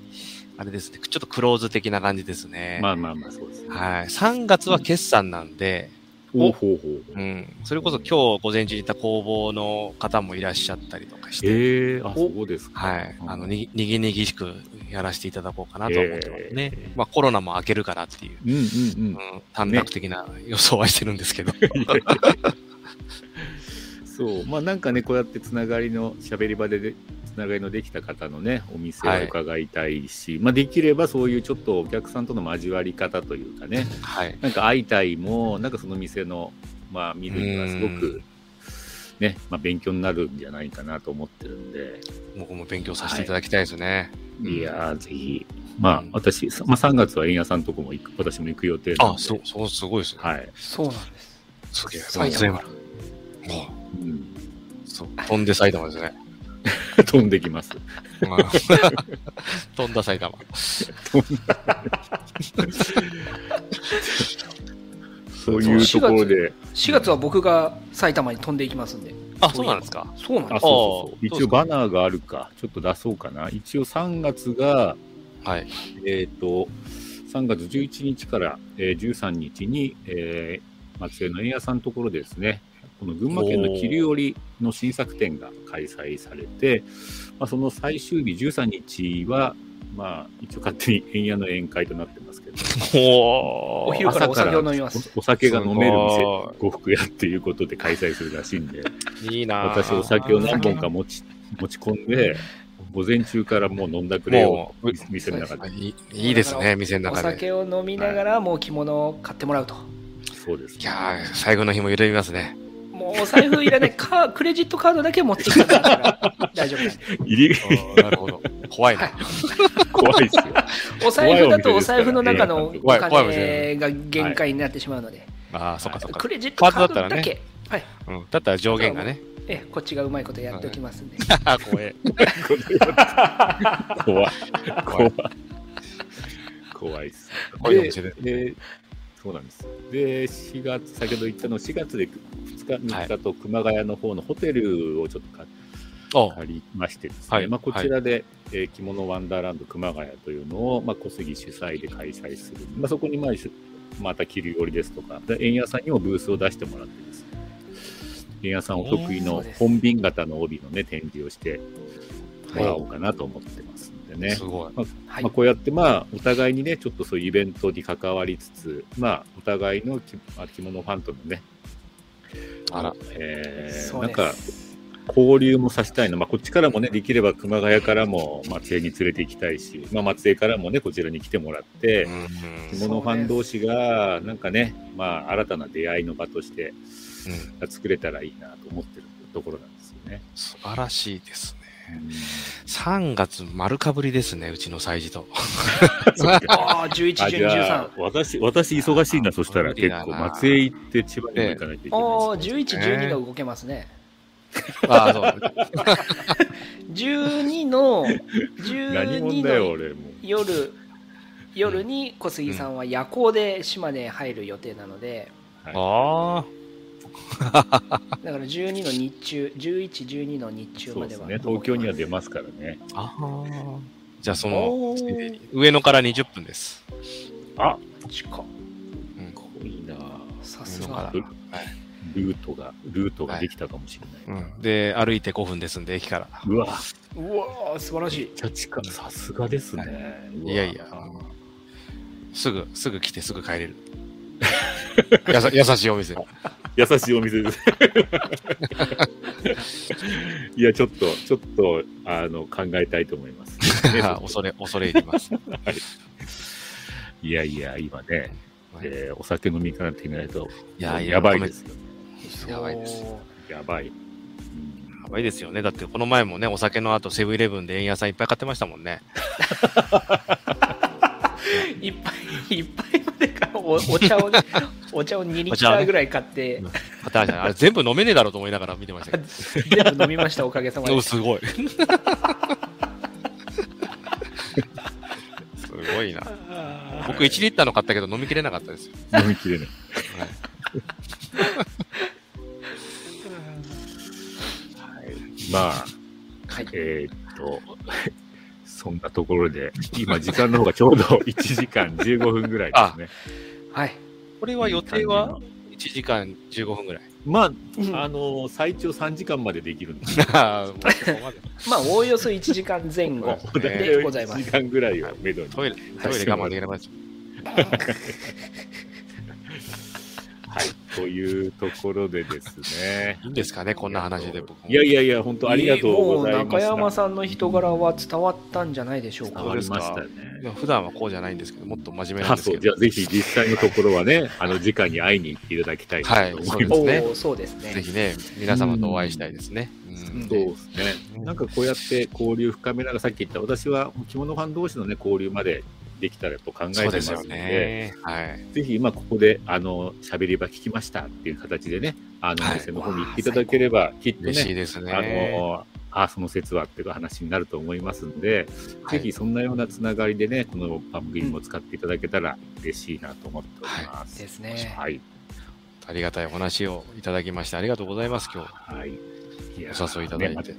Speaker 3: あれですね、ちょっとクローズ的な感じですね。
Speaker 1: まあまあまあ、そうですね。
Speaker 3: はい。3月は決算なんで、
Speaker 1: おほうほう。
Speaker 3: うん、それこそ今日午前中にいた工房の方もいらっしゃったりとかして、
Speaker 1: ええあ、そうですか。
Speaker 3: はい、あのににぎにぎしくやらせていただこうかなと思ってますね。
Speaker 1: えー
Speaker 3: まあ、コロナも明けるからっていう、
Speaker 1: うんうんうん
Speaker 3: う。ん、短絡的な予想はしてるんです けど、
Speaker 1: そう、まあなんかね、こうやってつながりの、喋り場ででつながりのできた方のね、お店を伺いたいし、まあできればそういうちょっとお客さんとの交わり方というかね、
Speaker 3: はい、
Speaker 1: なんか会いたいも、なんかその店の、まあ見るにはすご
Speaker 3: う
Speaker 1: く、ね、まあ勉強になるんじゃないかなと思ってるんで、
Speaker 3: 僕も勉強させていただきたいですね。
Speaker 1: いやー、ぜひ、まあ
Speaker 3: うん
Speaker 1: 私、さまあ3月は円谷さんとこも行く、私も行く予定なんで。
Speaker 3: あ、そう、そう、すごいですね。
Speaker 1: はい。
Speaker 2: そうなんです。
Speaker 3: すげえ、
Speaker 2: 埼
Speaker 3: 松
Speaker 2: 玉
Speaker 3: 山。も
Speaker 1: うん、
Speaker 3: う、そう、飛んで埼玉です ね。
Speaker 1: 飛んできます。
Speaker 3: うん飛んだ埼玉。
Speaker 1: そういうところで。
Speaker 2: 4月は僕が埼玉に飛んでいきますんで。
Speaker 3: あ、そうなんですか。
Speaker 2: そうなん
Speaker 1: あ、そうそう
Speaker 2: で
Speaker 1: そう。
Speaker 3: あーどうで
Speaker 1: 一
Speaker 3: す
Speaker 1: 応
Speaker 3: か
Speaker 1: バナーがあるか、ちょっと出そうかな。一応3月が、
Speaker 3: はい。
Speaker 1: えっ、と、3月11日から、えー13日に、えー松江の円屋さんのところですね、この群馬県の桐生織の新作展が開催されて、まあ、その最終日13日は、まあ、一応勝手に円屋の宴会となってますけど、
Speaker 3: お
Speaker 2: お昼からお酒を飲みます
Speaker 1: 朝からおお酒が飲める
Speaker 3: す
Speaker 1: 店、
Speaker 3: ご
Speaker 1: 呉服屋っていうことで開催するらしいん で、
Speaker 3: いいいなぁ
Speaker 1: 私お酒を何本か持ち持ち込んで、午前中からもう飲んだくれを
Speaker 3: もう
Speaker 1: 店店の中で。
Speaker 3: いいいいですね、店の
Speaker 2: お
Speaker 3: 中で。
Speaker 2: 酒を飲みながらもう着物を買ってもらうと。
Speaker 1: そうです。
Speaker 3: いやー最後の日も緩みますね。
Speaker 2: もうお財布いら ない。カークレジットカードだけ持ってきたから大丈夫なんで
Speaker 1: 入り
Speaker 3: なるほど。 怖いな。
Speaker 1: 怖いですよ。
Speaker 2: お財布だとお財布の中のお
Speaker 3: 怖い怖いお店
Speaker 2: 金が限界になってしまうので、
Speaker 3: ああ、そっかそっか
Speaker 2: ク。レジットカード
Speaker 3: カードだ
Speaker 2: だ
Speaker 3: った
Speaker 2: け、はい、
Speaker 3: うんだったら上限がね。
Speaker 2: ええこっちがうまいことやっておきますんで、
Speaker 3: あ ー怖え。
Speaker 1: 怖い。怖
Speaker 3: 怖
Speaker 1: い。
Speaker 3: い
Speaker 1: 怖いです。
Speaker 3: こういうお店で。
Speaker 1: で、そうなんです。で、4月、先ほど言ったの、4月で2日、3日と熊谷の方のホテルをちょっと買っ
Speaker 3: お
Speaker 1: ありましてですね、
Speaker 3: はい
Speaker 1: まあ、こちらで、えー着物ワンダーランド熊谷というのを、まあ、小杉主催で開催する、まあ、そこに、まあ、一緒また着るよりですとか、で円屋さんにもブースを出してもらってです、ね、円屋さんお得意
Speaker 2: そう
Speaker 1: の
Speaker 2: です
Speaker 1: 本瓶型の帯の、ね、展示をしてもらおうかなと思ってますんでね。
Speaker 3: すご
Speaker 2: は
Speaker 3: い。
Speaker 2: い
Speaker 1: まあ、こうやって、まあ、お互いにね、ちょっとそういうイベントに関わりつつ、まあ、お互いの着あ着物ファンとのね、
Speaker 3: あら。
Speaker 1: えー、
Speaker 2: そう
Speaker 1: なん
Speaker 2: で
Speaker 1: か
Speaker 2: す。
Speaker 1: 交流もさせたいの、まあ、こっちからもね、できれば熊谷からも松江に連れて行きたいし、まあ、松江からもね、こちらに来てもらって
Speaker 3: う、ん
Speaker 1: 着物ファン同士が、なんかね、まあ、新たな出会いの場として
Speaker 3: うん
Speaker 1: 作れたらいいなと思ってるところなんですよね。
Speaker 3: 素晴らしいですね。3月丸かぶりですね、うちの催事と。
Speaker 2: ああ、11、
Speaker 1: あじ
Speaker 2: 12、
Speaker 1: ゃあ。、
Speaker 2: 13
Speaker 1: 私、私忙しいな、そしたら結構、松江行って千葉にも行かないといけない
Speaker 2: おお、
Speaker 1: です
Speaker 2: 11、12が動けますね。
Speaker 3: ああ、 そう。
Speaker 2: 12の、
Speaker 1: 何
Speaker 2: 12
Speaker 1: 者だよ、
Speaker 2: の
Speaker 1: 俺もう。
Speaker 2: 夜、夜に小杉さんは夜行で島根入る予定なので、
Speaker 3: ああ。
Speaker 2: だから12の日中、11、12の日中
Speaker 1: そう
Speaker 2: ま
Speaker 1: で
Speaker 2: ですは。
Speaker 1: ね、東京には出ますからね。
Speaker 3: ああ。じゃあそ
Speaker 2: お
Speaker 3: の
Speaker 2: ー、
Speaker 3: 上野から20分です。
Speaker 1: あ
Speaker 2: 近
Speaker 3: うん
Speaker 1: いいな
Speaker 2: さす
Speaker 3: 上野
Speaker 2: が。
Speaker 3: から。はい
Speaker 1: ルートが、ルートができたかもしれない。
Speaker 3: うんで、歩いて5分ですんで、駅から。
Speaker 1: うわ、
Speaker 2: うわー素晴らしい。
Speaker 1: めっちゃ近いさすがですね。うわ
Speaker 3: いやいや、すぐ、すぐ来て、すぐ帰れる。やさ優しいお店。
Speaker 1: 優しいお 店です。いや、ちょっと、ちょっと、あの、考えたいと思い ます。
Speaker 3: 恐れ、恐れ入ります。
Speaker 1: いやいや、今ね、えーお酒飲みからってみないと、
Speaker 3: いやいや
Speaker 1: やばいですよ。
Speaker 3: やばいです。
Speaker 1: やばい。うん
Speaker 3: やばいですよね。だって、この前もね、お酒の後、セブンイレブンで円屋さんいっぱい買ってましたもんね。
Speaker 2: いっぱいいっぱいまでかおお 茶をね、お茶を2リッターぐらい買って、
Speaker 3: 買ってましたねあれ、全部飲めねえだろうと思いながら見てましたけど。
Speaker 2: 全部飲みました、おかげさま
Speaker 3: お
Speaker 2: で。
Speaker 3: す ごい。すごいな。僕1リッターの買ったけど飲みきれなかったですよ。
Speaker 1: 飲みきれない。 まあ、
Speaker 2: はい、
Speaker 1: えーっと、そんなところで、今時間の方がちょうど1時間15分ぐらいですね。
Speaker 2: はい、
Speaker 3: これは予定は1 1時間15分ぐらい。
Speaker 1: まあ、
Speaker 2: うん
Speaker 1: あの、最長3時間までできるんです。
Speaker 3: ああ、もうそこまで
Speaker 2: まあおおよそ1時間前後
Speaker 3: うだ
Speaker 2: でございま
Speaker 1: 1時
Speaker 2: す。
Speaker 1: 間ぐらいをめどに。
Speaker 3: トイレ、トイレ我慢できなくなっちゃ
Speaker 1: はい。というところでですね。
Speaker 3: う。いいんですかね、こんな話で僕も。
Speaker 1: いやいやいや、本当ありがとうございま
Speaker 2: も
Speaker 1: す。
Speaker 2: う中山さんの人柄は伝わったんじゃないでしょう
Speaker 1: 伝
Speaker 2: か。
Speaker 1: わりましたね。
Speaker 3: まあ普段はこうじゃないんですけど、もっと真面目なん
Speaker 1: あ
Speaker 3: です
Speaker 1: そ
Speaker 3: け
Speaker 1: うじゃ
Speaker 3: ど
Speaker 1: あ、ぜひ実際のところはね、あの、直に会いに行っていただきたいなと思いま
Speaker 2: お
Speaker 1: すね。
Speaker 2: お
Speaker 3: ね
Speaker 2: ー、そうです
Speaker 3: ぜ
Speaker 2: ね。
Speaker 3: ひね、皆様とお会いしたいですね。う
Speaker 1: そう
Speaker 3: ん
Speaker 1: ですね。なんかこうやって交流深めながら、さっき言った、私は着物ファン同士のね、交流までできたらと考えて
Speaker 3: そう
Speaker 1: ま
Speaker 3: ですす
Speaker 1: の
Speaker 3: よ
Speaker 1: で、
Speaker 3: ね。はい。
Speaker 1: ぜひ今ここで、あの、喋り場聞きましたっていう形でね、あの、
Speaker 3: はい
Speaker 1: お店の方に行っていただければ、きっとね、
Speaker 3: 嬉しいですね。
Speaker 1: あの、あその説はっていう話になると思いますんで、
Speaker 3: はい
Speaker 1: ぜひそんなようなつながりでね、この番組も使っていただけたら嬉しいなと思っております。
Speaker 2: ですね。
Speaker 1: はい。
Speaker 3: ありがたいお話をいただきまして、ありがとうございます、今日。
Speaker 1: はい。いや
Speaker 3: お誘いいただい
Speaker 1: ね
Speaker 3: て。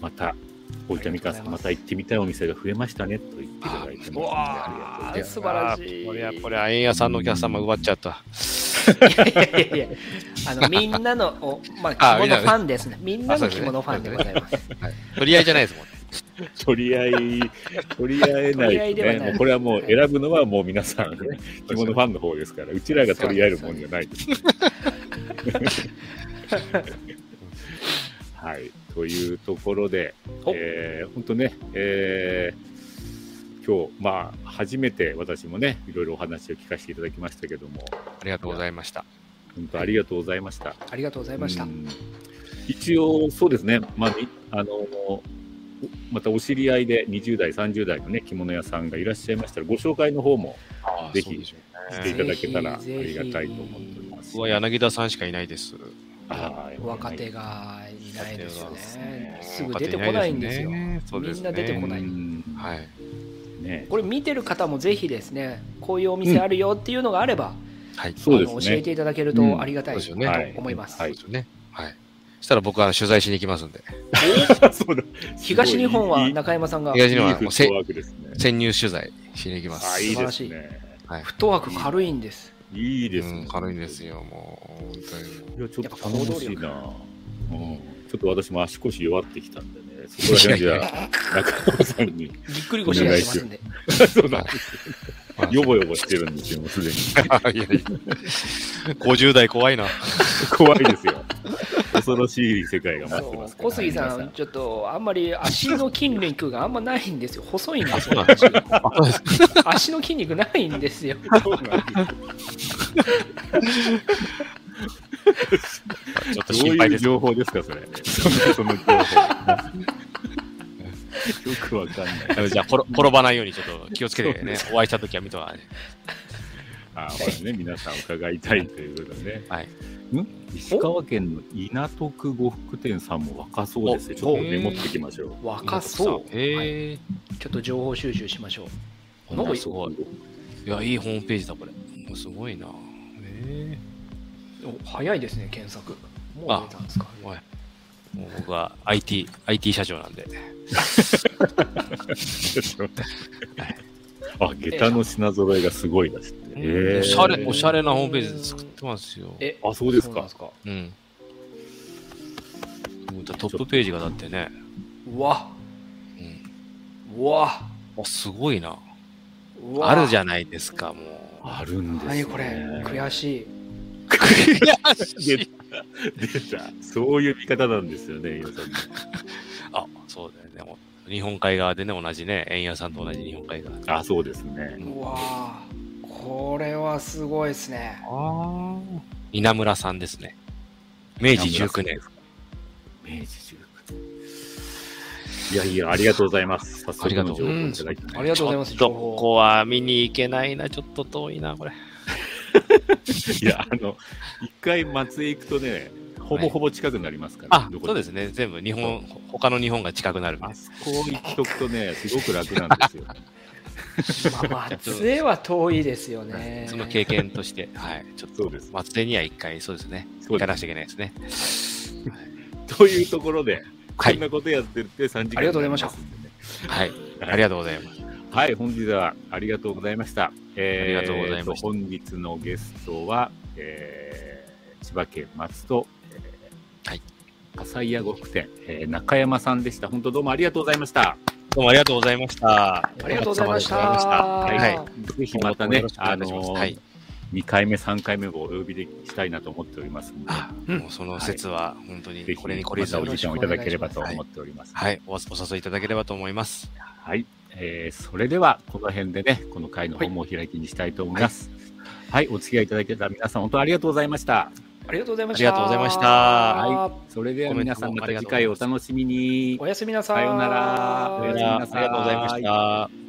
Speaker 1: また、大分美香さん、また行ってみたいお店が増えましたねと言っていただいてますので、ありが
Speaker 2: あ
Speaker 1: とうござい
Speaker 2: ー素晴らしい
Speaker 3: これやっぱり、あ円屋さんのお客様奪っちゃった。
Speaker 2: いやいやいやいや、あのみんなのお、まあ、
Speaker 3: あ
Speaker 2: 着
Speaker 3: みんな
Speaker 2: 物フ
Speaker 3: ね
Speaker 2: ァンですね。みんなの着物ファンでございます。
Speaker 3: 取り合いじゃないですもんね。
Speaker 1: ます。取り合い、取り合え
Speaker 2: 取り合
Speaker 1: ない
Speaker 2: い
Speaker 1: と
Speaker 2: では
Speaker 1: ね、
Speaker 2: ない
Speaker 1: もうこれはもう選ぶのはもう皆さ ん、ね、着物ファンの方ですから、うちらが取り合えるもんじゃない です。はい、というところで、
Speaker 2: お
Speaker 1: えー、本当ね、えー今日、まあ、初めて私もね、いろいろお話を聞かせていただきましたけども、
Speaker 3: ありがとうございました。
Speaker 1: 本当ありがとうございました。
Speaker 2: ありがとうございました
Speaker 1: う。ん一応、そうですね、まあ、みあのおまたお知り合いで20代、30代の、ね、着物屋さんがいらっしゃいましたら、ご紹介の方も
Speaker 3: あ
Speaker 1: ぜひ
Speaker 3: そうでしょうね
Speaker 1: していただけたらあ
Speaker 2: ぜひ
Speaker 1: りがたいと思っております。
Speaker 3: 僕は柳田さんしかいないです。
Speaker 1: はい
Speaker 2: 若手がいないですね。すぐ
Speaker 3: 若手
Speaker 2: 出てこないんですよ。
Speaker 3: ねそうで
Speaker 2: み
Speaker 3: すね
Speaker 2: んな出てこない
Speaker 1: うん
Speaker 3: はい。
Speaker 1: ね、
Speaker 2: これ見てる方もぜひですね、こういうお店あるよっていうのがあれば、
Speaker 3: はい。
Speaker 1: そうで
Speaker 2: あ
Speaker 1: す
Speaker 2: の
Speaker 1: ね
Speaker 2: 教えていただける
Speaker 1: うん
Speaker 2: とありがたい
Speaker 3: そ
Speaker 2: と
Speaker 3: うですよね
Speaker 2: 思います。
Speaker 1: は
Speaker 3: はいい。ね。はい。したら僕は取材しに行きますんで。
Speaker 1: そうだ
Speaker 2: 東日本は
Speaker 1: す
Speaker 2: 中山さんが
Speaker 3: 東日
Speaker 1: ごいいいいい
Speaker 3: 本は
Speaker 1: フ
Speaker 3: もう
Speaker 1: ッ
Speaker 3: せ
Speaker 1: トワークですね。
Speaker 3: 潜入取材しに行きま
Speaker 1: あ
Speaker 3: す。
Speaker 1: いい
Speaker 2: 素晴
Speaker 1: で
Speaker 2: ら
Speaker 1: す
Speaker 2: しい
Speaker 1: ね。
Speaker 3: はい。
Speaker 2: フットワーク軽いんです。
Speaker 1: いいです
Speaker 3: う
Speaker 1: ね
Speaker 3: ん。軽いんですよ、もう。本当にもう
Speaker 1: いや、ちょっと
Speaker 2: やっぱ行
Speaker 1: 頼も
Speaker 2: 動
Speaker 1: しい
Speaker 2: 力
Speaker 1: な。うんちょっと私も足腰弱ってきたんで ね、そこら辺じゃあ、中尾さんに、
Speaker 2: ぎっくり腰になってますんで。
Speaker 1: そうだ、
Speaker 3: はい
Speaker 1: よぼよぼしてるんですよ、もうすでに。
Speaker 3: いやいや50代怖いな。
Speaker 1: 怖いですよ。恐ろしい世界が待って
Speaker 2: そ
Speaker 1: ま
Speaker 2: う
Speaker 1: すから。
Speaker 2: 小杉さ
Speaker 1: 皆
Speaker 2: ん、ちょっとあんまり足の筋肉があんまないんですよ、細いんです
Speaker 3: そう
Speaker 2: よ、
Speaker 3: なんで
Speaker 2: 私足の筋肉ないんですよ、
Speaker 1: さん。そうなんで
Speaker 3: ちょっと
Speaker 1: すどう
Speaker 3: 心配
Speaker 1: い
Speaker 3: で
Speaker 1: う
Speaker 3: す。
Speaker 1: 情報ですか、それ。そのその情 報。よくわかんない。
Speaker 3: じゃあ、転転ばないようにちょっと気をつけてね、お会いしたときは見とは、
Speaker 1: あこれね、皆さん伺いたいということでね。
Speaker 3: はい。
Speaker 1: ん石川県の稲徳呉服店さんも若そうですよ。ちょっとメモってきましょう。
Speaker 2: 若そう、はい
Speaker 3: へえ。
Speaker 2: ちょっと情報収集しましょう。
Speaker 3: ほんとすごい。
Speaker 1: い。
Speaker 3: いや、いいホームページだ、これ。もうすごいな。え
Speaker 2: お早いですね、検索。もう出たんですか。
Speaker 3: えおい。もう僕は IT、IT 社長なんで。
Speaker 1: あ、下駄の品揃えがすごいですって。
Speaker 3: おしゃれ、おしゃれなホームページ作ってますよ。
Speaker 2: え
Speaker 1: あそうですか
Speaker 2: なんか
Speaker 3: うん。トップページがだってね。
Speaker 2: うわ、
Speaker 3: うん。
Speaker 2: うわ、
Speaker 3: あ、すごいな。
Speaker 2: うわ。
Speaker 3: あるじ
Speaker 2: ゃん。
Speaker 3: ゃないですか、もう。
Speaker 1: あるんです、ね。
Speaker 2: 何これ、悔しい。
Speaker 3: 悔し
Speaker 1: 出
Speaker 3: い。
Speaker 1: た。出た。 そういう見方なんですよね、皆さん。
Speaker 3: あ、そうだよね。もう日本海側でね、同じね、円屋さんと同じ日本海側。
Speaker 1: あ、そうですね。
Speaker 2: うわ、これはすごいですね。
Speaker 3: あ稲村さんですね。明治19年。。
Speaker 1: 明治19年。いやいや、ありがとうございます。早速
Speaker 3: ありがと
Speaker 1: の
Speaker 3: う
Speaker 1: 情報いただきま
Speaker 2: ありが
Speaker 3: ち
Speaker 2: とうござい
Speaker 3: ょ
Speaker 2: ま
Speaker 3: っ
Speaker 2: す。
Speaker 3: と
Speaker 2: 情
Speaker 3: こ
Speaker 2: 報。
Speaker 3: こは見に行けないな、ちょっと遠いな、これ。
Speaker 1: いや、あの、一回松江行くとね、ほぼほぼ近くなりますから。
Speaker 3: あ
Speaker 1: ど、こ
Speaker 3: そうですね。全部日本、他の日本が近くなるんで
Speaker 1: あそこ行っとくとね、すごく楽なんですよ。
Speaker 2: まあ、松江は遠いですよね。
Speaker 3: その経験として、はい、ちょっ
Speaker 1: そう
Speaker 3: と
Speaker 1: です
Speaker 3: 松江には一回、そうですね、
Speaker 1: そう
Speaker 3: 行
Speaker 1: です
Speaker 3: かなくちゃいけないですね。
Speaker 1: というところで、
Speaker 3: は
Speaker 1: こん
Speaker 3: い、
Speaker 1: なことやってって3時間
Speaker 2: ありがとうございました
Speaker 1: になります
Speaker 3: はい、
Speaker 1: んでね
Speaker 3: ありがとうございます。
Speaker 1: はい、本日はありがとうございました。えー
Speaker 3: ありがとうございました
Speaker 1: 本日のゲストは、えー千葉県松戸、えー
Speaker 3: はい
Speaker 1: 浅井屋呉服店、えー中山さんでした。本当どうもありがとうございました。
Speaker 3: どうもありがとうございました。
Speaker 2: ありがとうございました。
Speaker 3: お疲れ様
Speaker 1: は
Speaker 3: で
Speaker 1: い
Speaker 3: はい
Speaker 1: ぜひまたね
Speaker 3: よろし、くお
Speaker 1: あ
Speaker 3: 願い
Speaker 1: の
Speaker 3: します
Speaker 1: ー
Speaker 3: はい
Speaker 1: 2回目、3回目もお呼びでしたいなと思っておりますので、
Speaker 3: あ
Speaker 2: うん
Speaker 3: もうその説は本当
Speaker 1: ぜ
Speaker 3: に
Speaker 1: ひ
Speaker 3: これにこれ
Speaker 1: またお
Speaker 3: 以上
Speaker 1: 時間をいただければと思っております。
Speaker 3: はい、おお誘いいただければと思います。
Speaker 1: はい、えーそれではこの辺でね、この回の方もお開きにしたいと思います。はい、お付き合いいただけた皆さん、本当ありがとうございました。
Speaker 2: ありがとうございました。
Speaker 3: ありがとうございました
Speaker 1: はそれでは皆さん、また次回お楽しみに
Speaker 2: お。やすみなさ
Speaker 1: さ
Speaker 2: い。
Speaker 1: ようなら。
Speaker 3: おやすみなさいありがとうございました。